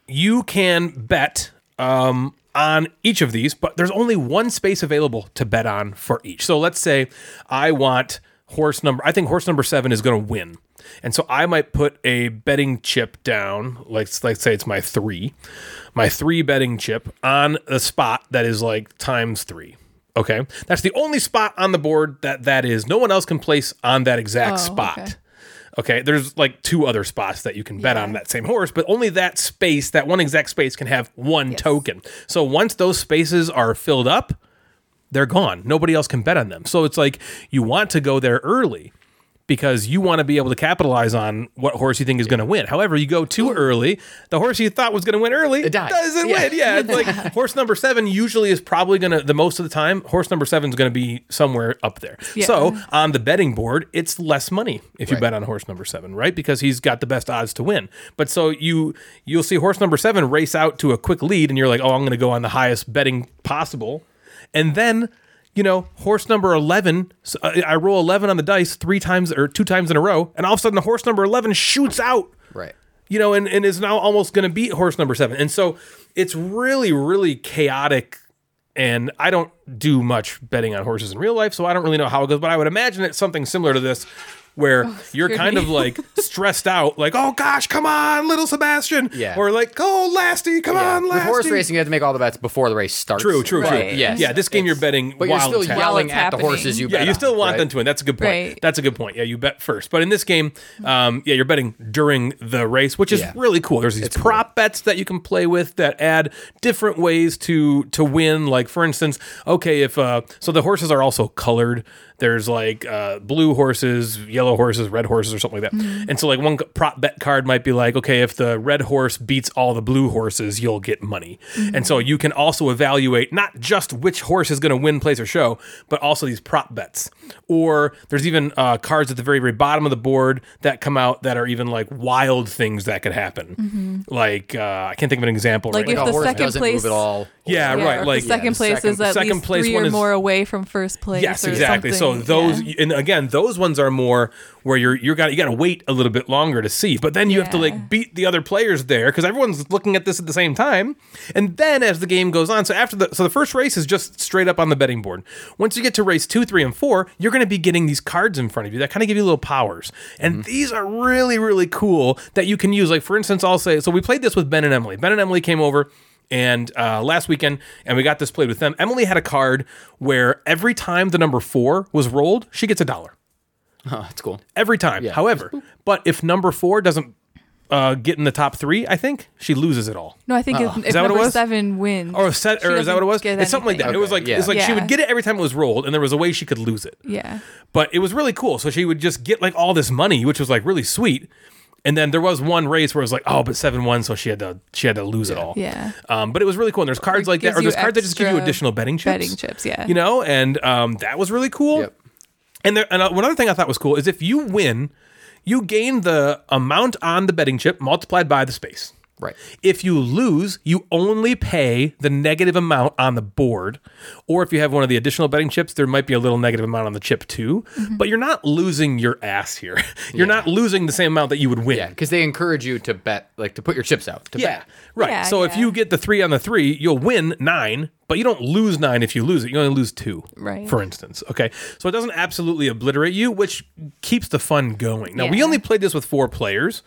you can bet um, on each of these, but there's only one space available to bet on for each. So let's say I want horse number, I think horse number seven is going to win. And so I might put a betting chip down, like let's say it's my three, my three betting chip on a spot that is like times three. Okay, that's the only spot on the board that that is. No one else can place on that exact Oh, spot. okay. Okay, there's like two other spots that you can bet on that same horse, but only that space, that one exact space, can have one token. So once those spaces are filled up, they're gone. Nobody else can bet on them. So it's like you want to go there early, because you want to be able to capitalize on what horse you think is going to win. However, you go too early, the horse you thought was going to win early It dies. doesn't Yeah. win. Yeah, it's like horse number seven usually is probably going to, the most of the time, horse number seven is going to be somewhere up there. Yeah. So on the betting board, it's less money if you Right. bet on horse number seven, right? Because he's got the best odds to win. But so you you'll see horse number seven race out to a quick lead, and you're like, oh, I'm going to go on the highest betting possible, and then. You know, horse number 11, so uh, I I roll 11 on the dice three times or two times in a row, and all of a sudden the horse number 11 shoots out Right. you know, and, and is now almost going to beat horse number seven. And so it's really, really chaotic. And I don't do much betting on horses in real life, so I don't really know how it goes, but I would imagine it's something similar to this where you're scared kind me. of like stressed out, like, oh gosh, come on, little Sebastian. Yeah. Or like, oh, Lasty, come Yeah. on, Lasty. With horse racing, you have to make all the bets before the race starts. True, true, Right. true. Yes. Yeah, this game you're betting But you're while still it's happening. yelling it's at the happening. horses you Yeah, bet you still on, want right? them to win. That's a good point. Right. That's a good point. Yeah, you bet first. But in this game, um, yeah, you're betting during the race, which is Yeah. really cool. There's these prop bets that you can play with that add different ways to to win. Like for instance, okay, if uh, so the horses are also colored. There's like uh, blue horses, yellow horses, red horses, or something like that. And so like one c- prop bet card might be like, okay, if the red horse beats all the blue horses, you'll get money. And so you can also evaluate not just which horse is going to win, place, or show, but also these prop bets. Or there's even uh, cards at the very, very bottom of the board that come out that are even like wild things that could happen. Like uh, I can't think of an example Mm-hmm. Like right if now. The The horse second doesn't place- move at all. yeah, Yeah, right. or Like the second the place second- is at second least place three one or is- more away from first place. Yes, or exactly. So something. those Yeah. and again, those ones are more where you're you're got you got to wait a little bit longer to see. But then you have to Yeah. like beat the other players there because everyone's looking at this at the same time. And then as the game goes on, so after the so the first race is just straight up on the betting board. Once you get to race two, three, and four, you're going to be getting these cards in front of you that kind of give you little powers. And these are really really cool that you can use. Like for instance, I'll say so we played this with Ben and Emily. Ben and Emily came over and uh, last weekend, and we got this played with them. Emily had a card where every time the number four was rolled, she gets a dollar Huh, that's cool. every time. However, but if number four doesn't uh, get in the top three, I think she loses it all. no, I think if, if that what it number was? seven wins, Or set, she or is that doesn't what it was? get It's something like that. anything. It was like Okay, yeah. it's like she Yeah. would get it every time it was rolled, and there was a way she could lose it Yeah, but it was really cool. So she would just get like all this money, which was like really sweet. And then there was one race where it was like, oh, but seven one, so she had to she had to lose it all. Yeah. Um, but it was really cool. And there's cards like that, gives or there's you cards that just give you extra additional betting chips. betting chips, yeah. You know, and um, that was really cool. Yep. And there, and uh, one other thing I thought was cool is if you win, you gain the amount on the betting chip multiplied by the space. Right. If you lose, you only pay the negative amount on the board. Or if you have one of the additional betting chips, there might be a little negative amount on the chip too. But you're not losing your ass here. You're not losing the same amount that you would win. Yeah, because they encourage you to bet, like to put your chips out. To Yeah, bet. Right. Yeah, so if yeah. you get the three on the three, you'll win nine, but you don't lose nine if you lose it. You only lose two. Right. For instance. Okay. So it doesn't absolutely obliterate you, which keeps the fun going. Now we Yeah. only played this with four players,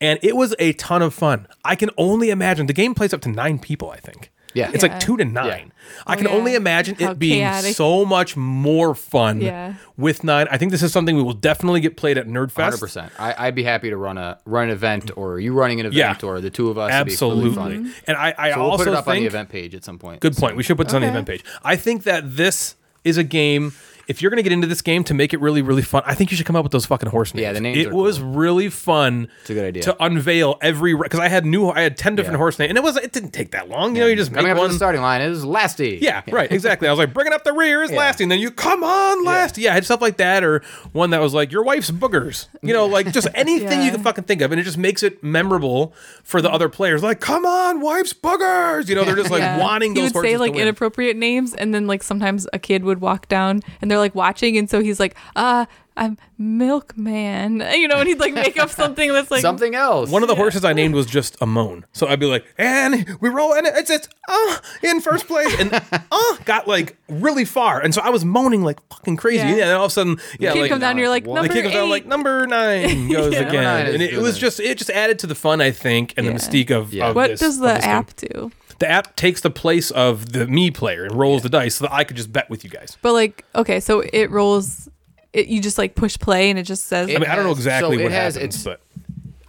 and it was a ton of fun. I can only imagine the game plays up to nine people, I think. Yeah. It's Yeah. Oh, like two to nine. I can yeah. only imagine How it being chaotic. so much more fun Yeah. with nine. I think this is something we will definitely get played at Nerdfest. Hundred percent. I'd be happy to run a run an event, or you running an event, Yeah. or the two of us. It'd be really Absolutely. fun. And I, I So we'll also put it up think on the event page at some point. Good point. We should put this on the event page. I think that this is a game. If you're going to get into this game to make it really, really fun, I think you should come up with those fucking horse names. Yeah, the names It are was really fun. It's a good idea. to unveil every because I had new, I had ten different Yeah. horse names, and it was it didn't take that long. You know, you just make Coming up to one. the starting line is Lasty. Yeah, right, exactly. I was like, bringing up the rear is lasting. Then you come on, last. Yeah. I had stuff like that, or one that was like your wife's boogers. You know, like just anything you Yeah. can fucking think of, and it just makes it memorable for the other players. Like, come on, wife's boogers. You know, they're just like Yeah. wanting He those would horses say to like win. inappropriate names, and then like sometimes a kid would walk down, and they're like watching, and so he's like, "Ah, I'm milkman," you know, and he'd like make up something that's like Something else. One of the horses I named was just a moan. So I'd be like, and we roll, and it's it's uh, in first place, and uh, got like really far, and so I was moaning like fucking crazy. Yeah. Yeah, and all of a sudden, yeah, Kid like, comes down, you're like The number the kid comes eight. out like number nine goes Yeah. again, Number nine is and it, it was good. just it just added to the fun, I think, and Yeah. the mystique of, Yeah. of what this- does of the this game. app do? The app takes the place of the me player and rolls the dice, so that I could just bet with you guys. But like, okay, so it rolls. It, you just like push play, and it just says I mean, I don't know has- so exactly it what has- happens, it's- but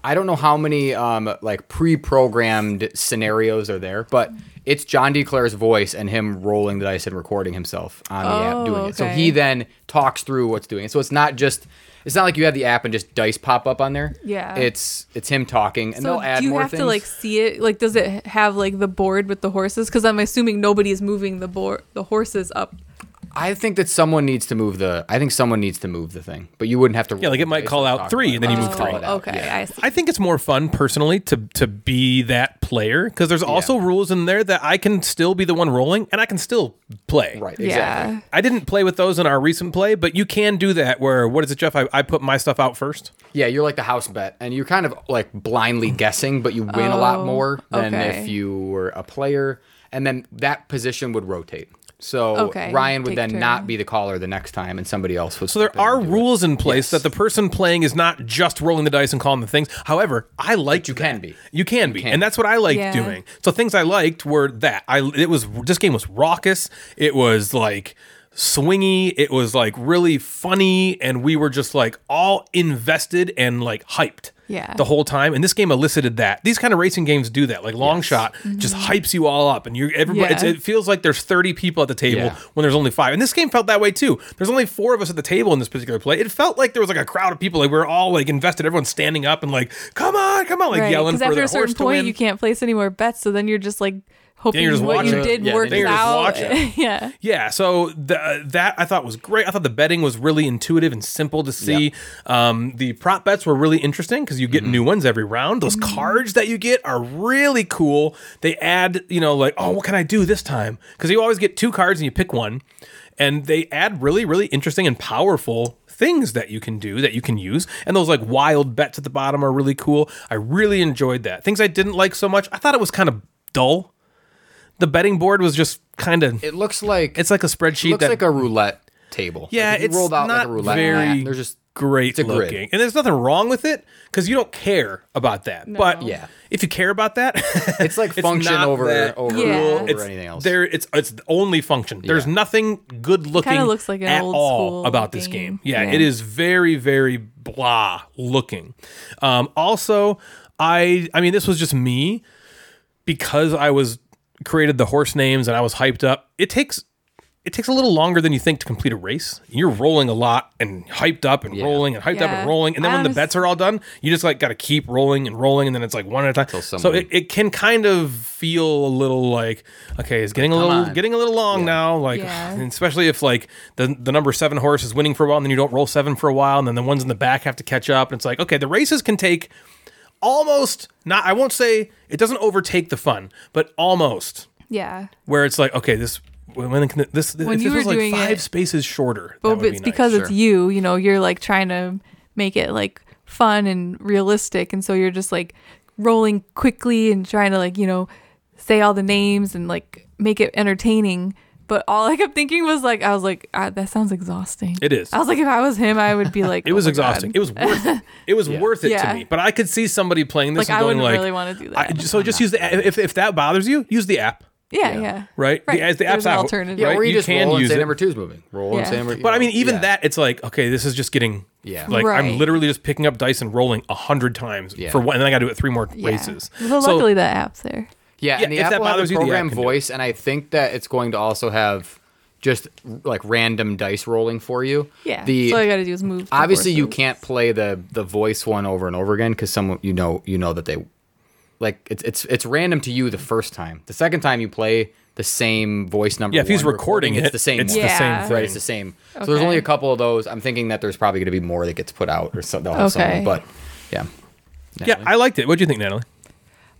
I don't know how many um, like pre-programmed scenarios are there, but it's John D. Clare's voice and him rolling the dice and recording himself on the Oh, app doing it. So okay. he then talks through what's doing it. So it's not just it's not like you have the app and just dice pop up on there. Yeah. it's it's him talking, and So they'll add do you more have things. to like see it? Like, does it have like the board with the horses? Because I'm assuming nobody is moving the board, the horses up. I think that someone needs to move the. I think someone needs to move the thing, but you wouldn't have to. Yeah, like it might call out three, and then you move three. three. Oh, okay, I see. I think it's more fun personally to to be that player because there's also rules in there that I can still be the one rolling and I can still play. Right. Exactly. yeah. I didn't play with those in our recent play, but you can do that where what is it, Jeff? I, I put my stuff out first. Yeah, you're like the house bet, and you're kind of like blindly guessing, but you win a lot Oh, more than okay. if you were a player. And then that position would rotate. So Okay, Ryan would take then turns. not be the caller the next time, and somebody else would. So there are rules in place that the person playing is not just rolling the dice and calling the things. However, I like you can be. You can be, and that's what I liked Yeah. doing. So things I liked were that I it was this game was raucous. It was like swingy. It was like really funny, and we were just like all invested and like hyped. Yeah. The whole time, and this game elicited that. These kind of racing games do that. Like long shot, just hypes you all up, and you're everybody. It's, Yeah. it feels like there's 30 people at the table Yeah. when there's only five. And this game felt that way too. There's only four of us at the table in this particular play. It felt like there was like a crowd of people. Like we were all like invested. Everyone's standing up and like, come on, come on, like Right. yelling Because for after their a certain horse to win. point, you can't place any more bets. So then you're just like hoping you're just what you watching it. did Yeah, works then you're just out. watching it. yeah. Yeah, so the, that I thought was great. I thought the betting was really intuitive and simple to see. Um, the prop bets were really interesting because you get new ones every round. Those cards that you get are really cool. They add, you know, like, oh, what can I do this time? Because you always get two cards and you pick one, and they add really, really interesting and powerful things that you can do that you can use. And those like wild bets at the bottom are really cool. I really enjoyed that. Things I didn't like so much. I thought it was kind of dull. The betting board was just kind of It looks like it's like a spreadsheet looks that like a roulette table. yeah, like if you it's rolled out not like a roulette. very mat, there's just great it's a grid. looking, and there's nothing wrong with it because you don't care about that. But Yeah. if you care about that, It's like function not over that over, Yeah. rule It's- over it's anything else. There, it's it's the only function. There's nothing good looking. looks like an at old all school about this game. game. Yeah, it is very very blah looking. Um, also, I I mean this was just me because I was created the horse names and I was hyped up. It takes. It takes a little longer than you think to complete a race. You're rolling a lot and hyped up and rolling and hyped up Yeah. and rolling. And then I when the honest- bets are all done, you just like got to keep rolling and rolling. And then it's like one at a time. So someone- it, it can kind of feel a little like okay, it's getting a little on. getting a little long now. Like Yeah. and especially if like the the number seven horse is winning for a while, and then you don't roll seven for a while, and then the ones in the back have to catch up. And it's like okay, the races can take almost not. I won't say it doesn't overtake the fun, but almost Yeah. where it's like okay, this when can this When if you this were was like doing five it- spaces shorter. that But would be it's nice. because it's you, you know, you're like trying to make it like fun and realistic. And so you're just like rolling quickly and trying to like, you know, say all the names and like make it entertaining. But all I kept thinking was like, I was like, ah, that sounds exhausting. It is. I was like, if I was him, I would be like, "Oh It Oh was exhausting. It was worth it. It was worth it to Yeah. me. But I could see somebody playing this Like, and I going wouldn't like, really wanna do I- that. so just use the if if that bothers you, use the app. yeah, yeah. Right? The- as the There's app's an out, alternative. yeah, right? or you, You just can roll and use say it. number two's moving. Roll and Yeah. say number. you But I know, mean, even yeah. that, it's like okay, this is just getting Yeah. Like I'm Right. literally just picking up dice and rolling a hundred times Yeah. for one, and then I got to do it three more Yeah. races. Well, So- luckily, the app's there. Yeah, Yeah, and the if app that will have bothers a you, the app program can do it. voice, and I think that it's going to also have just like random dice rolling for you. Yeah. The so all I got to do is move. the obviously you horses. can't play the the voice one over and over again because someone you know you know that they like it's it's it's random to you the first time. The second time you play the same voice number. yeah, if he's one recording, it, it's the same. It's one. the Yeah. same thing. Right, it's the same. So there's Okay. only a couple of those. I'm thinking that there's probably going to be more that gets put out or something. They'll have Okay. Someone, but yeah, Yeah, I liked it. What do you think, Natalie?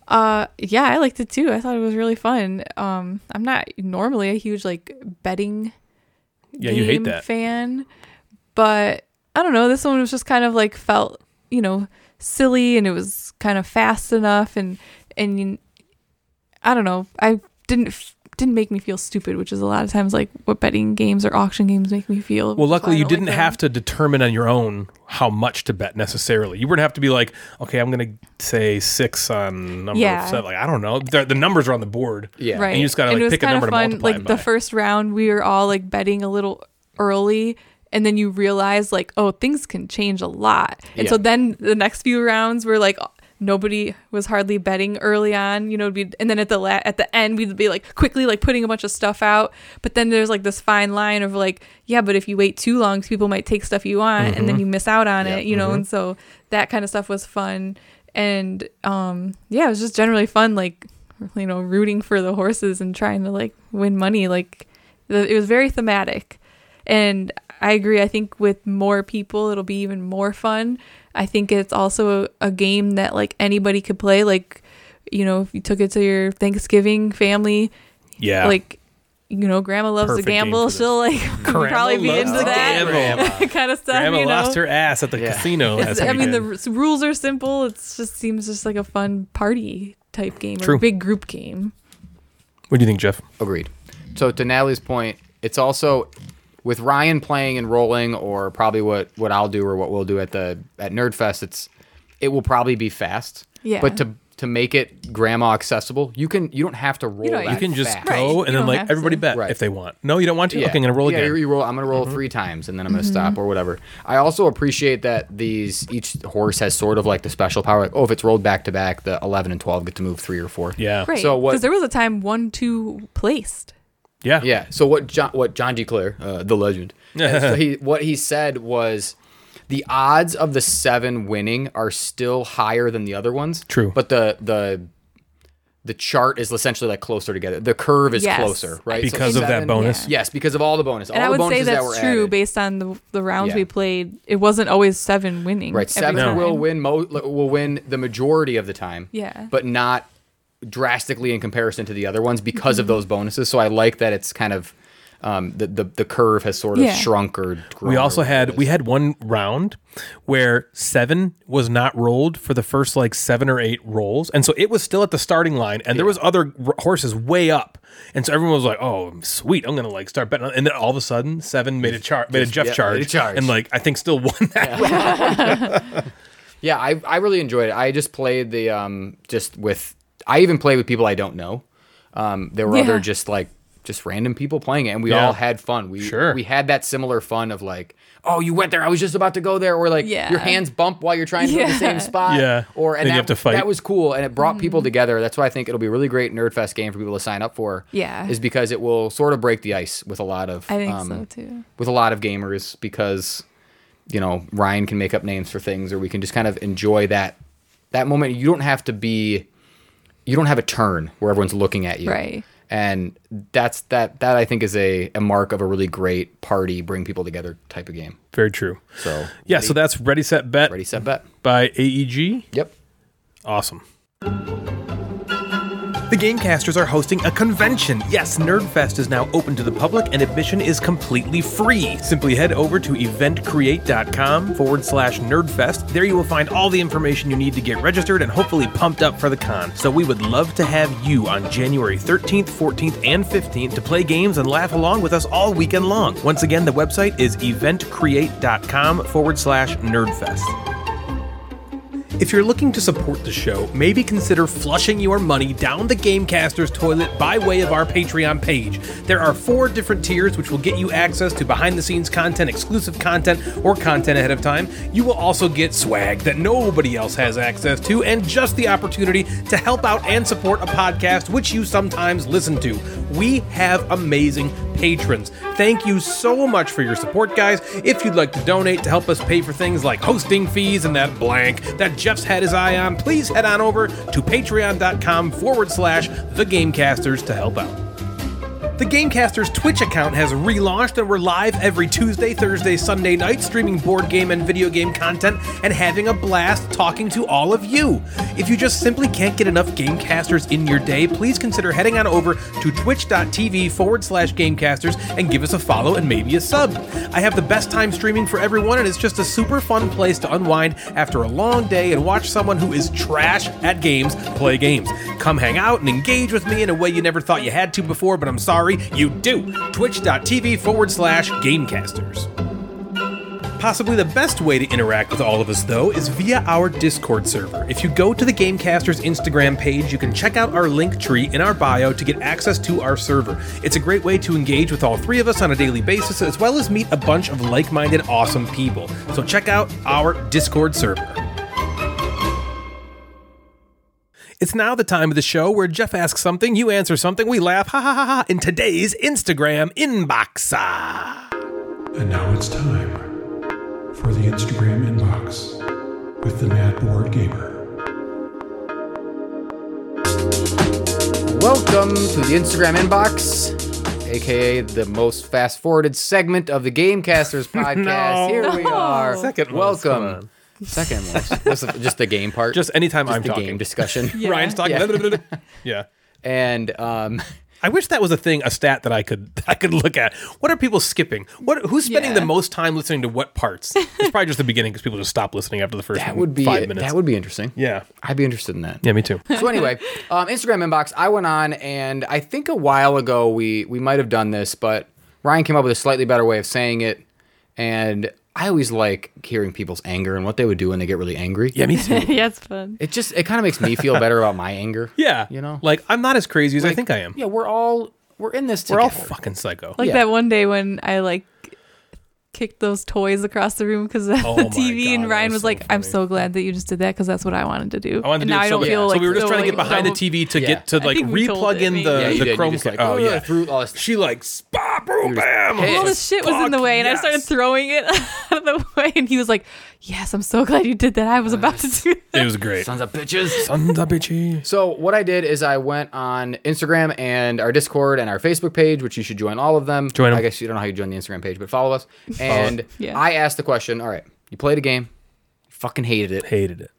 Uh, yeah, I liked it too. I thought it was really fun. Um, I'm not normally a huge like betting Yeah, you hate game that. fan, but I don't know. This one was just kind of like felt you know silly, and it was kind of fast enough, and and you- I don't know. I didn't f- didn't make me feel stupid, which is a lot of times like what betting games or auction games make me feel. Well, luckily you didn't have to determine on your own how much to bet necessarily. You wouldn't have to be like, okay, I'm going to say six on number Yeah. seven. Like I don't know, the, the numbers are on the board. yeah. Right. you just gotta, And like, it was pick a kinda number to fun. multiply Like it by. the first round, we were all like betting a little early, and then you realize like oh things can change a lot and so Yeah. then the next few rounds were like nobody was hardly betting early on you know we'd, and then at the la- at the end we'd be like quickly like putting a bunch of stuff out but then there's like this fine line of like yeah but if you wait too long people might take stuff you want and Mm-hmm. then you miss out on it you know and so that kind of stuff was fun and um yeah it was just generally fun like you know rooting for the horses and trying to like win money like the, it was very thematic and I agree. I think with more people, it'll be even more fun. I think it's also a, a game that like anybody could play. Like, you know, if you took it to your Thanksgiving family, Yeah. like, you know, grandma loves Perfect to game gamble. for this. She'll like probably be loves into to that gamble. kind of stuff. Grandma you know? lost her ass at the Yeah. casino. It's- last I mean, the weekend. r- rules are simple. It just seems just like a fun party type game or True. big group game. what do you think, Jeff? Agreed. So to Natalie's point, it's also with Ryan playing and rolling, or probably what what I'll do or what we'll do at the at Nerdfest. It's it will probably be fast. Yeah. But to to make it grandma accessible, you can you don't have to roll. don't- that You You can just fast. go Right. and You then don't like have to. everybody bet Right. if they want. No, you don't want to. Okay, and then roll yeah, again. Mm-hmm. you- you roll. I'm gonna roll three times, and then I'm gonna stop or whatever. I also appreciate that these each horse has sort of like the special power. Like, oh, if it's rolled back to back, the 11 and 12 get to move three or four. yeah. Right. So what- Because there was a time one, two placed. Yeah. Yeah. So what John what John G. Clare, uh, the legend, so he, what he said was the odds of the seven winning are still higher than the other ones. True. But the the the chart is essentially like closer together. The curve is Yes. closer, right? So Because of that seven- bonus. yeah. Yes, because of all the bonus. and all I the would say bonuses that that's were true added. based on the the rounds Yeah. we played. It wasn't always seven winning. Right, every seven will time. win mo- will win the majority of the time. Yeah. but not drastically in comparison to the other ones because Mm-hmm. of those bonuses. So I like that it's kind of um, the, the the curve has sort of Yeah. shrunk or grown We or also whatever it had is. we had one round where seven was not rolled for the first like seven or eight rolls, and so it was still at the starting line, and there was other r- horses way up, and so everyone was like, "Oh, sweet, I'm gonna like start betting," on-" and then all of a sudden, seven made a charge, made a Jeff yeah, charge, made a charge. and like I think still won that. round. yeah. I I really enjoyed it. I just played the um just with I even played with people I don't know. Um, there were Yeah. other just like just random people playing it, and we Yeah. all had fun. We Sure. we had that similar fun of like. Oh, you went there. I was just about to go there. Or like Yeah. your hands bump while you're trying to go to the same Yeah. Mm-hmm. spot. Yeah. Or and Then that, you have to fight. that was cool, and it brought people together. That's why I think it'll be a really great Nerdfest game for people to sign up for. Yeah. Is because it will sort of break the ice with a lot of um, I think so too. with a lot of gamers because you know Ryan can make up names for things, or we can just kind of enjoy that that moment. You don't have to be, you don't have a turn where everyone's looking at you, Right. And that's that. That I think is a a mark of a really great party, bring people together type of game. Very true. So Yeah, so that's ready set bet ready, set, bet. by E AEG. Yep. Awesome. The Gamecasters are hosting a convention. Yes, Nerdfest is now open to the public and admission is completely free. Simply head over to eventcreate.com forward slash nerdfest. There you will find all the information you need to get registered and hopefully pumped up for the con. So we would love to have you on January 13th, 14th, and 15th to play games and laugh along with us all weekend long. Once again, the website is eventcreate.com forward slash nerdfest. If you're looking to support the show, maybe consider flushing your money down the Gamecaster's toilet by way of our Patreon page. There are four different tiers which will get you access to behind the scenes content, exclusive content, or content ahead of time. You will also get swag that nobody else has access to and just the opportunity to help out and support a podcast which you sometimes listen to. We have amazing patrons. Thank you so much for your support, guys. If you'd like to donate to help us pay for things like hosting fees and that blank that Jeff's had his eye on, please head on over to patreon.com forward slash the Gamecasters to help out. The Gamecasters Twitch account has relaunched and we're live every Tuesday, Thursday, Sunday night, streaming board game and video game content and having a blast talking to all of you. If you just simply can't get enough Gamecasters in your day, please consider heading on over to twitch.tv forward slash Gamecasters and give us a follow and maybe a sub. I have the best time streaming for everyone, and it's just a super fun place to unwind after a long day and watch someone who is trash at games play games. Come hang out and engage with me in a way you never thought you had to before, but I'm sorry, you do. Twitch.tv forward slash Gamecasters. Possibly the best way to interact with all of us, though, is via our Discord server. If you go to the Gamecasters Instagram page, you can check out our link tree in our bio to get access to our server. It's a great way to engage with all three of us on a daily basis, as well as meet a bunch of like minded, awesome people. So check out our Discord server. It's now the time of the show where Jeff asks something, you answer something, we laugh, ha ha ha ha, in today's Instagram inbox. Ah. And now it's time for the Instagram inbox with the Mad Board Gamer. Welcome to the Instagram inbox, aka the most fast forwarded segment of the Gamecasters podcast. Here we are. Second most, come Welcome. Second most. That's the- just the game part. Just anytime I'm the talking. game discussion. Yeah. Ryan's talking. Yeah. And um, I wish that was a thing, a stat that I could I could look at. What are people skipping? What who's spending Yeah. the most time listening to what parts? It's probably just the beginning because people just stop listening after the first that would be five minutes. that would be interesting. yeah, I'd be interested in that. yeah, me too. so anyway, um, Instagram inbox. I went on, and I think a while ago we we might have done this, but Ryan came up with a slightly better way of saying it, and I always like hearing people's anger and what they would do when they get really angry. Yeah, me too. yeah, it's fun. It just it kind of makes me feel better about my anger. Yeah, you know, like I'm not as crazy as I think I am. yeah, we're all we're in this We're together. all fucking psycho. Like Yeah. that one day when I like kicked those toys across the room because of Oh the my God, TV, that and Ryan was was, so like, "I'm funny. so glad that you just did that because that's what I wanted to do." I wanted to and do now it I don't so, feel so like we were just so, trying to get like, oh, behind the dumb. TV to Yeah. get to I like think we told replug it, in maybe. the Yeah, you did. the You Chrome. just, like, oh "Ugh," yeah, threw all this- she like bah, boom, bam. pissed. All this shit was in the way, and I started throwing it out of the way. And he was like, "Yes, I'm so glad you did that. I was about to do that." It was great. Sons of bitches. Sons of bitches. So what I did is I went on Instagram and our Discord and our Facebook page, which you should join all of them. Join 'em. I guess you don't know how you join the Instagram page, but follow us. And Yeah. I asked the question: All right, you played a game, you fucking hated it. Hated it.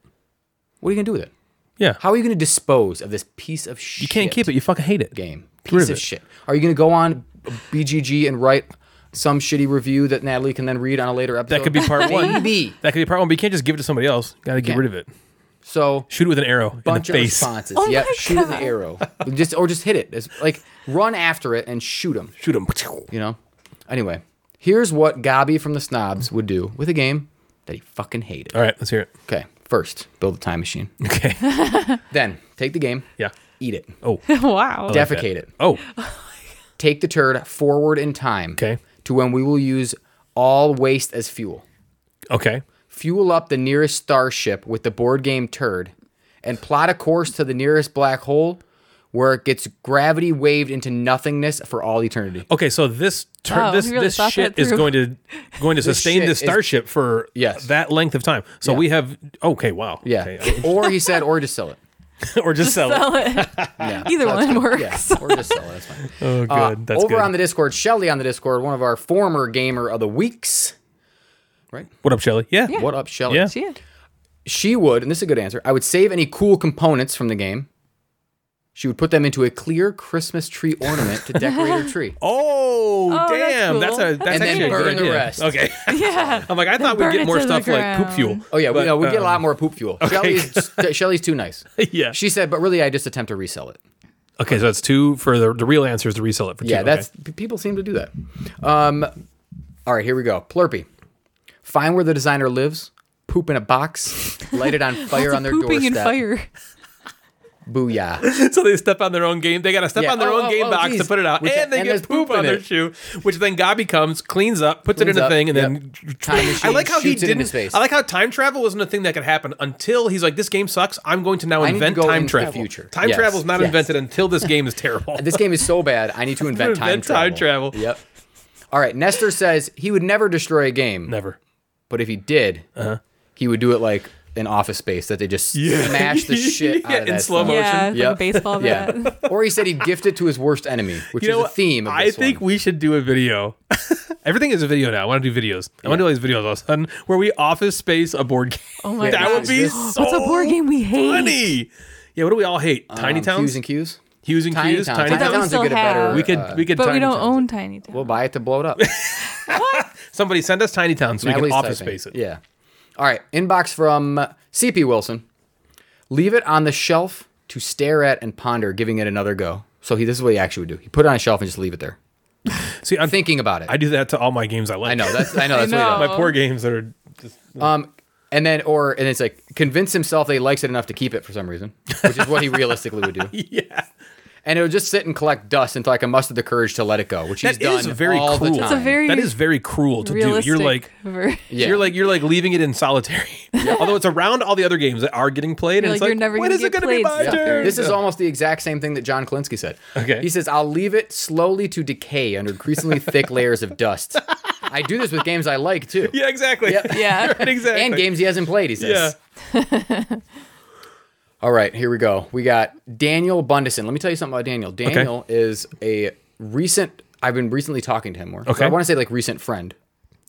What are you gonna do with it? Yeah. How are you gonna dispose of this piece of shit? You can't keep it. You fucking hate it. Game Get rid piece of of it. shit. Are you gonna go on BGG and write some shitty review that Natalie can then read on a later episode? That could be part one. Maybe. That could be part one. But you can't just give it to somebody else. Got to get Can't. rid of it. So Shoot it with an arrow in the bunch of face. responses. Oh yep, my shoot an God. arrow. just or just hit it. It's like run after it and shoot him. Shoot him. you know? Anyway, here's what Gobby from the Snobs would do with a game that he fucking hated. All right, let's hear it. Okay, first, build a time machine. Okay. then, take the game, Yeah. eat it, Oh. wow. like that. defecate it, Oh. take the turd forward in time Okay. to when we will use all waste as fuel. Okay. Fuel up the nearest starship with the board game turd and plot a course to the nearest black hole where it gets gravity waved into nothingness for all eternity. Okay. So this tur- Wow, this he really this thought shit that is through. going to going to sustain shit this is- starship for Yes. that length of time. So we have okay. Wow. Yeah. Okay. or he said, or just sell it. or just sell it. Sell it. Either That's one fine. works. Yeah, or just sell it. That's fine. Oh, good. Uh, That's over good. on the Discord, Shelly on the Discord, one of our former gamer of the weeks. Right? what up, Shelly? Yeah. Yeah. What up, Shelly? Yeah. Shit. She would, and this is a good answer, I would save any cool components from the game. She would put them into a clear Christmas tree ornament to decorate her tree. Oh, Oh, that's damn! That's, cool. a that's And then actually a burn good the idea. rest. Okay, Yeah. I'm like I thought we'd burn get it more to the stuff like poop ground. fuel. Oh yeah, but, we, uh, we get a uh, lot more poop fuel. Shelly's Shelly's too nice. Yeah. She said, but really, I just attempt to resell it. Okay, so that's two for the the real answer is to resell it for two. Yeah, okay. that's p- people seem to do that. Um, all right, here we go. Plurpy, find where the designer lives, poop in a box, light it on fire on their Pooping doorstep. in fire. Booyah! so they step on their own game. They got to step Yeah. on their Oh, own oh, game oh, box to geez. put it out, Which- and they and get there's poop poop in on their it. shoe. Which then Gabi comes, cleans up, puts Cleans it in a up, thing, and then yep. Time machine I like how he shoots it in didn't. his face. I like how time travel wasn't a thing that could happen until he's like, "This game sucks. I'm going to now I need to invent go time into the travel." future. Time Yes. travel is not Yes. invented until this game is terrible. This game is so bad. I need to invent time Invent time travel. travel. Yep. All right. Nestor says he would never destroy a game, Never. Uh-huh. but if he did, he would do it like in Office Space that they just smash the shit out Yeah, of in that slow stuff. Motion. Yeah. Like Yep. a baseball bat. Yeah. or he said he'd gift it to his worst enemy, which is a what? theme. Of I this think one. we should do a video. Everything is a video now. I want to do videos. I want to do all these videos all of a sudden where we office space a board game. Oh my that God. would be What's so What's a board game we hate? funny. Yeah, what do we all hate? Tiny Um, towns, Hughes and Q's. Hughes and Tiny Q's, towns. tiny Tiny towns. Towns. towns would get a still have. better. We We could uh, we could. But tiny we don't towns. own Tiny Town. We'll buy it to blow it up. Somebody send us tiny towns so we can Natalie's office typing. space it. Yeah. All right. Inbox from uh, CP Wilson. Leave it on the shelf to stare at and ponder, giving it another go. So he, this is what he actually would do. He put it on a shelf and just leave it there. See, I'm thinking about it. I I, do that to all my games I like. know that's I know that's know. what my poor games that are just he does. Um, and then or and it's like convince himself that he likes it enough to keep it for some reason, which is what he realistically would do. yeah. And it would just sit and collect dust until I can muster the courage to let it go, which he's That done is very all cruel. the time. It's a very That is very cruel to do. realistic. You're like ver- Yeah. You're like you're like leaving it in solitary. Although it's around all the other games that are getting played, and You're it's like, like, you're never when gonna is it get going to be my played, sucker. turn? This is almost the exact same thing that John Klinsky said. Okay. He says, I'll leave it slowly to decay under increasingly thick layers of dust. I do this with games I like too. yeah, exactly. Yep. yeah. Right, exactly. And games he hasn't played, he says. Yeah. All right, here we go. We got Daniel Bundison. Let me tell you something about Daniel. Daniel is a recent, I've been recently talking to him more. So Okay. I want to say like recent friend,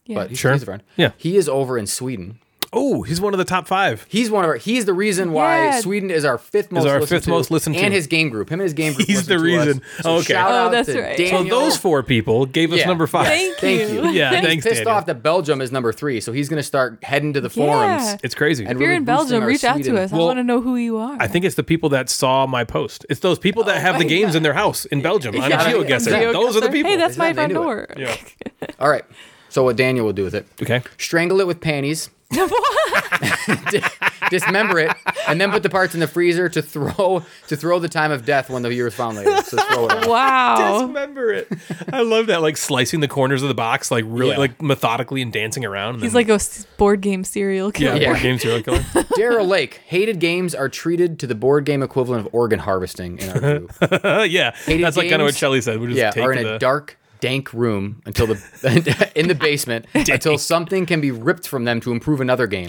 Yeah. but he's, Sure. he's a friend. Yeah. He is over in Sweden. Oh, he's one of the top five. He's one of our, he's the reason why Yeah. Sweden is our fifth most our listened fifth to, most listened to. And his game group. Him and his game group. He's listen the to us. reason. So Okay. shout Oh, out that's to right. So Daniel. So those four people gave us Yeah. number five. Thank, Thank you. you. Yeah, He's thanks, pissed Daniel. off that Belgium is number three, so he's going to start heading to the forums. Yeah. It's crazy. And If you're really in boosting Belgium, our reach out Sweden. to us. I Well, want to know who you are. I think it's the people that saw my post. It's those people that have the games in their house in Belgium. I'm Oh, Yeah. a geoguesser. Geoguesser. Those are the people. Hey, that's Is my that- front they knew it. door. Yeah. All right. So what Daniel will do with it? okay. Strangle it with panties. Di- Dismember it, and then put the parts in the freezer to throw to throw the time of death when the viewer is found later. So throw it. out. Wow. Dismember it. I love that, like slicing the corners of the box, like really, Yeah. like methodically and dancing around. and He's then- like a s- board game serial yeah, killer. Yeah. board game serial killer. Daryl Lake. Hated games are treated to the board game equivalent of organ harvesting in our group. Uh, yeah, Hated that's like kind of what games. Shelley said. We just yeah, take are in the a dark, dank room until the in the basement until something can be ripped from them to improve another game.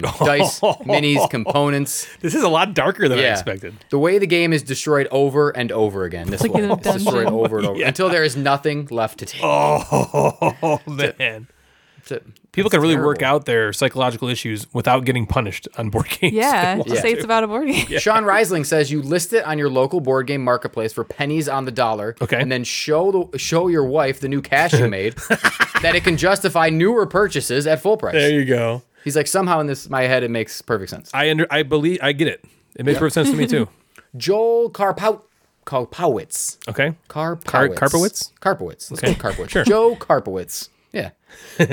Dice, minis, components. This is a lot darker than I expected. The way the game is destroyed over and over again. This like one. in a It's destroyed dungeon. over and over Yeah. until there is nothing left to take. Oh man, That's it. people can really work terrible. out their psychological issues without getting punished on board games. Yeah. They Just say it's about a board game. Sean Reisling says you list it on your local board game marketplace for pennies on the dollar, Okay. and then show the, show your wife the new cash you made that it can justify newer purchases at full price. There you go. He's like somehow in this my head it makes perfect sense. I under, I believe I get it. It makes perfect sense to me too. Joel Karpow Karpowitz. Okay. Karpowitz. Car- Karpowitz? Karpowitz. Let's Okay. go with Karpowitz. Sure. Joe Karpowitz. Yeah.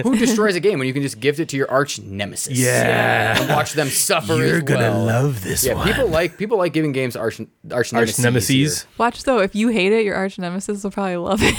Who destroys a game when you can just gift it to your arch nemesis? Yeah. And watch them suffer. as well. this Yeah, people like people like giving games arch arch nemesis. Arch nemesis. Watch though, if you hate it, your arch nemesis will probably love it.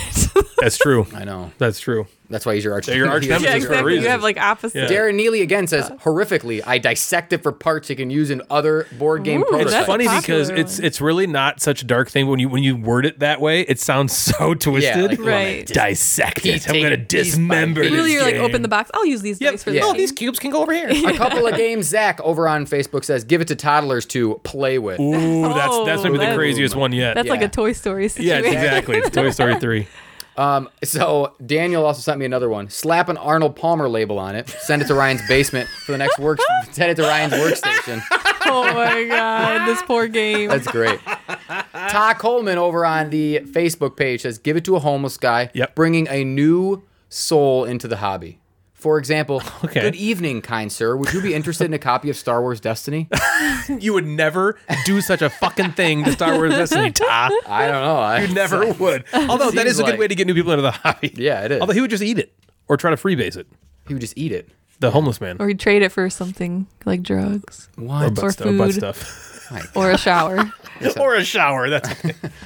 That's true. I know. That's true. That's why he's your arch. They're your arch he's nemesis your Yeah, for a You reason. have like opposite. Yeah. Darren Neely again says horrifically. I dissect it for parts you can use in other board game Ooh, prototypes. that's Funny popular because one. it's it's really not such a dark thing. When you when you word it that way, it sounds so twisted. like, you wanna Right. dis- Dissect it. I'm take gonna it piece by dismember piece. this. Really, you're like game. open the box. I'll use these Yep. dice for Yeah. this. Oh, thing. these cubes can go over here. A couple of games. Zach over on Facebook says, "Give it to toddlers to play with." Ooh, that's Oh, that's maybe the that's- craziest one yet. That's like Yeah. a Toy Story yeah, situation. it's exactly. It's Toy Story three. Um, so Daniel also sent me another one. Slap an Arnold Palmer label on it. Send it to Ryan's basement for the next work. Send it to Ryan's workstation. oh my god, this poor game. That's great. Todd Coleman over on the Facebook page says, "Give it to a homeless guy, Yep. bringing a new soul into the hobby." For example, Okay. good evening, kind sir. Would you be interested in a copy of Star Wars Destiny? You would never do such a fucking thing to Star Wars Destiny, Ah. Ta. I don't know. I, You never would. Although that Seems is a good like- way to get new people into the hobby. Yeah, it is. Although he would just eat it or try to freebase it. He would just eat it. The homeless man or you trade it for something like drugs What? or Stuff- butt food. stuff or a shower. or a shower. That's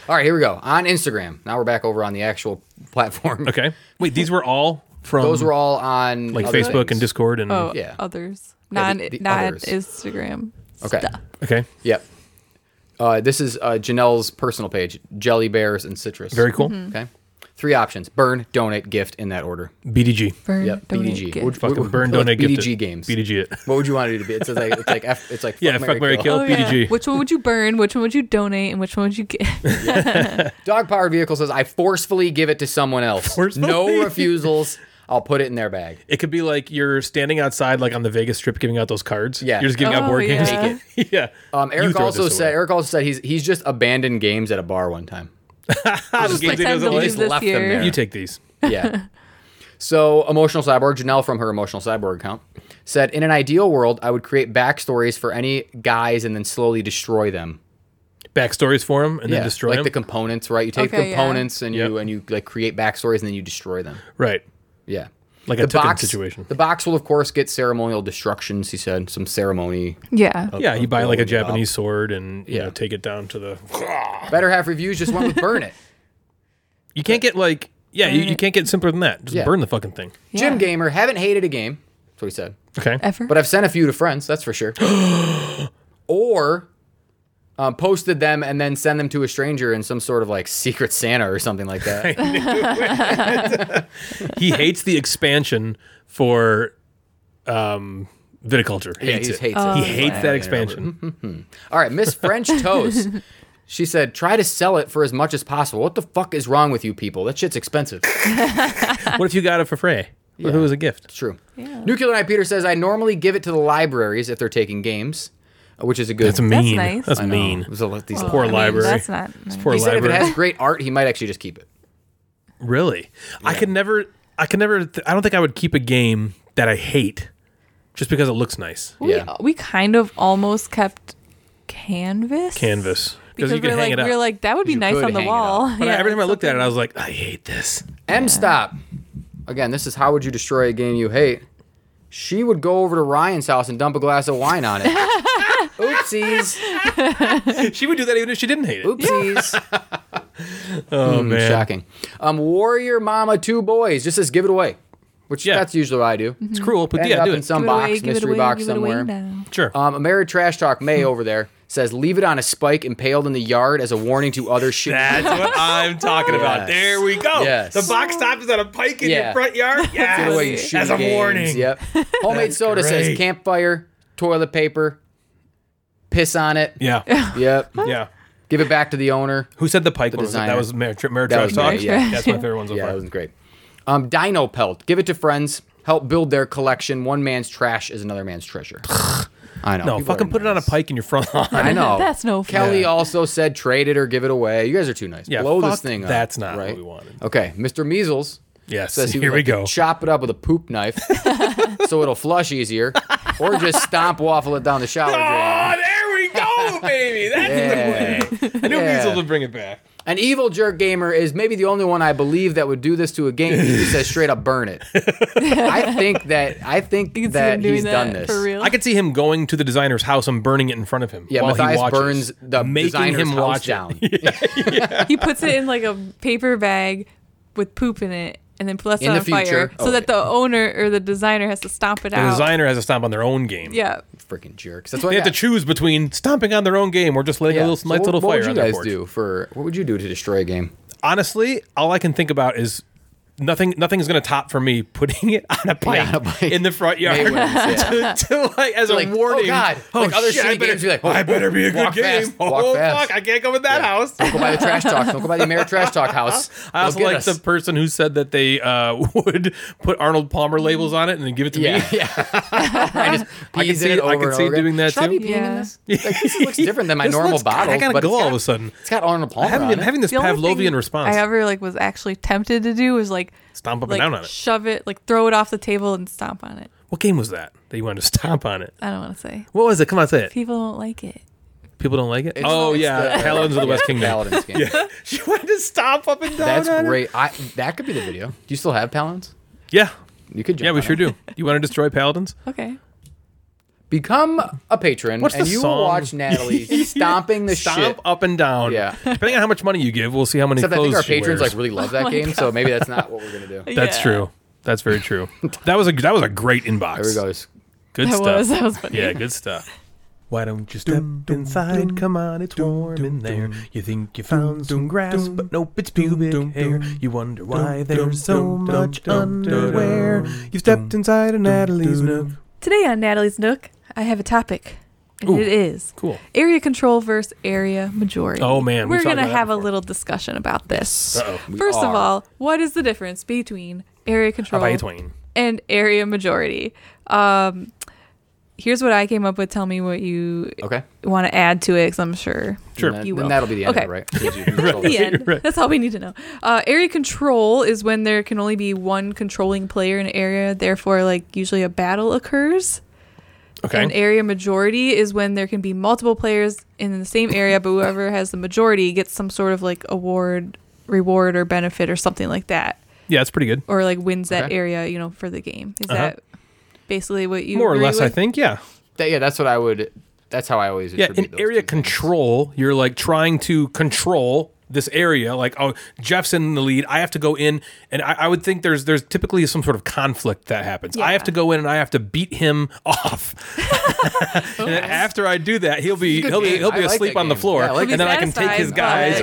All right, here we go. On Instagram. Now we're back over on the actual platform. okay. Wait, these were all from Those were all on like other Facebook and things. Discord and Oh, Yeah. others. Yeah, Not the- the not others. Instagram. Okay. Stuff. okay, Yep. Uh, this is uh, Janelle's personal page: Jelly Bears and Citrus. very cool. Mm-hmm. Okay. Three options: burn, donate, gift, in that order. BDG. Burn, Yep. donate, BDG. gift. Would- Fucking would- burn, like donate, gift BDG it. games. BDG it. What would you want it to be? It's like it's like F, it's like fuck, Yeah, Mary, fuck, Mary, kill. Oh, yeah. BDG. Which one would you burn? Which one would you donate? And which one would you get? Dog powered vehicle says I forcefully give it to someone else. Forcefully. No refusals. I'll put it in their bag. It could be like you're standing outside, like on the Vegas Strip, giving out those cards. Yeah. you're just giving out Oh, board games. yeah. yeah. Um, You Eric throw also this said away. Eric also said he's he's just abandoned games at a bar one time. Those games he pretend doesn't to like. leave this left them year. there. You take these. Yeah. So, Emotional Cyborg, Janelle from her Emotional Cyborg account, said In an ideal world, I would create backstories for any guys and then slowly destroy them. backstories for him and then destroy like him. the components, right? You take Okay, yeah. components and you Yep. and you like create backstories and then you destroy them. right. Yeah. Like a Tekken situation. The box will of course get ceremonial destructions, he said. Some ceremony. Yeah. Oh. Yeah, you buy like a build it up. Japanese sword and you Yeah. know, take it down to the. Better half reviews just went with burn it. You can't get like yeah, you, Burn you it. can't get simpler than that. Just Yeah. burn the fucking thing. Jim Yeah. Gamer, haven't hated a game. That's what he said. Okay. Ever. But I've sent a few to friends, that's for sure. or um, posted them and then send them to a stranger in some sort of like secret Santa or something like that. he hates the expansion for um viticulture. Yeah, Hates he it. just hates it. He Oh, hates that expansion. All right, Miss French Toast. She said, try to sell it for as much as possible. What the fuck is wrong with you people? That shit's expensive. Mm-hmm. what if you got it for free? What if it was a gift? It's true. Nuclear Night Peter says, I normally give it to the libraries if they're taking games, uh, which is a good. That's mean. nice. That's I know. mean. It was a lot- these Poor I mean, library. that's not nice. Poor He said if it library. has great art, he might actually just keep it. Really? I could never. I could never. Th- I don't think I would keep a game that I hate just because it looks nice. We, Yeah. we kind of almost kept canvas. Canvas because Because you can we're hang like, it up. we're like, that would be You nice could on the hang it wall. but I- every time I that's looked at it, something- I was like, I hate this. M stop. Again, this is how would you destroy a game you hate? She would go over to Ryan's house and dump a glass of wine on it. Oopsies. she would do that even if she didn't hate it. Oopsies. Oh man. Shocking. Um, Warrior Mama Two Boys just says give it away, which Yeah. that's usually what I do. It's cruel, but End yeah, up do in it. some Give it box, away, give it mystery away, box give it away somewhere. now. sure. Um, a married trash talk May over there says leave it on a spike impaled in the yard as a warning to other shit. That's what I'm talking about. Yes. There we go. Yes. The box top is on a pike in your Yeah. front yard. Yes. the way you shoot As a games. warning. Yep. Homemade soda great. says campfire, toilet paper, piss on it. Yeah. Yep. Yeah. Give it back to the owner. Who said the pike one was it? That designer. was Mayor, Tra- Mayor That Trash was Talk. Mayor Trash. That's my favorite one so Yeah, that far. was great. Um, Dino Pelt. Give it to friends. Help build their collection. One man's trash is another man's treasure. I know. No, People fucking are put it on a nice. pike in your front lawn. I know. That's no fun. Kelly also said trade it or give it away. You guys are too nice. Yeah, Blow fuck, this thing up. that's not what right? we wanted. Okay, Mr. Measles Yes. says he would Here we like to go. chop it up with a poop knife so it'll flush easier, or just stomp waffle it down the shower drain. Oh, there we go, baby. That's Yeah. the way. I knew Yeah. Weasel would bring it back. An evil jerk gamer is maybe the only one I believe that would do this to a game. He just says straight up burn it. I think that I think You can see that him doing he's that done this. for real. I could see him going to the designer's house and burning it in front of him. Yeah, while he Matthias watches, burns the designer's house it. down. he puts it in like a paper bag with poop in it and then puts it In the on fire future. so Oh, that the owner or the designer has to stomp it The out. designer has a stomp on their own game. yeah. Freaking jerks. That's what They I have to got. choose between stomping on their own game or just letting Yeah. a little So nice what, little what fire would you on their guys porch. do for what would you do to destroy a game? Honestly, all I can think about is nothing. Nothing is going to top for me putting it on a pike, on a pike. in the front yard May wins, to, yeah. to, like as Like, a oh, warning. God. Like other shit, I shitty better, games, you're like, "Oh, I better be a good walk game. fast, walk oh fast. fuck, I can't go in that house. Don't go by the trash talk. Don't go by the American trash talk house. I also They'll get like us. the person who said that they uh, would put Arnold Palmer labels on it and then give it to me. Yeah, yeah. I I can just pees in see, it over I can and see over again. doing that Should I too. be peeing in Yeah. this? Like, this looks different than my This normal looks- God, bottle. I gotta but it's go all got- of a sudden. It's got Arnold Palmer Having, on it. having this The only Pavlovian thing response. I ever like was actually tempted to do was like Stomp up and like, down on it. Shove it, like throw it off the table and stomp on it. What game was that that you wanted to stomp on it? I don't want to say. What was it? Come on, say it. People don't like it. People don't like it. oh It's yeah, the- Paladins of the yeah, West Kingdom. Oh, Paladins game. she wanted to stomp up and down. That's on it. great. I, that could be the video. Do you still have Paladins? Yeah, You could. Jump yeah, we on sure it. do. You want to destroy Paladins? Okay. Become a patron, What's and the you song? will watch Natalie stomping the Stomp shit. up and down. Yeah. Depending on how much money you give, we'll see how many Except I clothes think our she patrons wears. like really love that my game, so maybe that's not what we're gonna do. That's Yeah. true. That's very true. that was a that was a great inbox. There goes. Good That stuff. was that was funny. Yeah, good stuff. Why don't you step inside? Come on, it's warm in there. You think you found some grass, but nope, it's pubic hair. You wonder why there's so much underwear. You've stepped inside of Natalie's nook. Today on Natalie's Nook, I have a topic. And Ooh. it is Cool. area control versus area majority. Oh, man, we we're talked gonna about that have a before. little discussion about this. We First of are. all, what is the difference between area control By Twain. and area majority? Um, here's what I came up with. Tell me what you Okay. want to add to it, because I'm sure Sure. Then, you then will. that'll be the end, Okay. of it, right? 'Cause you control the it. end. That's all we need to know. Uh, area control is when there can only be one controlling player in an area. Therefore, like usually a battle occurs. Okay. And area majority is when there can be multiple players in the same area, but whoever has the majority gets some sort of like award, reward, or benefit or something like that, yeah, it's pretty good. or like wins that Okay. area, you know, for the game. Is Uh-huh. that basically what you More or agree less, I with? think. Yeah. That- yeah, that's what I would. That's how I always Yeah. attribute In those area two things. control, you're like trying to control this area. Like, oh, Jeff's in the lead. I have to go in, and I, I would think there's there's typically some sort of conflict that happens. I have Yeah. to go in and I have to beat him off. and then after I do that, he'll be Good he'll be game. he'll be I like asleep that on the game. floor, Yeah, I like and then that I can game. take his Satisfied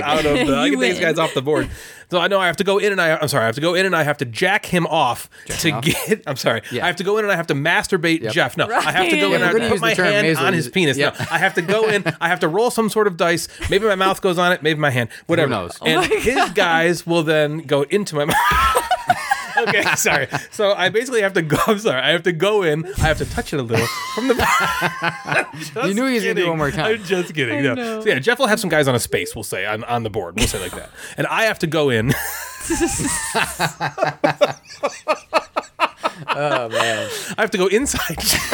guys by- out of the. I You can take his win. guys off the board. So I know I have to go in and I I'm sorry I have to go in and I have to jack him off to get I'm sorry Yeah. I have to go in and I have to masturbate Jeff. No, I have to go in and I Right. Yeah, we're have to gonna put use my the term hand maze on when his you- penis. yeah. No, I have to go in. I have to roll some sort of dice. Maybe my mouth goes on it. Maybe my hand. Whatever. knows? Oh And my his guys will then go into my mouth. okay, sorry. So I basically have to go. I'm sorry. I have to go in. I have to touch it a little from the. You knew he was gonna do it kidding. one more time. I'm just kidding. I No. know. So yeah, Jeff will have some guys on a space. We'll say on on the board. We'll say like that. And I have to go in. Oh man, I have to go inside Is this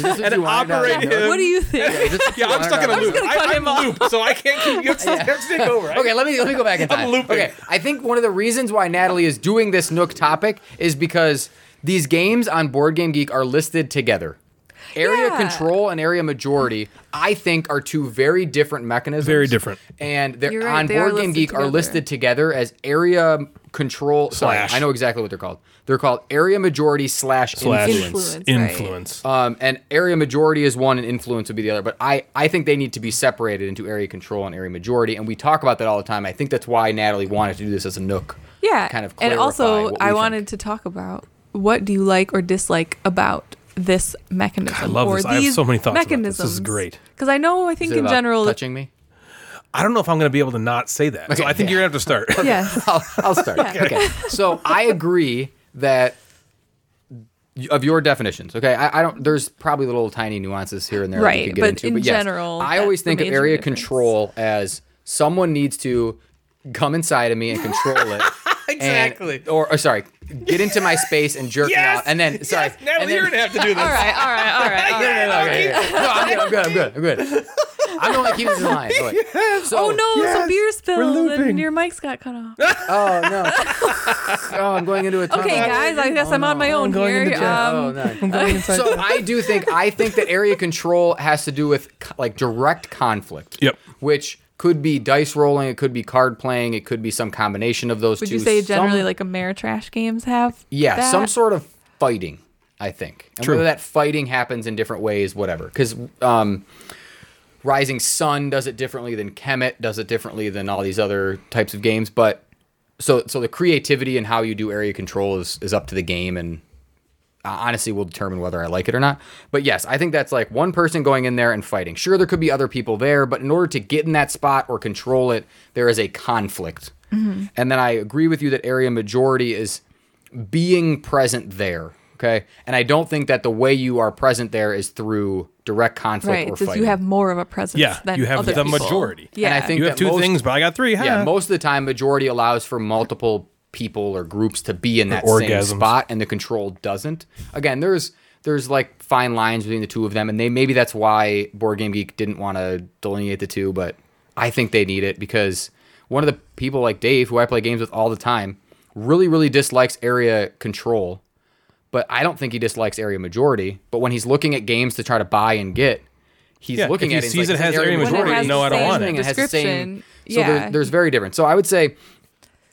what and you wanted out of operate the him. What do you think? joke? Is this what you Yeah, I'm wanted stuck out in a of the loop. joke? gonna cut I, him I'm off. looped, so I can't keep you. I have to take over. I Okay, let me let me go back in time. looping. Okay, I think one of the reasons why Natalie is doing this Nook topic is because these games on Board Game Geek are listed together. Area Yeah. control and area majority, I think, are two very different mechanisms. Very different. And they're You're right, on they Board are listed Game Geek are together. listed together as area control. Slash. Sorry, I know exactly what they're called. They're called area majority slash, Slash influence. Influence, right. influence. Um, and area majority is one, and influence would be the other. But I, I think they need to be separated into area control and area majority, and we talk about that all the time. I think that's why Natalie wanted to do this as a nook. Yeah. kind of. and clarify also, what we I think. wanted to talk about what do you like or dislike about this mechanism? I love or this. I have These so many thoughts about this. This is mechanisms. great. Because I know, I think Is it in about general, touching me. I don't know if I'm going to be able to not say that. so Okay, I think yeah. you're going to have to start. yes. I'll, I'll start. Okay. So I agree that of your definitions. Okay. I, I don't. There's probably little tiny nuances here and there. that we Right, could get but into, in but yes, general, I always that's the think of major area difference. control as someone needs to come inside of me and control it. and- Exactly. or, or sorry, get into my space and jerk me out, and then sorry, Yes, Natalie, and then- you're gonna have to do all this. right. All right. All right. All right. No, okay, okay. No, I'm good. I'm good. I'm good. I'm good. I'm the one that keeps this in line. so wait. Oh no! Yes, Some beer we're spill looping. and your mics got cut off. Oh no. Oh, I'm going into a. Okay, tunnel. guys, I guess I'm on my own going here. into jail. Oh Um, no. So I do think I think that area control has to do with co- like direct conflict. Yep. Which could be dice rolling, it could be card playing, it could be some combination of Oh, those would two. you say generally Some- like Ameritrash games have? yeah, that? some sort of fighting, I think. And True. whether that fighting happens in different ways, whatever. Cuz um Rising Sun does it differently than Kemet, does it differently than all these other types of games, but so so the creativity and how you do area control is is up to the game and uh, honestly will determine whether I like it or not. But yes, I think that's like one person going in there and fighting. Sure, there could be other people there, but in order to get in that spot or control it, there is a conflict. Mm-hmm. And then I agree with you that area majority is being present there. Okay. And I don't think that the way you are present there is through direct conflict right? or Since fighting. you have more of a presence. Yeah, than you have other the people. majority. Yeah, And I think You have that two most- things, but I got three. Huh? yeah, most of the time, majority allows for multiple people or groups to be in that same orgasms. spot, and the control doesn't. Again, there's there's like fine lines between the two of them, and they maybe that's why Board Game Geek didn't want to delineate the two, but I think they need it because one of the people like Dave, who I play games with all the time, really really dislikes area control, but I don't think he dislikes area majority. But when he's looking at games to try to buy and get. He's Yeah, looking if he at it. and sees he's like, it "This has area area When majority majority, it is has no, the I don't same want it. thing and has the same. description, So yeah, there, there's very different. So I would say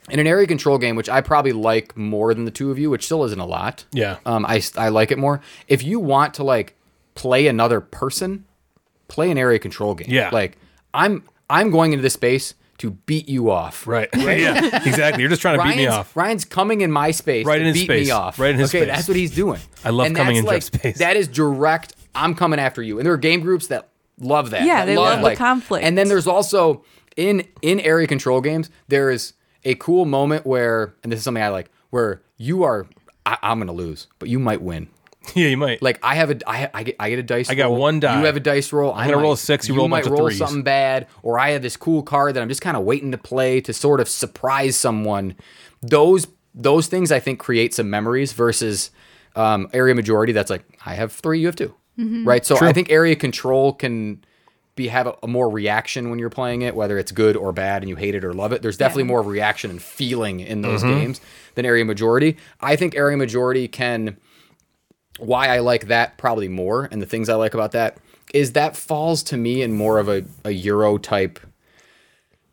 in an area control game, which I probably like more than the two of you, which still isn't a lot. Yeah. Um, I, I like it more. If you want to like play another person, play an area control game. Yeah. Like I'm I'm going into this space to beat you off. Right. yeah. Exactly. You're just trying to Ryan's, beat me off. Ryan's coming in my space Right to in his beat space. me off. Right in his okay, space. that's what he's doing. I love and coming that's in like, Jeff's space. That is direct. I'm coming after you. And there are game groups that love that. Yeah, that they love the conflict. And then there's also in in area control games, there is a cool moment where, and this is something I like, where you are, I, I'm gonna lose, but you might win. Yeah, you might. Like I have a, I, I get, I get a dice. got roll, one die. You have a dice roll. I'm gonna roll a six, you roll a might bunch of roll threes. something bad, or I have this cool card that I'm just kind of waiting to play to sort of surprise someone. Those those things I think create some memories versus um, area majority that's like I have three, you have 2 right? So I think area control can be have a, a more reaction when you're playing it, whether it's good or bad, and you hate it or love it. There's definitely more reaction and feeling in those Mm-hmm. games than area majority. I think area majority can why I like that probably more and the things I like about that is that falls to me in more of a, a Euro type.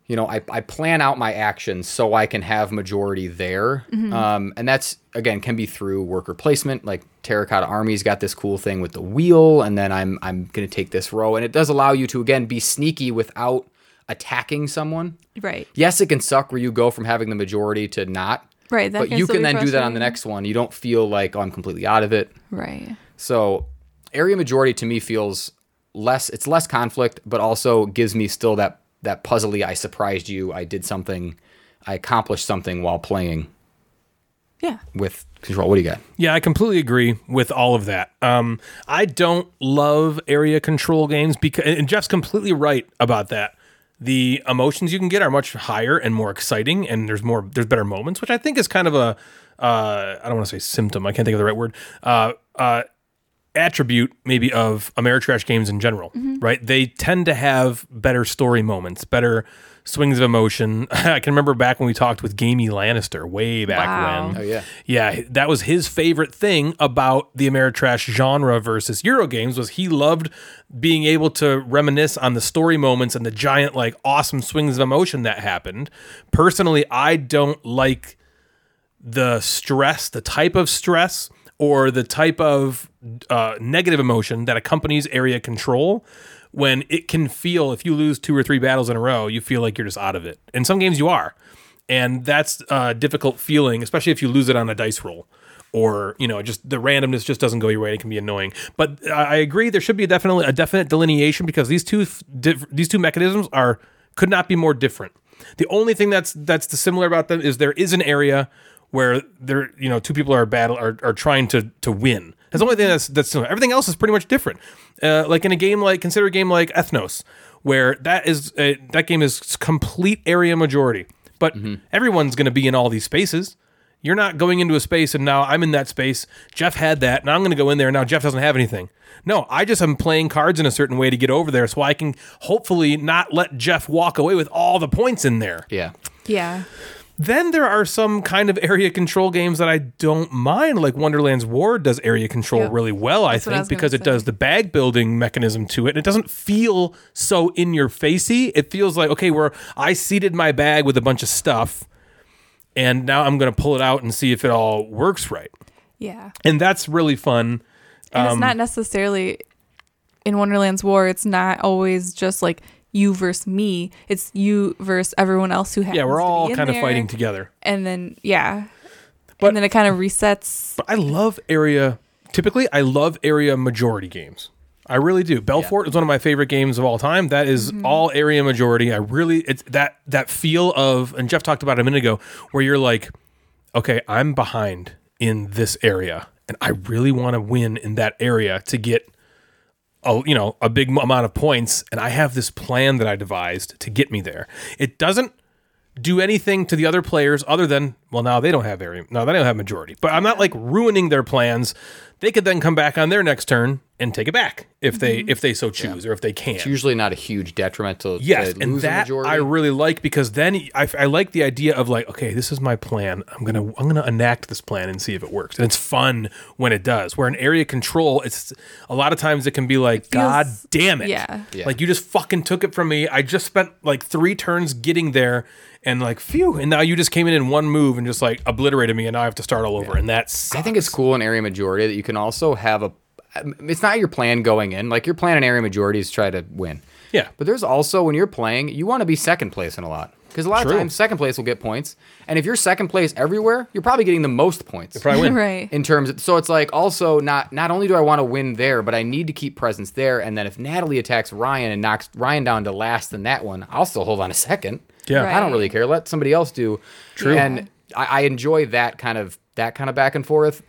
You know, I, I plan out my actions so I can have majority there. Mm-hmm. Um, and that's, again, can be through worker placement. Like Terracotta Army's got this cool thing with the wheel, and then I'm, I'm going to take this row. And it does allow you to, again, be sneaky without attacking someone. Right. Yes, it can suck where you go from having the majority to not. Right, that But can you still can be then do that on frustrating. the next one. You don't feel like, oh, I'm completely out of it. Right. So area majority to me feels less it's less conflict, but also gives me still that that puzzly I surprised you, I did something, I accomplished something while playing Yeah. with control. What do you got? Yeah, I completely agree with all of that. Um, I don't love area control games because, and Jeff's completely right about that. The emotions you can get are much higher and more exciting, and there's more, there's better moments, which I think is kind of a, uh, I don't want to say symptom, I can't think of the right word, uh, uh, attribute maybe of Ameritrash games in general, right? They tend to have better story moments, better swings of emotion. I can remember back when we talked with Gamey Lannister way back Wow. when. Oh, yeah. Yeah, that was his favorite thing about the Ameritrash genre versus Euro games was he loved being able to reminisce on the story moments and the giant like awesome swings of emotion that happened. Personally, I don't like the stress, the type of stress, or the type of uh, negative emotion that accompanies area control when it can feel, if you lose two or three battles in a row, you feel like you're just out of it. In some games, you are. And that's a difficult feeling, especially if you lose it on a dice roll or, you know, just the randomness just doesn't go your way. and It can be annoying. But I I agree, there should be a definitely a definite delineation because these two, f- diff- these two mechanisms are could not be more different. The only thing that's that's dissimilar about them is there is an area where there you know two people are battle are, are trying to to win. That's the only thing that's that's similar. Everything else is pretty much different. Uh, like in a game like consider a game like Ethnos, where that is uh that game is complete area majority, but everyone's going to be in all these spaces. You're not going into a space and now I'm in that space. Jeff had that. Now I'm going to go in there. and Now Jeff doesn't have anything. No, I just am playing cards in a certain way to get over there so I can hopefully not let Jeff walk away with all the points in there. Yeah. Yeah. Then there are some kind of area control games that I don't mind. Like Wonderland's War does area control Yep. really well, I That's what I think, was gonna because it say. does the bag building mechanism to it. And it doesn't feel so in your facey. It feels like, okay, where I seated my bag with a bunch of stuff and now I'm going to pull it out and see if it all works right. Yeah. And that's really fun. And Um, it's not necessarily in Wonderland's War, it's not always just like you versus me. It's you versus everyone else who happens Yeah, we're all to be in kind of there. fighting together. And then yeah. But- and then it kind of resets. But I love area. Typically, I love area majority games. I really do. Belfort is one of my favorite games of all time. That is all area majority. I really it's that that feel of and Jeff talked about it a minute ago where you're like, okay, I'm behind in this area and I really want to win in that area to get a you know a big m- amount of points and I have this plan that I devised to get me there. It doesn't do anything to the other players other than well now they don't have area now they don't have majority but i'm not like ruining their plans they could then come back on their next turn and take it back if they if they so choose or if they can Usually not a huge detrimental yes to and lose a that majority. i really like because then I, I like the idea of like okay this is my plan i'm gonna i'm gonna enact this plan and see if it works and it's fun when it does where in area control it's a lot of times it can be like feels- god damn it yeah. Yeah. like you just fucking took it from me i just spent like three turns getting there and like phew and now you just came in in one move and just like obliterated me and now i have to start all over and that's I think it's cool in area majority that you can also have a. It's not your plan going in. Like your plan in area majority is try to win. Yeah. But there's also when you're playing, you want to be second place in a lot because a lot True. of times second place will get points, and if you're second place everywhere, you're probably getting the most points. probably win right. in terms of, so it's like also not not only do I want to win there, but I need to keep presence there. And then if Natalie attacks Ryan and knocks Ryan down to last in that one, I'll still hold on a second. Yeah. I don't Right. really care. Let somebody else do. True. And I, I enjoy that kind of that kind of back and forth.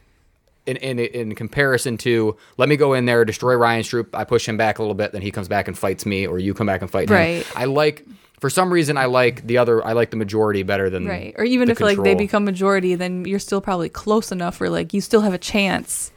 In, in, in comparison to let me go in there destroy Ryan's troop I push him back a little bit then he comes back and fights me or you come back and fight him Right. I like For some reason, I like the other. I like the majority better than Right. Or even the if like they control. become majority, then you're still probably close enough where like you still have a chance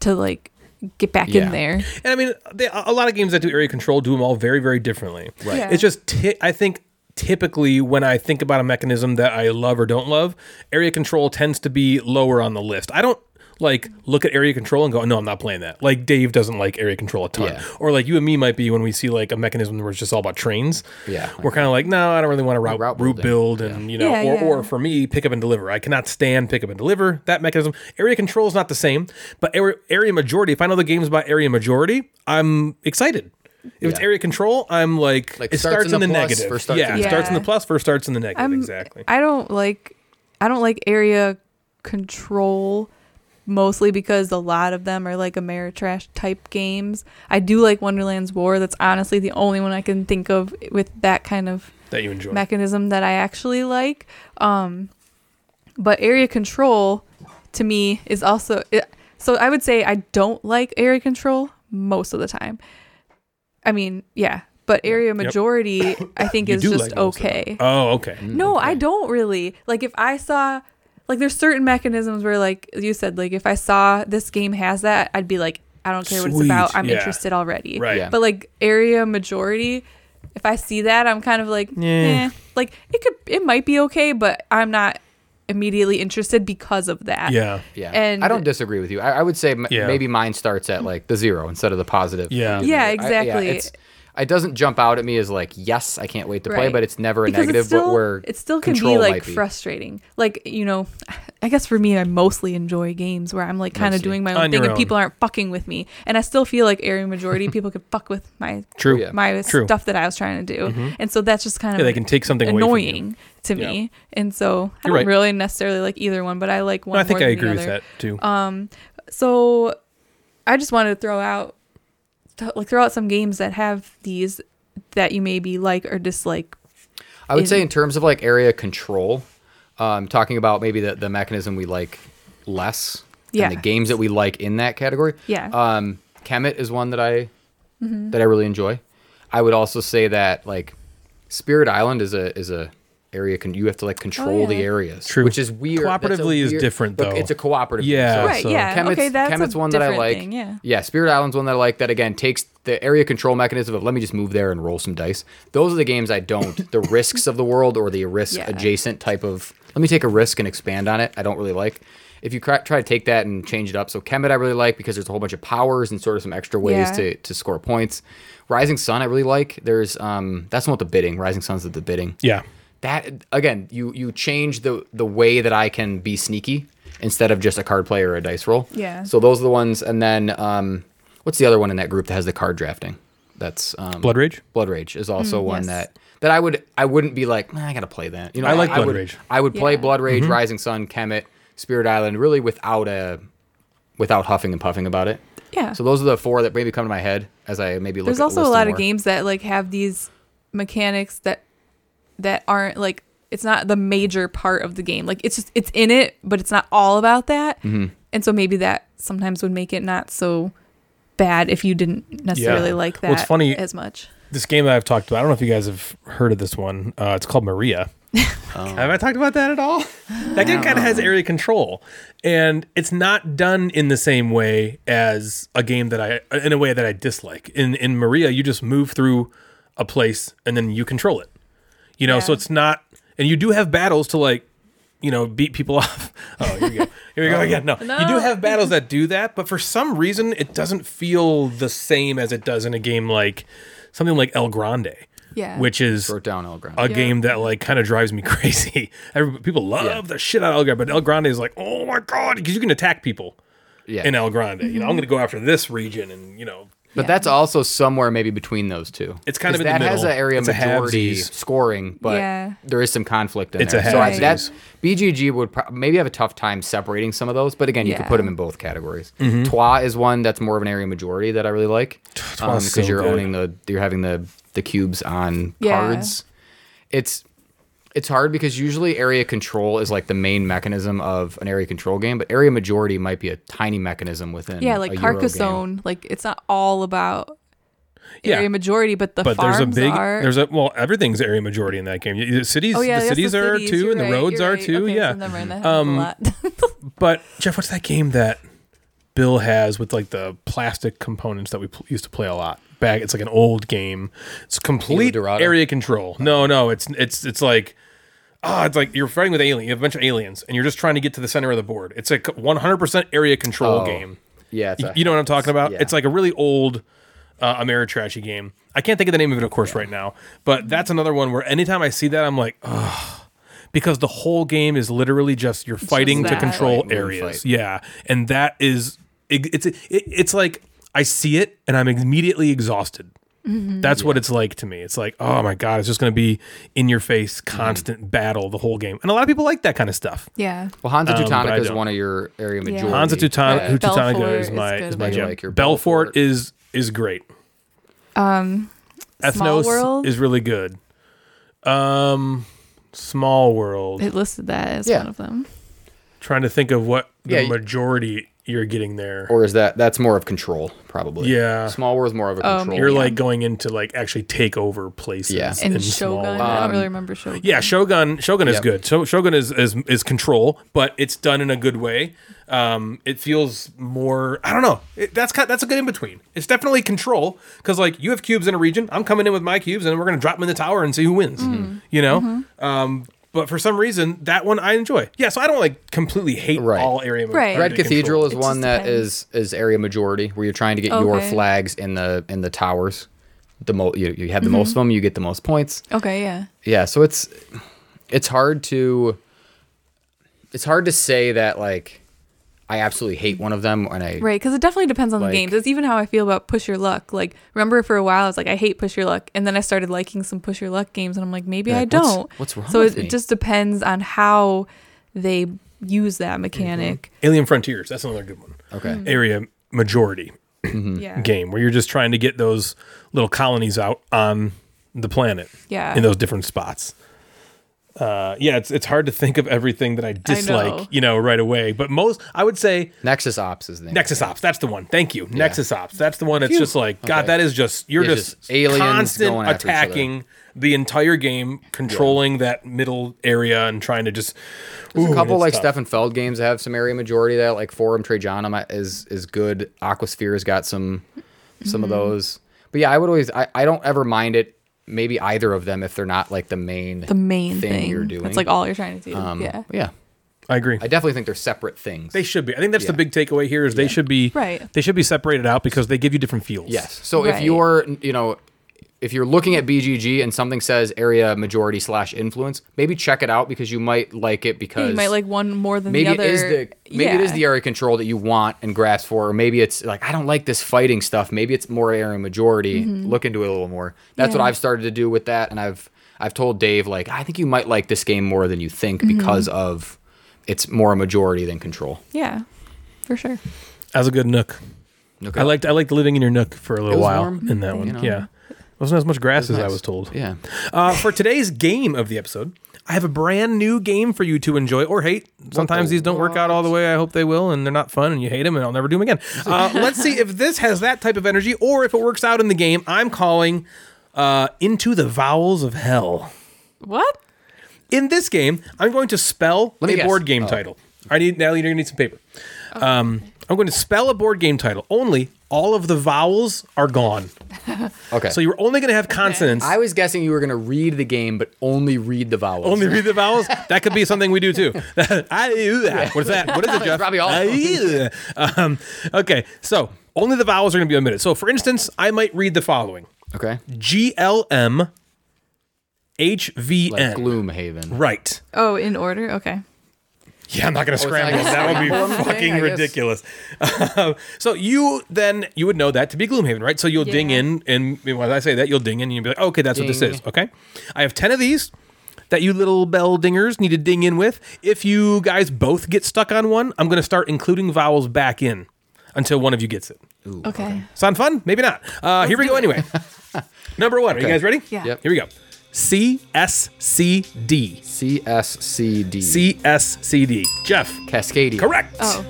to like get back Yeah. in there. And I mean, they, a lot of games that do area control do them all very, very differently. Right. Yeah. It's just, ti I think typically when I think about a mechanism that I love or don't love, area control tends to be lower on the list. I don't like look at area control and go, no, I'm not playing that. Like Dave doesn't like area control a ton. Yeah. Or like you and me might be when we see like a mechanism where it's just all about trains. Yeah. We're kind of like, no, I don't really want to route, route, Route route building. build and, you know, Yeah, or, yeah. or for me, pick up and deliver. I cannot stand pick up and deliver. That mechanism, area control is not the same, but area, area majority. If I know the game's about area majority, I'm excited. If it's Yeah. area control, I'm like, Like, it starts, in the, plus, negative. first starts yeah, in it the starts in the Yeah. plus, first starts in the negative. I'm- exactly. I don't like I don't like area control mostly because a lot of them are like Ameritrash type games. I do like Wonderland's War. That's honestly the only one I can think of with that kind of that you enjoy. mechanism that I actually like. Um, but area control to me is also it, so I would say I don't like area control most of the time. I mean, yeah, but area majority I think You is do just like most of them. okay. Oh, okay. No, I don't really. Like if I saw like there's certain mechanisms where like you said like if I saw this game has that, I'd be like I don't care what it's Sweet, about. I'm yeah. interested already. Right. Yeah. But like area majority, if I see that, I'm kind of like, Yeah. yeah. Like it could, it might be okay, but I'm not immediately interested because of that. Yeah. Yeah, And- I don't disagree with you. I, I would say m- Yeah. maybe mine starts at like the zero instead of the positive. Yeah. Yeah, I- exactly. it's- it doesn't jump out at me as like, yes, I can't wait to play, Right. but it's never a Because negative. It still, but where it still can be control like might frustrating. Like you know, I guess for me, I mostly enjoy games where I'm like kind of Mostly. doing my On own thing your and own. people aren't fucking with me. And I still feel like area majority people could fuck with my True. Yeah. my True. Mm-hmm. stuff that I was trying to do. And so that's just kind of Yeah, they can take something away from you. annoying to Yeah. me. And so I You're don't right. really necessarily like either one, but I like one. No, I think more I than the agree with other. Um, that too. So I just wanted to throw out to, like throw out some games that have these that you maybe like or dislike. I would say in- in terms of like area control, um, talking about maybe the, the mechanism we like less Yeah. and the games that we like in that category. Yeah. Mm-hmm. Um, Kemet is one that I that I really enjoy. I would also say that like Spirit Island is a is a area can you have to like control the yeah. areas, True. which is weird. That's a Cooperatively is weird- different, but though. It's a cooperative. game, Yeah, so- Right, so- yeah, Kemet's, Kemet's a one that I different like. thing, yeah. Spirit Island's one that I like. That again takes the area control mechanism of let me just move there and roll some dice. Those are the games I don't. the risks of the world or the risk Yeah. adjacent type of let me take a risk and expand on it. I don't really like. If you cra- try to take that and change it up, so Kemet I really like because there's a whole bunch of powers and sort of some extra ways Yeah. to, to score points. Rising Sun I really like. There's um that's not the bidding. Rising Sun's the bidding yeah. that again you you change the the way that i can be sneaky instead of just a card play or a dice roll Yeah. so those are the ones and then um what's the other one in that group that has the card drafting that's um Blood Rage? blood rage is also one Mm, yes. that that i would i wouldn't be like "Nah, i gotta play that you know I like Blood would, Rage. Mm-hmm. i would play Yeah. blood rage rising sun kemet spirit island really without a without huffing and puffing about it Yeah. so those are the four that maybe come to my head as i maybe look There's at also a list lot them of more. games that like have these mechanics that that aren't like it's not the major part of the game. Like it's just it's in it, but it's not all about that. Mm-hmm. And so maybe that sometimes would make it not so bad if you didn't necessarily like that Well, it's funny- as much. This game that I've talked about, I don't know if you guys have heard of this one. Uh, it's called Maria. Oh. Have I talked about that at all? That game kind of has area control, and it's not done in the same way as a game that I, in a way that I dislike. In in Maria, you just move through a place and then you control it. You know, so Yeah. it's not, and you do have battles to like, you know, beat people off. Oh, here we go, here we go again. No. you do No. have battles that do that, but for some reason, it doesn't feel the same as it does in a game like something like El Grande. Yeah. Which is wrote down all ground a game that like kind of drives me crazy. Every, people love the shit out of El Grande, but El Grande is like, oh my god, because you can attack people yeah in El Grande. You know, I'm going to go after this region, and you know, But that's also somewhere maybe between those two. It's kind of 'Cause in the that has middle. an area It's a majority halvesies. scoring, but Yeah. there is some conflict in It's there. a so I- halvesies. that's BGG would pro- maybe have a tough time separating some of those. But again, you could Yeah. put them in both categories. Trois is one that's more of an area majority that I really like because Trois Mm-hmm. is so you're good. owning the you're having the the cubes on Yeah. cards. It's it's hard because usually area control is like the main mechanism of an area control game, but area majority might be a tiny mechanism within. Yeah, a like Euro game. Carcassonne, like it's not all about Yeah. area majority, but the But farms there's a big, are. there's a well, everything's area majority in that game. You- The cities, oh yeah, I the guess cities are cities, too, you're and the right, roads you're are right. too. Okay, yeah, so never mind, that Um, happens a lot. But Jeff, what's that game that Bill has with like the plastic components that we pl- used to play a lot back? It's like an old game. It's complete Dorado? area control. No, no, it's it's it's like ah, it's like you're fighting with alien, you have a bunch of aliens, and you're just trying to get to the center of the board. It's a 100 percent area control Oh. game. Yeah, it's Y- a, you know what I'm talking about? yeah. It's like a really old uh, Ameritrashy game. I can't think of the name of it, of course, right now. But that's another one where anytime I see that, I'm like, ugh. Because the whole game is literally just you're fighting to that. control Fight, move, areas. fight. Yeah. And that is, it, it's, it, it's like I see it and I'm immediately exhausted. That's what it's like to me. It's like, oh my God, it's just going to be in your face, constant Mm-hmm. battle the whole game. And a lot of people like that kind of stuff. yeah, well, Hansa um, but I Teutonica is don't. one of your area majority. Hansa Teuton- Right. who Teutonica Belfort is is my good. is my I jam. like your Belfort, Belfort. is is great. Um, Small Ethnos World? is really good. Um, Small World. it listed that as Yeah. one of them. Trying to think of what the Yeah, y- majority you're getting there. Or is that that's more of control probably? Yeah. Small world's more of a Oh, control. you're yeah. like going into like actually take over places. Yeah. And in Small Shogun, World. Um, I don't really remember Shogun. Yeah, Shogun. Shogun is Yep. good. So Shogun is, is is control, but it's done in a good way. Um, it feels more. I don't know. It, that's kind that's a good in between. It's definitely control because like you have cubes in a region. I'm coming in with my cubes, and we're gonna drop them in the tower and see who wins. Mm-hmm. You know. Um, but for some reason, that one I enjoy. Yeah, so I don't like completely hate Right. all area. Right. area Red It Cathedral control. is It one just that depends. is is area majority where you're trying to get your Okay. flags in the in the towers. The mo- you, you have the most Mm-hmm. of them, you get the most points. Okay, yeah. yeah so it's it's hard to it's hard to say that like i absolutely hate one of them and i Right, because it definitely depends on Like- the games. It's even how I feel about Push Your Luck. Like, remember for a while, I was like, I hate Push Your Luck, and then I started liking some Push Your Luck games, and I'm like, maybe You're I like, what's- don't. what's wrong So with it, me? it just depends on how they use Mm-hmm. that mechanic. Alien Frontiers. That's another good one. okay Mm-hmm. Area majority. Yeah, game where you're just trying to get those little colonies out on the planet. Yeah. In those different spots. Uh, yeah, it's it's hard to think of everything that I dislike, know. you know, right away. But most, I would say nexus ops is the name Nexus Ops. That's the one. Thank you, Nexus Ops. That's the one. It's just like God. Okay. That is just you're It's just, just aliens constant going after each other. attacking the entire game, controlling that middle area and trying to just. There's a Ooh, couple it's like tough. Stefan Feld games that have some area majority that like Forum Trajanum is is good. Aquasphere's got some some Mm-hmm. of those. But yeah, I would always I, I don't ever mind it maybe either of them if they're not like the main the main thing, thing, you're doing. That's like all you're trying to do. um, yeah, yeah. I agree. I definitely think they're separate things. they should be. I think that's the Yeah. big takeaway here is they should be Right. They should be separated out because they give you different feels. Yes. So if Right. you're, you know, if you're looking at BGG and something says area majority slash influence, maybe check it out because you might like it because you might like one more than maybe the other. it is the maybe it is Yeah. the area control that you want and grasp for, or maybe it's like I don't like this fighting stuff. Maybe it's more area majority. Look into it a little more. That's what Mm-hmm. Yeah. I've started to do with that, and I've I've told Dave like I think you might like this game more than you think Mm-hmm. because of it's more a majority than control. Yeah, for sure. As a good nook. Okay. I liked I liked living in your nook for a little was while warm, in that one. know. Yeah. Wasn't as much grass as I nice. was told. Yeah. Uh, for today's game of the episode, I have a brand new game for you to enjoy or hate. Sometimes these don't work out all the way I hope they will, and they're not fun, and you hate them, and I'll never do them again. Uh, let's see if this has that type of energy or if it works out in the game. I'm calling uh, Into the Vowels of Hell. What? In this game, I'm going to spell Let me a guess. board game Oh. title. I need now. You're gonna need some paper. Um, I'm going to spell a board game title. Only all of the vowels are gone, Okay. so you're only going to have consonants. I was guessing you were going to read the game, but only read the vowels. only read the vowels. That could be something we do too. I do that. What's that? What is it, Jeff? Probably all- I do that. um, okay, so only the vowels are going to be omitted. So, for instance, I might read the following: okay. G L M H V Like N. Gloomhaven. Right. Oh, in order. Okay. Yeah, I'm not going to it's not scramble. gonna that would be scramble them, fucking I guess. ridiculous. Um, so you then you would know that to be Gloomhaven, right? So you'll ding Yeah. in, and when I say that, you'll ding in, and you'll be like, okay, that's what this Ding. is. Okay, I have ten of these that you little bell dingers need to ding in with. If you guys both get stuck on one, I'm going to start including vowels back in until one of you gets it. okay. Sound fun? Maybe not. Uh, here we go anyway. Number one. Are you guys ready? Yeah. Yep. Here we go. C S C D. C S C D. C S C D. Jeff. Cascadia. Correct. Oh,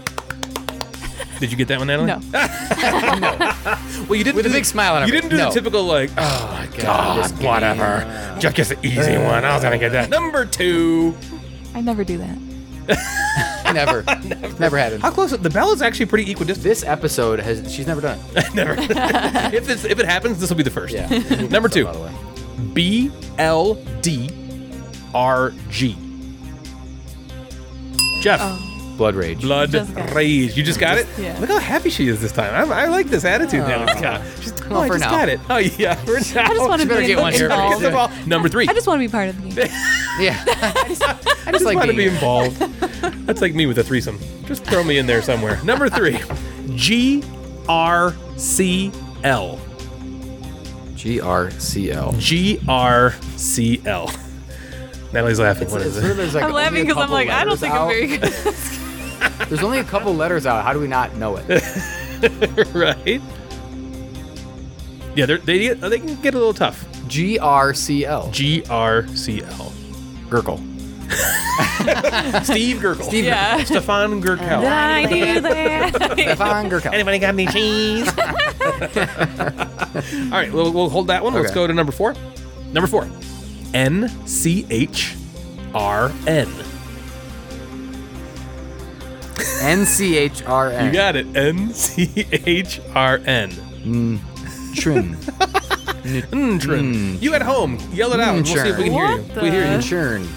Did you get that one, Natalie? Ah, No. Well, you didn't With do a the- big smile on her You face. didn't do No. the typical like, oh my god, whatever. Just gets the easy one. I was gonna get that. Number two. I never do that. Never. never. Never happened. How close? The bell is actually pretty equidistant. This episode has she's never done it. Never. if this, if it happens, this will be the first. Yeah. Number two. By the way. B L D R G. Jeff. Blood rage. Blood Oh, Just got it. rage. You just got it. Yeah. Look how happy she is this time. I, I like this attitude. now. Natalie's got. She's, oh, I for just now. got it. Oh yeah. For now. I just want to better be get one here. involved. Yeah. Number three. I just want to be part of the game. Yeah. I just, I just I just like want to being be involved. That's like me with a threesome. Just throw me in there somewhere. Number three, G R C L. G R C L. G R C L. Natalie's laughing. What is it? I'm laughing because I'm like, I don't think I'm very good. There's only a couple letters out. How do we not know it? right? Yeah, they're, they uh, they can get a little tough. G R C L. G R C L. Gurgle. Steve Gurgle. Steve Yeah. Stefan Gurkel. I do that. Stefan Gurkel. Anybody got any cheese? All right, we'll, we'll hold that one. Let's Okay. go to number four. Number four, N C H R N. N C H R N. You got it. N C H R N. Trin. Trim. You at home? Yell it out. and We'll see if we can hear you. What We hear the- you, Churn.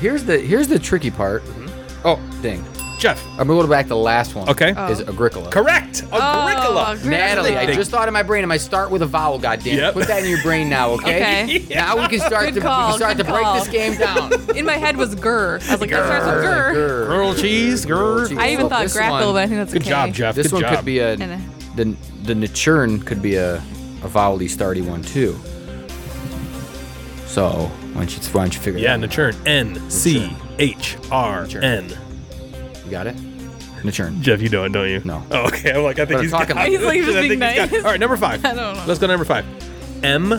Here's the here's the tricky part. Mm-hmm. Oh, dang. Jeff. I'm going to back to the last one. Okay. Oh. Is Agricola. Correct. Agricola. Agricola. Natalie, I Agricola. just thought in my brain, I might start with a vowel, goddamn. Yep. Put that in your brain now, okay? Okay. Now we can start Good to we call, can start good to break call. this game down. In my head was grr. I was like, that starts with grr. Grr. Girl cheese. Girl. cheese. I even Well, thought this grapple, one- but I think that's Good okay. job, Jeff. This Good one job. could be a And a- the the Nichern could be a a vowel-y starty one too. So why don't you why don't you figure yeah, that Nachurn. N C H R N. out? You got it? Nichern. Jeff, you know it, don't you? No. Oh, okay. I'm like, I think But I'm he's got talking it. like- He's like just I think being he's got it. nice. All right, number five. I don't know. Let's go to number five. M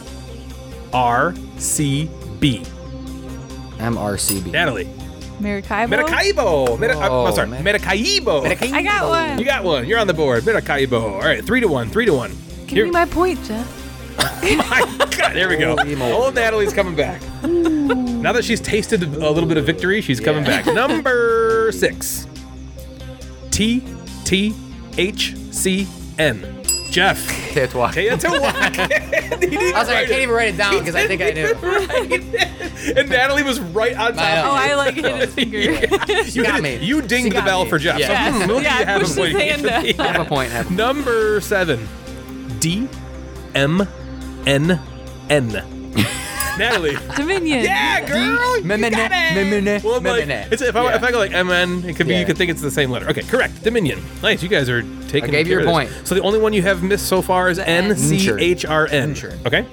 R C B. M R C B. Natalie. Maracaibo. Maracaibo. Medi- Oh, I'm sorry. man. Maracaibo. I got one. You got one. You're on the board. Maracaibo. All right, three to one. Three to one. Give Here- me my point, Jeff. My God, there we go. Holy moly. Old Natalie's coming back. now that she's tasted a little bit of victory, she's coming back. Number six. T T H C N. Jeff. Teotihuacan. Teotihuacan. He didn't I was like, I write can't it. even write it down because I think I knew. and Natalie was right on I Oh, know. top. I like hit his finger. you got hit- me. You dinged Oh, the She got bell me. for Jeff. so, Yeah. hmm, we'll need Yeah, to have I him pushed his wait. hand up. Have a point. Have a point. Number seven, D M N N. Natalie. Dominion. Yeah, girl. you Memene, got it. memene, Well, I'm like, memene. it's, if, I, Yeah. if I go like MN, it could be Yeah. you could think it's the same letter. Okay, correct. Dominion. Nice. You guys are taking. I gave care you a of this. So the only one you have missed so far is N C H R N. Sure. Okay.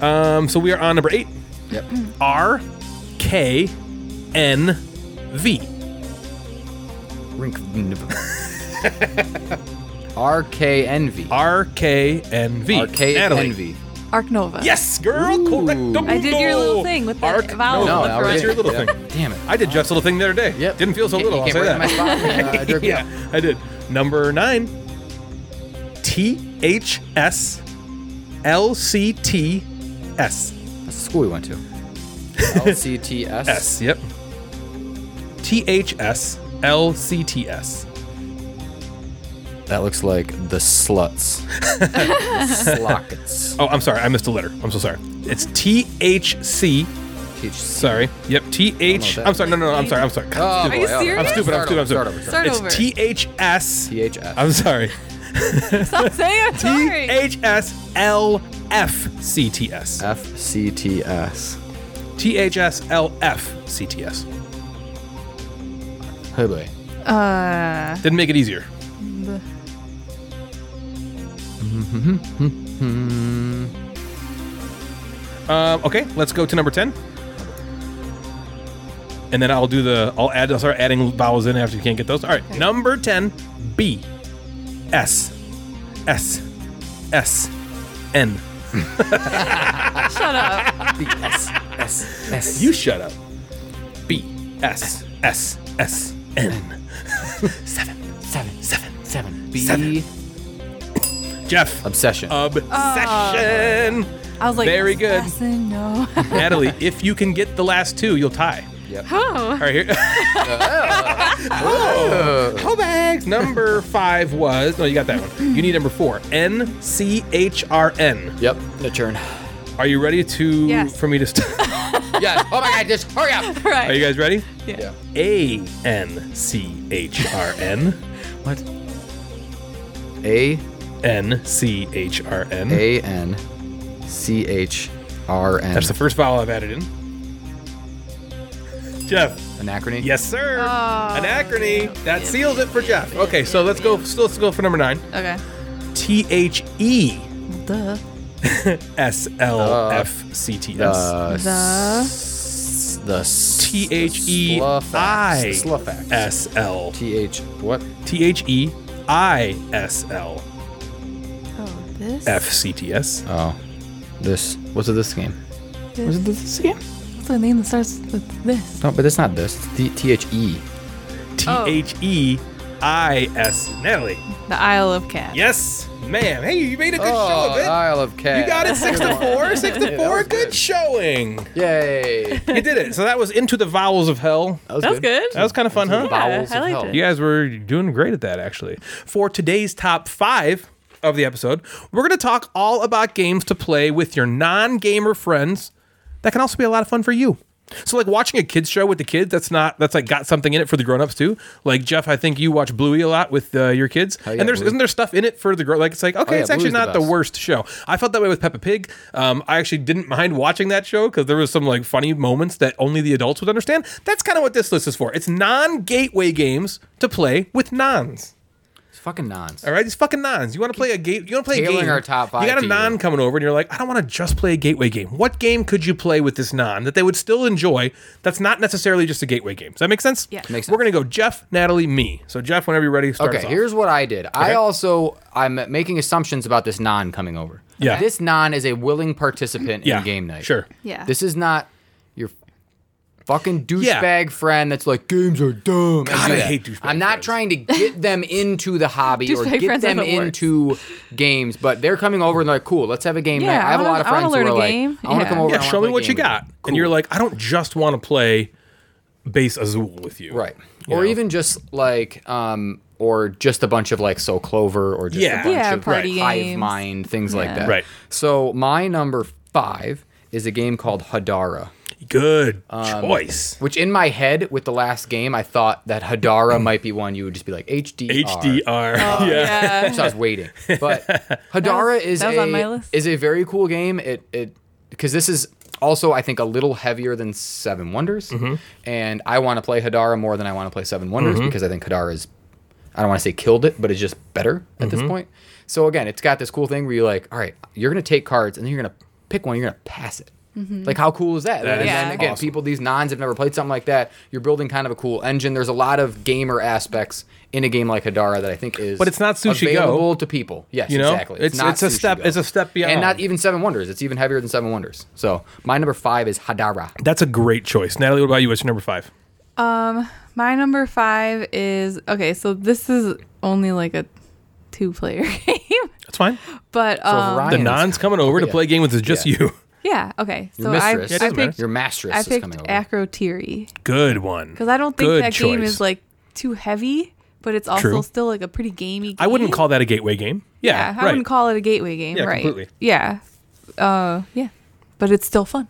Um. So we are on number eight. Yep. R K N V. Rink. R K N V. R K N V. R K Natalie. N V. Arknova. Yes, girl. Correct. I did your little thing with the Arc- vowel. No, with I the- already That's your did. little Yep. thing. Oh, Damn it. I did Jeff's little thing the other day. Yep. Didn't feel so You little. I'll can't say work in that. my spot and, uh, jerk me yeah, off. I did. Number nine, T H S L C T S That's the school we went to. L C T S. S. Yep. T H S L C T S. That looks like the sluts. Slockets. Oh, I'm sorry. I missed a letter. I'm so sorry. It's T H C. Teach. Sorry. Yep. T H. that- I'm sorry. No, no, no. I'm sorry. I'm sorry. you Oh, boy, all right. serious? I'm stupid. I'm Start stupid. I'm over, start stupid. over, start Start It's over. T H S. THS. I'm sorry. Stop saying I'm T sorry. H S L F C T S. F C T S. T H S L F C T S. Hey boy. Uh, Didn't make it easier. Um, okay, let's go to number ten. And then I'll do the. I'll add. I'll start adding vowels in after you can't get those. All right, number ten. B, S, S, S, N. shut up. S S S. You shut up. B S S S N. seven, seven, seven, be Jeff. obsession. Obsession. I was like, Very good. "Assassin, no. Natalie, if you can get the last two, you'll tie. oh, All right, here. oh. Ho bags. Number five was. No, you got that one. You need number four. N C H R N. yep, the churn. Are you ready to Yes. for me to? St- yes. Oh my god, just hurry up. right. Are you guys ready? Yeah. A N C H R N. What? A N C H R N. A N C H R N. That's the first vowel I've added in. Jeff. anachrony. Yes, sir. Anachrony. That seals it for Jeff. Okay, so let's go. So let's go for number nine. okay. T H E Duh. S L F C T S. Uh, The s- the s- T H E I Slufax. Slufax. S L. T H what? T H E I S L oh this F C T S. Oh, this. What's it? This game? this, this game? what's the name that starts with this? No, but it's not this. It's T H E. T H E I S. Natalie. The Isle of Cats. Yes, ma'am. Hey, you made a good show of it. Oh, Isle of Cats. you got it six to four, six to four. Good showing. Yay. You did it. So that was into the vowels of hell. That was good. That was kind of fun, huh? Yeah, Bowels I of liked hell. it. You guys were doing great at that, actually. For today's top five of the episode, we're going to talk all about games to play with your non gamer friends that can also be a lot of fun for you. So, like watching a kids show with the kids, that's not that's like got something in it for the grown ups too. Like Jeff, I think you watch Bluey a lot with uh, your kids, yeah, and there's Bluey. isn't there stuff in it for the grown? Like it's like okay, yeah, it's actually Bluey's the not the, best. worst show. I felt that way with Peppa Pig. Um, I actually didn't mind watching that show because there was some like funny moments that only the adults would understand. That's kind of what this list is for. It's non-gateway games to play with nons. It's fucking nonsense. All right, these fucking nons. You want to play a gate? You want to play a Tailoring game? our top you five got to a you. non coming over, and you're like, I don't want to just play a gateway game. What game could you play with this non that they would still enjoy? That's not necessarily just a gateway game. Does that make sense? Yeah. Makes We're gonna go Jeff, Natalie, me. So Jeff, whenever you're ready, start us Okay, off. here's what I did. I also I'm making assumptions about this non coming over. Yeah. This non is a willing participant yeah in game night. Sure. Yeah. This is not your fucking douchebag Yeah. friend that's like games are dumb. God, do I that. hate douchebag I'm not friends. trying to get them into the hobby or Douchebag get friends are them the worst. into games, but they're coming over and they're like, "Cool, let's have a game Yeah, night." I I have a lot wanna- of I wanna friends learn who a are like, game. "I want to Yeah. come over." Yeah, and I wanna show me play a what you game with got. And you're like, I don't just want to play base Azul with you. Right. You or know? even just like, um, or just a bunch of like So Clover or just Yeah. a bunch Yeah, of party hive games. mind, things like Yeah. that. Right. So my number five is a game called Hadara, Good choice. which in my head with the last game, I thought that Hadara might be one you would just be like, HDR. HDR. yeah. yeah. So I was waiting. But Hadara was- is that was a on my list. is a very cool game. It it because this is also I think a little heavier than Seven Wonders, Mm-hmm. and I want to play Hadara more than I want to play Seven Wonders because I think Hadara is I don't want to say killed it, but it's just better at Mm-hmm. this point. So again, it's got this cool thing where you're like, all right, you're gonna take cards and then you're gonna pick one, you're gonna pass it. Mm-hmm. Like how cool is that? That and is then Yeah. again, awesome. people these nons have never played something like that. You're building kind of a cool engine. There's a lot of gamer aspects in a game like Hadara that I think is But it's not Sushi Go. available to people. Yes, You know? exactly. It's- it's a sushi step- it's a step beyond. and not even Seven Wonders. It's even heavier than Seven Wonders. So my number five is Hadara. That's a great choice. Natalie, what about you? What's your number five? My number five is okay. So this is only like a two-player game, That's fine. but um, Ryan- The Ryan's non's coming over to play a game with is just you. yeah. Okay. So Your I, mistress, I picked your mastress I is coming picked over. Acro Theory Good one. because I don't think Good that game choice. is like too heavy, but it's also True. still like a pretty gamey. game. I wouldn't call that a gateway game. Yeah, Yeah, I right. wouldn't call it a gateway game. Yeah, right. completely. Yeah. Uh, yeah. But it's still fun.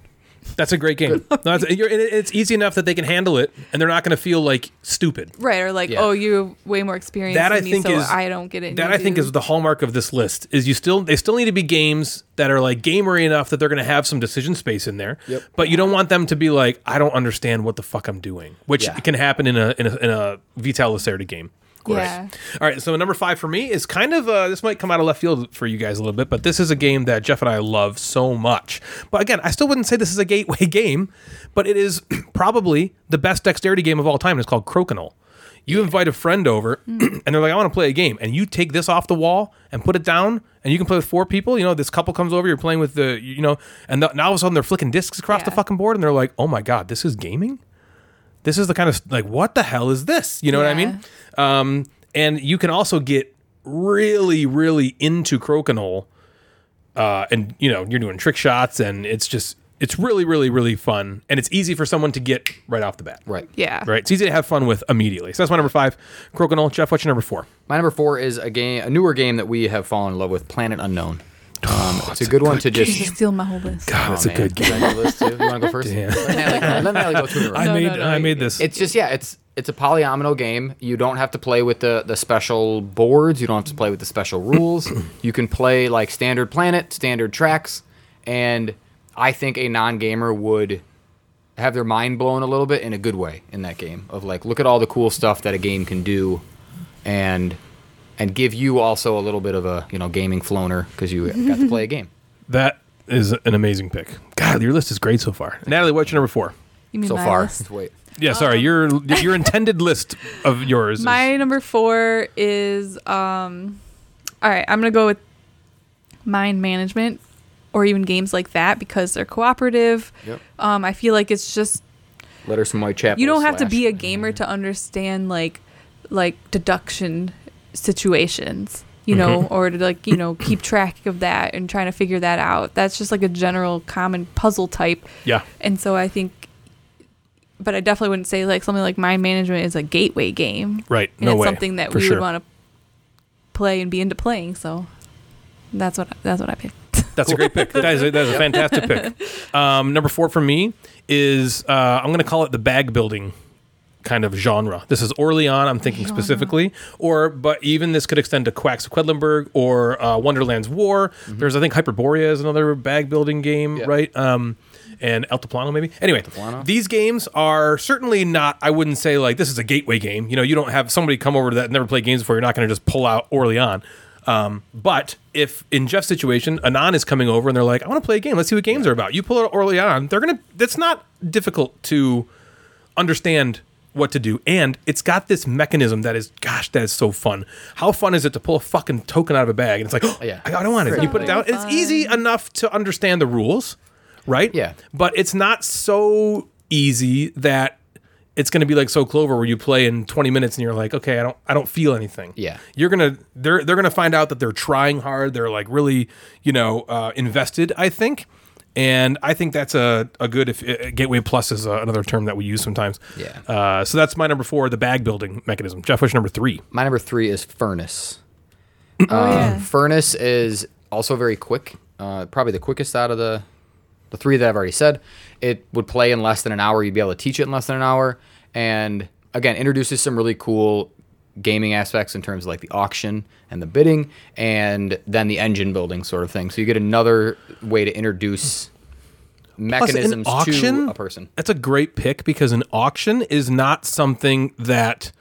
that's a great game. No, that's, you're, and it- it's easy enough that they can handle it, and they're not going to feel like stupid. Right. Or like, Yeah. oh, you have way more experience That than I me, think so is I don't get it. and That you I think do. is the hallmark of this list is you still they still need to be games that are like gamery enough that they're going to have some decision space in there. Yep. But you don't want them to be like I don't understand what the fuck I'm doing, which Yeah. can happen in a in a, in a Vital Lacerda game. Yeah. All right, so number five for me is kind of uh, this might come out of left field for you guys a little bit, but this is a game that Jeff and I love so much. But again, I still wouldn't say this is a gateway game, but it is probably the best dexterity game of all time. It's called Crokinole. You invite a friend over, and they're like, "I want to play a game," and you take this off the wall and put it down, and you can play with four people. You know, this couple comes over, you're playing with the, you know, and the, now all of a sudden they're flicking discs across the Yeah. fucking board, and they're like, "Oh my god, this is gaming." this is the kind of like what the hell is this you know what i Yeah. mean um and you can also get really, really into Crokinole, uh, and you know you're doing trick shots, and it's just it's really, really, really fun, and it's easy for someone to get right off the bat. Right. Yeah. Right. It's easy to have fun with immediately. So that's my number five, Crokinole. Jeff, what's your number four? My number four is a game, a newer game that we have fallen in love with, Planet Unknown. Um, Oh, it's a good one to You just. steal my whole list. God, that's Oh, Man, Can I go list too? You want to go first? Let Natalie go- let Natalie go two in a row. I made no, no, I made this. It's just yeah, it's it's a polyomino game. You don't have to play with the the special boards. You don't have to play with the special rules. you can play like standard planet, standard tracks, and I think a non-gamer would have their mind blown a little bit in a good way in that game of like look at all the cool stuff that a game can do and and give you also a little bit of a you know gaming floner because you got to play a game that is an amazing pick. God, your list is great so far. Natalie, what's your number four? You mean so my far list? wait Yeah, sorry, your your intended list of yours. is- Um, My number four is um all right, I'm gonna go with mind management or even games like that because they're cooperative. Yep. Um, I feel like it's just let her some white chapel you don't have to slash. be a gamer to understand like like deduction situations you know Mm-hmm. or to like you know keep track of that and trying to figure that out that's just like a general common puzzle type yeah. and so i think but i definitely wouldn't say like something like mind management is a gateway game Right. and no it's way. something that for we sure. would want to play and be into playing so that's what that's what i picked That's a great pick. That is a, that is a fantastic pick. Um, number four for me is uh, I'm going to call it the bag building kind of genre. This is Orlean, I'm thinking specifically, or but even this could extend to Quacks of Quedlinburg or uh, Wonderland's War. There's I think Hyperborea is another bag building game, Yeah. right? Um, and Altiplano maybe. Anyway, Altiplano. these games are certainly not. I wouldn't say like this is a gateway game. You know, you don't have somebody come over that never played games before. You're not going to just pull out Orlean. Um, but if in Jeff's situation, Anon is coming over and they're like, "I want to play a game. Let's see what games are about." You pull out Orlean, they're gonna. That's not difficult to understand what to do and it's got this mechanism that is gosh that is so fun how fun is it to pull a fucking token out of a bag and it's like oh, yeah. yeah i got- I want it you put it down it's easy enough to understand the rules right Yeah. but it's not so easy that it's going to be like so clover where you play in 20 minutes and you're like okay i don't i don't feel anything Yeah. you're gonna they're they're gonna find out that they're trying hard they're like really you know uh, invested i think and i think that's a, a good if uh, gateway plus is uh, another term that we use sometimes Yeah. uh, so that's my number four the bag building mechanism jeff which number three my number three is furnace Um, oh yeah Furnace is also very quick. Uh, probably the quickest out of the the three that I've already said. It would play in less than an hour. You'd be able to teach it in less than an hour. And again, introduces some really cool gaming aspects in terms of like the auction and the bidding, and then the engine building sort of thing. So you get another way to introduce Plus, an mechanisms to a person. That's a great pick because an auction is not something that,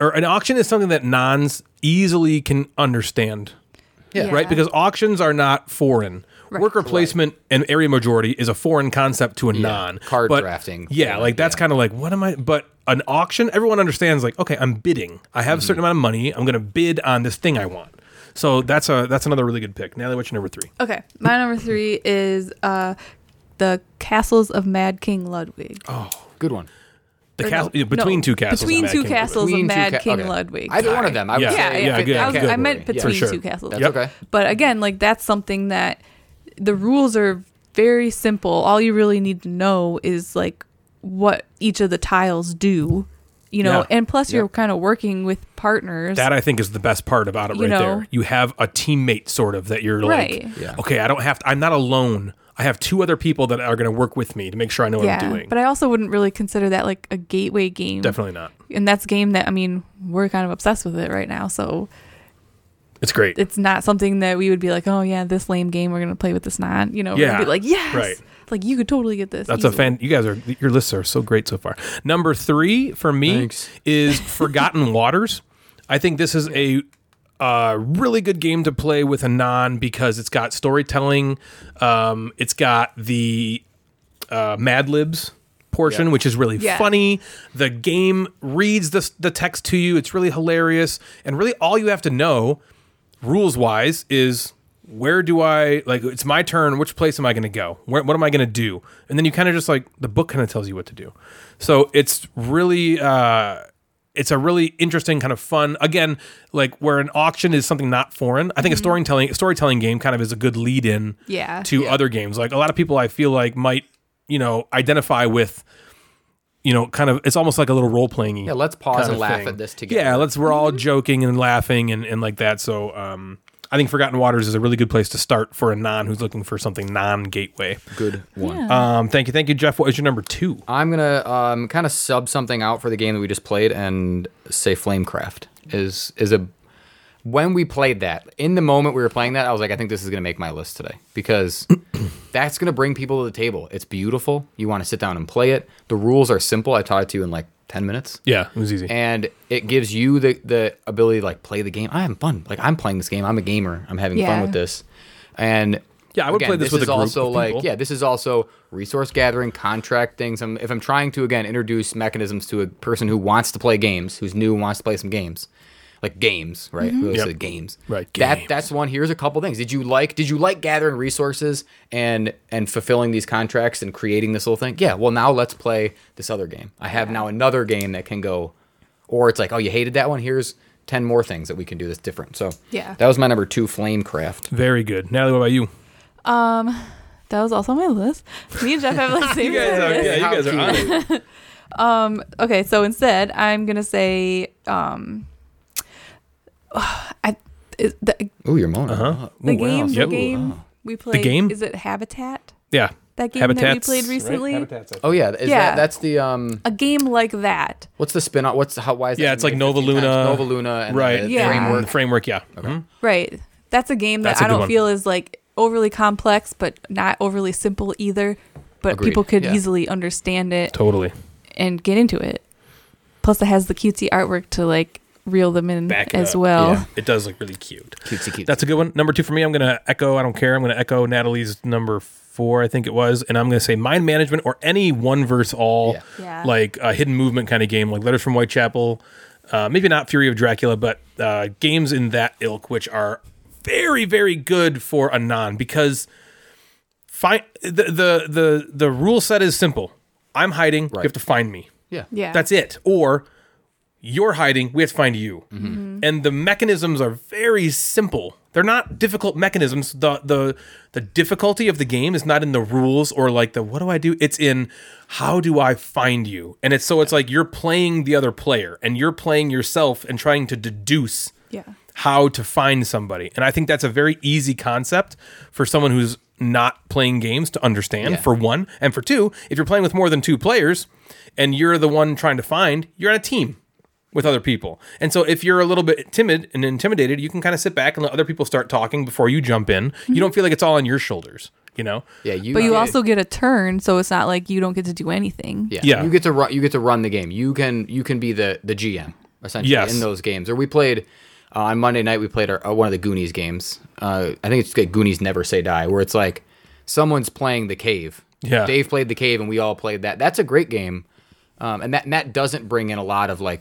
or an auction is something that nons easily can understand. Yeah. Right? Because auctions are not foreign. Worker placement and area majority is a foreign concept to a non. Card But, drafting. Yeah, like that's kind of like, what am I? But an auction, everyone understands, like, okay, I'm bidding. I have a certain Mm-hmm. amount of money. I'm going to bid on this thing I want. So that's a that's another really good pick. Natalie, what's your number three? Okay, my number three is uh, the Castles of Mad King Ludwig. good one. The Or castle no, between no, two castles. Between Mad two King. castles Between of two Mad ca- King okay. Ludwig. Either one of them, I would Yeah. yeah, say. yeah, if it- good, I, was- good. I meant Yeah, for between sure. two castles. That's Yep. okay. But again, like that's something that the rules are very simple. All you really need to know is like what each of the tiles do, you know. Yeah. And plus, you're kind of working with partners. That I think is the best part about it You right know? there. You have a teammate sort of that you're Right. like, Yeah. okay, I don't have to, I'm not alone. I have two other people that are going to work with me to make sure I know what yeah, I'm doing. but I also wouldn't really consider that like a gateway game. Definitely not. and that's a game that I mean we're kind of obsessed with it right now. So It's great. it's not something that we would be like, oh yeah, this lame game we're gonna play with this non. You know, we're gonna Yeah, be like, yes, right. like you could totally get this. That's a easily. fan. You guys are your lists are so great so far. Number three for me Thanks. is Forgotten Waters. I think this is a uh, really good game to play with a non because it's got storytelling. Um, it's got the uh, Mad Libs portion, Yeah. which is really Yeah. funny. The game reads the, the text to you. It's really hilarious. And really, all you have to know, rules wise, is where do I, like, it's my turn. Which place am I going to go? Where, what am I going to do? And then you kind of just like, the book kind of tells you what to do. So it's really, uh, it's a really interesting kind of fun again like where an auction is something not foreign i think a storytelling storytelling game kind of is a good lead in Mm-hmm. Yeah. to other games like a lot of people i feel like might you know identify with you know kind of it's almost like a little role playing Yeah, let's pause kind and of laugh thing. at this together. Yeah, let's we're Mm-hmm. all joking and laughing and, and like that. So um I think Forgotten Waters is a really good place to start for a non who's looking for something non gateway. good one. Uh, Um thank you, thank you, Jeff. What is your number two? I'm gonna um, kind of sub something out for the game that we just played and say Flamecraft is is a when we played that in the moment we were playing that I was like I think this is gonna make my list today because that's gonna bring people to the table. It's beautiful. You want to sit down and play it. The rules are simple. I taught it to you in like ten minutes. Yeah, it was easy. And it gives you the the ability to like play the game. I am fun. Like I'm playing this game. I'm a gamer. I'm having fun Yeah. with this. And Yeah, I would again, play this with is a group also of like people. yeah, this is also resource gathering, contract things. I'm, if I'm trying to again introduce mechanisms to a person who wants to play games, who's new and wants to play some games, like games, right? We always Yep. say games. Right, That games. that's one. Here's a couple things. Did you like Did you like gathering resources and and fulfilling these contracts and creating this little thing? Yeah. Well, now let's play this other game. I have now another game that can go, or it's like, oh, you hated that one. Here's ten more things that we can do that's different. So Yeah. that was my number two, Flamecraft. Very good. Natalie, what about you? Um, That was also on my list. Me and Jeff have like same list. yeah, How you guys are on cute. it. Okay, so instead, I'm gonna say, um, I is the, Ooh, you're moaning. the Ooh, wow. game, Yep. the game we played. game? is it Habitat? Yeah. That game that we Habitats, played right? recently. Oh yeah, is Yeah. That, that's the um. A game like that. What's the spin off? What's the, how? Why is that Yeah, it's like made Nova 15 times? Luna. Nova Luna, and Right. the Yeah. framework. The framework, yeah. Mhm. Right. That's a game That's a that I good don't one. feel is like overly complex, but not overly simple either. But Agreed. people could Yeah. easily understand it Totally. and get into it. Plus, it has the cutesy artwork to like reel them in Back it as up. well. Yeah. It does look really cute. Cutesy, cutesy. That's a good one. Number two for me, I'm going to echo, I don't care. I'm going to echo Natalie's number four, I think it was. And I'm going to say mind management or any one verse all, Yeah. Yeah. like a hidden movement kind of game, like Letters from Whitechapel. Uh, maybe not Fury of Dracula, but uh, games in that ilk, which are very, very good for a non because find the, the the the rule set is simple. I'm hiding. You have to find me. yeah. Yeah. That's it. Or you're hiding, we have to find you. And the mechanisms are very simple. They're not difficult mechanisms. The the the difficulty of the game is not in the rules or like the what do I do? It's in how do I find you? And it's so it's like you're playing the other player and you're playing yourself and trying to deduce Yeah. how to find somebody. And I think that's a very easy concept for someone who's not playing games to understand, for one. And for two, if you're playing with more than two players and you're the one trying to find, you're on a team with other people. And so if you're a little bit timid and intimidated, you can kind of sit back and let other people start talking before you jump in. Mm-hmm. You don't feel like it's all on your shoulders, you know? Yeah, you. But you yeah. also get a turn, so it's not like you don't get to do anything. Yeah. Yeah. You get to run. You get to run the game. You can. You can be the the GM essentially Yes. in those games. Or we played uh, on Monday night. We played our, uh, one of the Goonies games. Uh, I think it's like Goonies Never Say Die, where it's like someone's playing the cave. Yeah. Dave played the cave, and we all played that. That's a great game, um, and that and that doesn't bring in a lot of like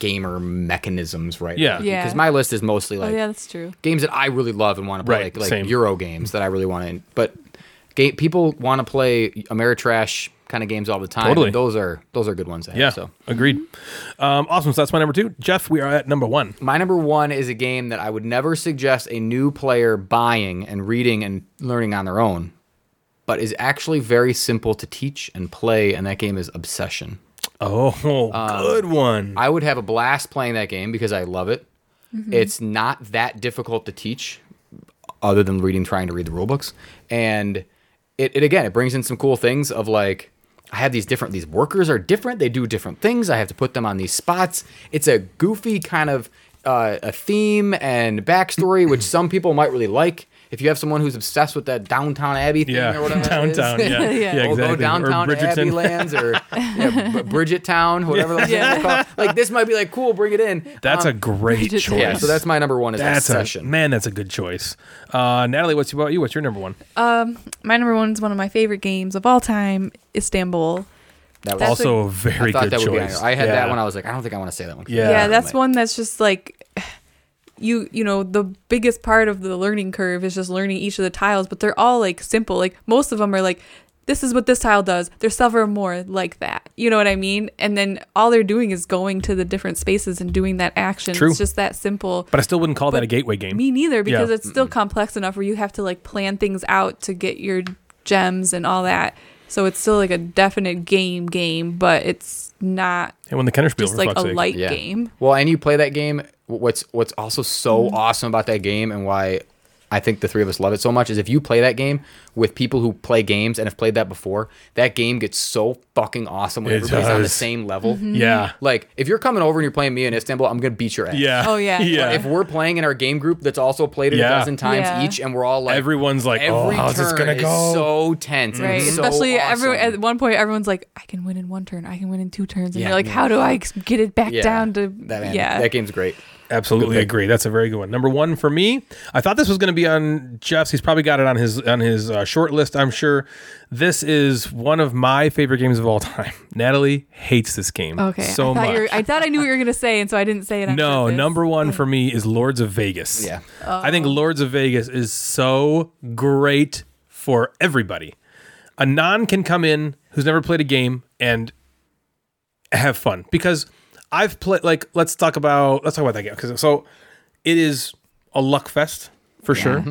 gamer mechanisms, right? Yeah. Yeah. Because my list is mostly Oh like yeah, that's true. games that I really love and want to play, Right, like, same. like Euro games that I really want to. But game, people want to play Ameritrash kind of games all the time. Totally. and those are those are good ones. To have, Yeah. So Agreed. Um, awesome. So that's my number two. Jeff, we are at number one. my number one is a game that I would never suggest a new player buying and reading and learning on their own, but is actually very simple to teach and play. And that game is Obsession. Oh, good one. um, I would have a blast playing that game because I love it. Mm-hmm. It's not that difficult to teach, other than reading, trying to read the rule books, and it, it again it brings in some cool things of like I have these different these workers are different, they do different things. I have to put them on these spots. It's a goofy kind of uh, a theme and backstory, which some people might really like. If you have someone who's obsessed with that downtown Abbey thing yeah. or whatever, that is. Downtown. Yeah. Yeah. yeah, We'll exactly. go downtown or to Bridgerton. Abbeylands or yeah, B- Bridgetown, whatever those Yeah. things are called. Like this might be like cool, bring it in. That's Um, a great Bridgerton. choice. yeah. So that's my number one is that's a obsession. man. That's a good choice. Uh, Natalie, what's about you? What's your number one? Um, My number one is one of my favorite games of all time, Istanbul. that that's also a, I very thought good that would be on choice. there. I had Yeah. that one. I was like, I don't think I want to say that one. Yeah. Yeah, that's Right. one that's just like you you know the biggest part of the learning curve is just learning each of the tiles, but they're all like simple. Like most of them are like this is what this tile does. There's several more like that. You know what I mean? And then all they're doing is going to the different spaces and doing that action. True. It's just that simple. But I still wouldn't call that a gateway game. Me neither, because Yeah. it's still complex enough where you have to like plan things out to get your gems and all that. So it's still like a definite game game, but it's not and when the Kennerspiel, just for like fuck's a sake. light Yeah. game. Mm-hmm. Mm-hmm. Well, and you play that game. What's what's also so awesome about that game, and why I think the three of us love it so much, is if you play that game with people who play games and have played that before, that game gets so fucking awesome when It everybody's on the does. same level. Mm-hmm. Yeah. Like if you're coming over and you're playing me in Istanbul, I'm gonna beat your ass. Yeah. Oh, yeah. Yeah. If we're playing in our game group that's also played it Yeah. a dozen times Yeah. each, and we're all like, Everyone's like, every oh, how's turn this gonna is go? so tense, and Right. so Especially every, awesome. at one point, everyone's like, I can win in one turn. I can win in two turns. And Yeah. you're like, how do I ex- get it back Yeah. down to. that, man, yeah. that game's great. Absolutely agree. That's a very good one. Number one for me, I thought this was going to be on Jeff's. He's probably got it on his on his uh, short list. I'm sure. This is one of my favorite games of all time. Natalie hates this game Okay. so I thought, much. You were, I thought I knew what you were going to say, and so I didn't say it. on no, purpose. number one for me is Lords of Vegas. Yeah. I think Lords of Vegas is so great for everybody. A non can come in who's never played a game and have fun because I've played. Like, let's talk about let's talk about that game because so it is a luck fest for sure.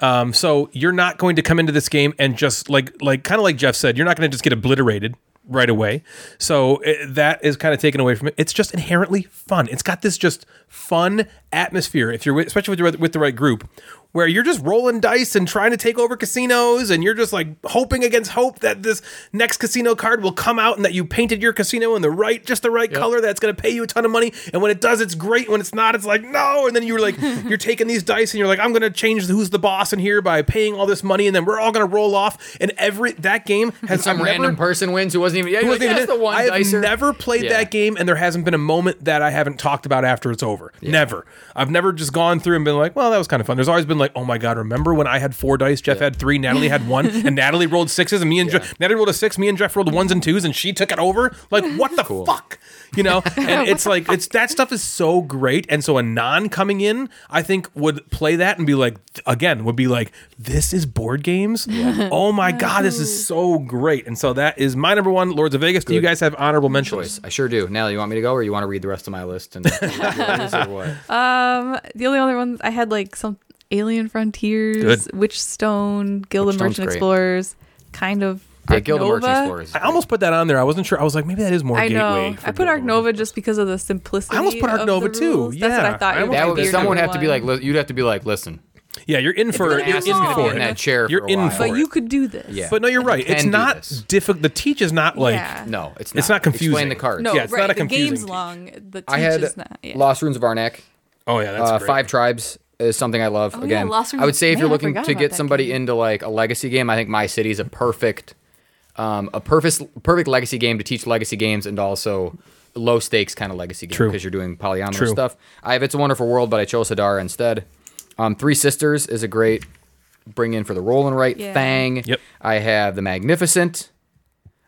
Um, so you're not going to come into this game and just like like kind of like Jeff said, you're not going to just get obliterated right away. So it, that is kind of taken away from it. It's just inherently fun. It's got this just fun atmosphere if you're with, especially with the, right- with the right group where you're just rolling dice and trying to take over casinos and you're just like hoping against hope that this next casino card will come out and that you painted your casino in the right just the right color that's going to pay you a ton of money and when it does it's great when it's not it's like no and then you're like you're taking these dice and you're like I'm going to change who's the boss in here by paying all this money and then we're all going to roll off and every that game has Some I've never- random person wins who wasn't even. Yeah, who you're like, wasn't even "That's in- the one I have dicer." never played Yeah. that game, and there hasn't been a moment that I haven't talked about after it's over. Never. I've never just gone through and been like, "Well, that was kind of fun." There's always been like, "Oh my god, remember when I had four dice? Jeff had three, Natalie had one, and Natalie rolled sixes, and me and Jeff, Natalie rolled a six, me and Jeff rolled ones and twos, and she took it over." Like, what the fuck? You know, and it's like it's that stuff is so great, and so a non coming in, I think would play that and be like, again, would be like, this is board games. Oh my god, this is so great, and so that is my number one, Lords of Vegas. Do you guys have honorable mentions? I sure do. Natalie, you want me to go, or you want to read the rest of my list? And or what? Um, the only other ones I had like some Alien Frontiers, Good. Witchstone, Guild of Witchstone's Merchant great. Explorers, kind of. Yeah, Arc Guild of Merchant Nova. Explorers. I almost put that on there. I wasn't sure. I was like, maybe that is more I gateway. know. for I put Guild Arc Wars. Nova just because of the simplicity. I almost put Arc of Nova the too. rules. That's what Yeah. I thought. I you almost That put would Be be your someone number have to be like, li- you'd have to be like, listen, Yeah, you're in for gonna you're in ask you to for be it. in that chair for you're a in while. for but it. you could do this. Yeah. But no, you're You right. It's can do not this. difficult. The teach is not like. Yeah. no, it's not. It's not confusing. Explain the cards. No, Yeah, it's right. not a the game's confusing long. The I teach had is not. Yeah. Lost Runes of Arnak. Oh yeah, that's Uh, great. Five Tribes is something I love. Oh, yeah, Again, Lost Runes- I would say if man, you're I looking forgot to about get that somebody game. into like a legacy game, I think My City's a perfect, um, a perfect, perfect legacy game to teach legacy games and also low stakes kind of legacy game True. because you're doing polyomino True. stuff. I have It's a Wonderful World, but I chose Hadara instead. Um, Three Sisters is a great bring in for the roll and write Yeah. Fang. Yep. I have The Magnificent.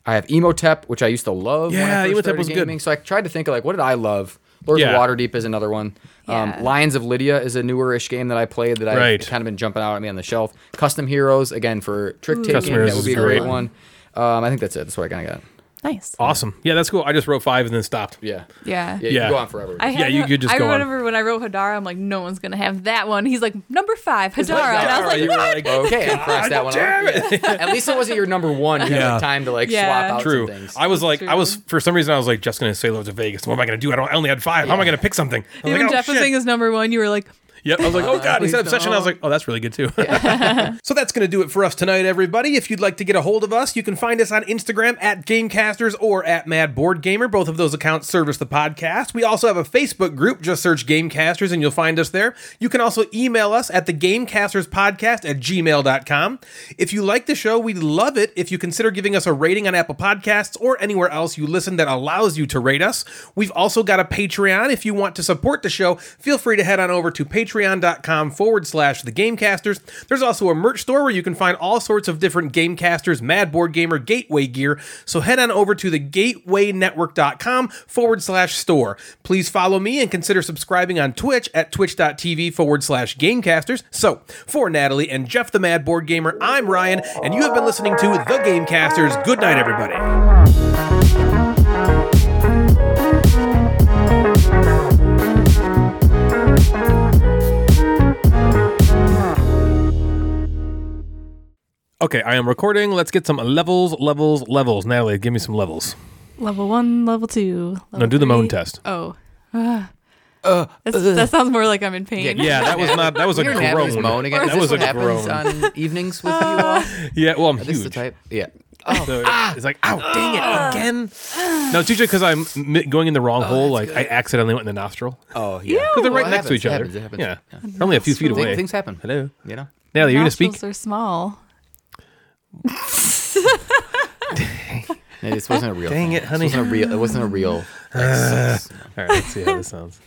I have Emotep, which I used to love. when Yeah, I first Emotep started was good. gaming. So I tried to think of like, what did I love? Lords Yeah. of Waterdeep is another one. Yeah. Um, Lions of Lydia is a newer-ish game that I played that I've Right. kind of been jumping out at me on the shelf. Custom Heroes again for trick taking Custom that Heroes would be a is great great. one. Um, I think that's it. That's what I kind of got. Nice. awesome. Yeah, that's cool. I just wrote five and then stopped. Yeah. Yeah. Yeah. You Yeah. can go on forever. with I this. had, Yeah, you could just I go on. remember when I wrote Hadara, I'm like, no one's gonna have that one. He's like, number five, Hadara, and I Hadara, was like, you were what? like, okay, I crossed that one damn off. Yeah. At least it wasn't your number one. You Yeah. had time to like Yeah. swap out True. some things. I was like, I true. was for some reason I was like just gonna say loads of Vegas. What am I gonna do? I don't. I only had five. How am I gonna pick something? I was Even like, oh, Jeff was shit. saying is number one. You were like, Yep. I was like, oh god, he please said obsession. I was don't. like, oh, that's really good too. so that's gonna do it for us tonight, everybody. If you'd like to get a hold of us, you can find us on Instagram at Gamecasters or at Mad Board Gamer. Both of those accounts service the podcast. We also have a Facebook group. Just search Gamecasters and you'll find us there. You can also email us at the Gamecasters Podcast at gmail.com. If you like the show, we'd love it if you consider giving us a rating on Apple Podcasts or anywhere else you listen that allows you to rate us. We've also got a Patreon. If you want to support the show, feel free to head on over to patreon patreon.com forward slash the Gamecasters. There's also a merch store where you can find all sorts of different Gamecasters, Mad Board Gamer, Gateway gear. So head on over to the gatewaynetwork.com forward slash store. Please follow me and consider subscribing on Twitch at twitch.tv forward slash Gamecasters. So for Natalie and Jeff the Mad Board Gamer, I'm Ryan, and you have been listening to the Gamecasters. Good night, everybody. Okay, I am recording. Let's get some levels, levels, levels. Natalie, give me some levels. Level one, level two. Level No, do the moan three. test. Oh. That's, that sounds more like I'm in pain. Uh, Yeah, that was not. That was a You're Natalie's groan. moan again. That was what a happens groan. on evenings with you all? yeah, well, I'm This is huge. the type. Ah! Yeah. So it- It's like, ow, dang it again. No, it's usually because I'm m- going in the wrong hole. Like I accidentally went in the nostril. Oh, yeah. Because they're right Well, it next to happens, each it other. happens, it happens. Yeah, Yeah. they're only a few feet Thi- away. Things happen. Hello, You know? Natalie, you're gonna Nostrils speak. are small. This wasn't a real Dang thing. it, honey. This wasn't a real. It wasn't a real. All right, let's see how this sounds.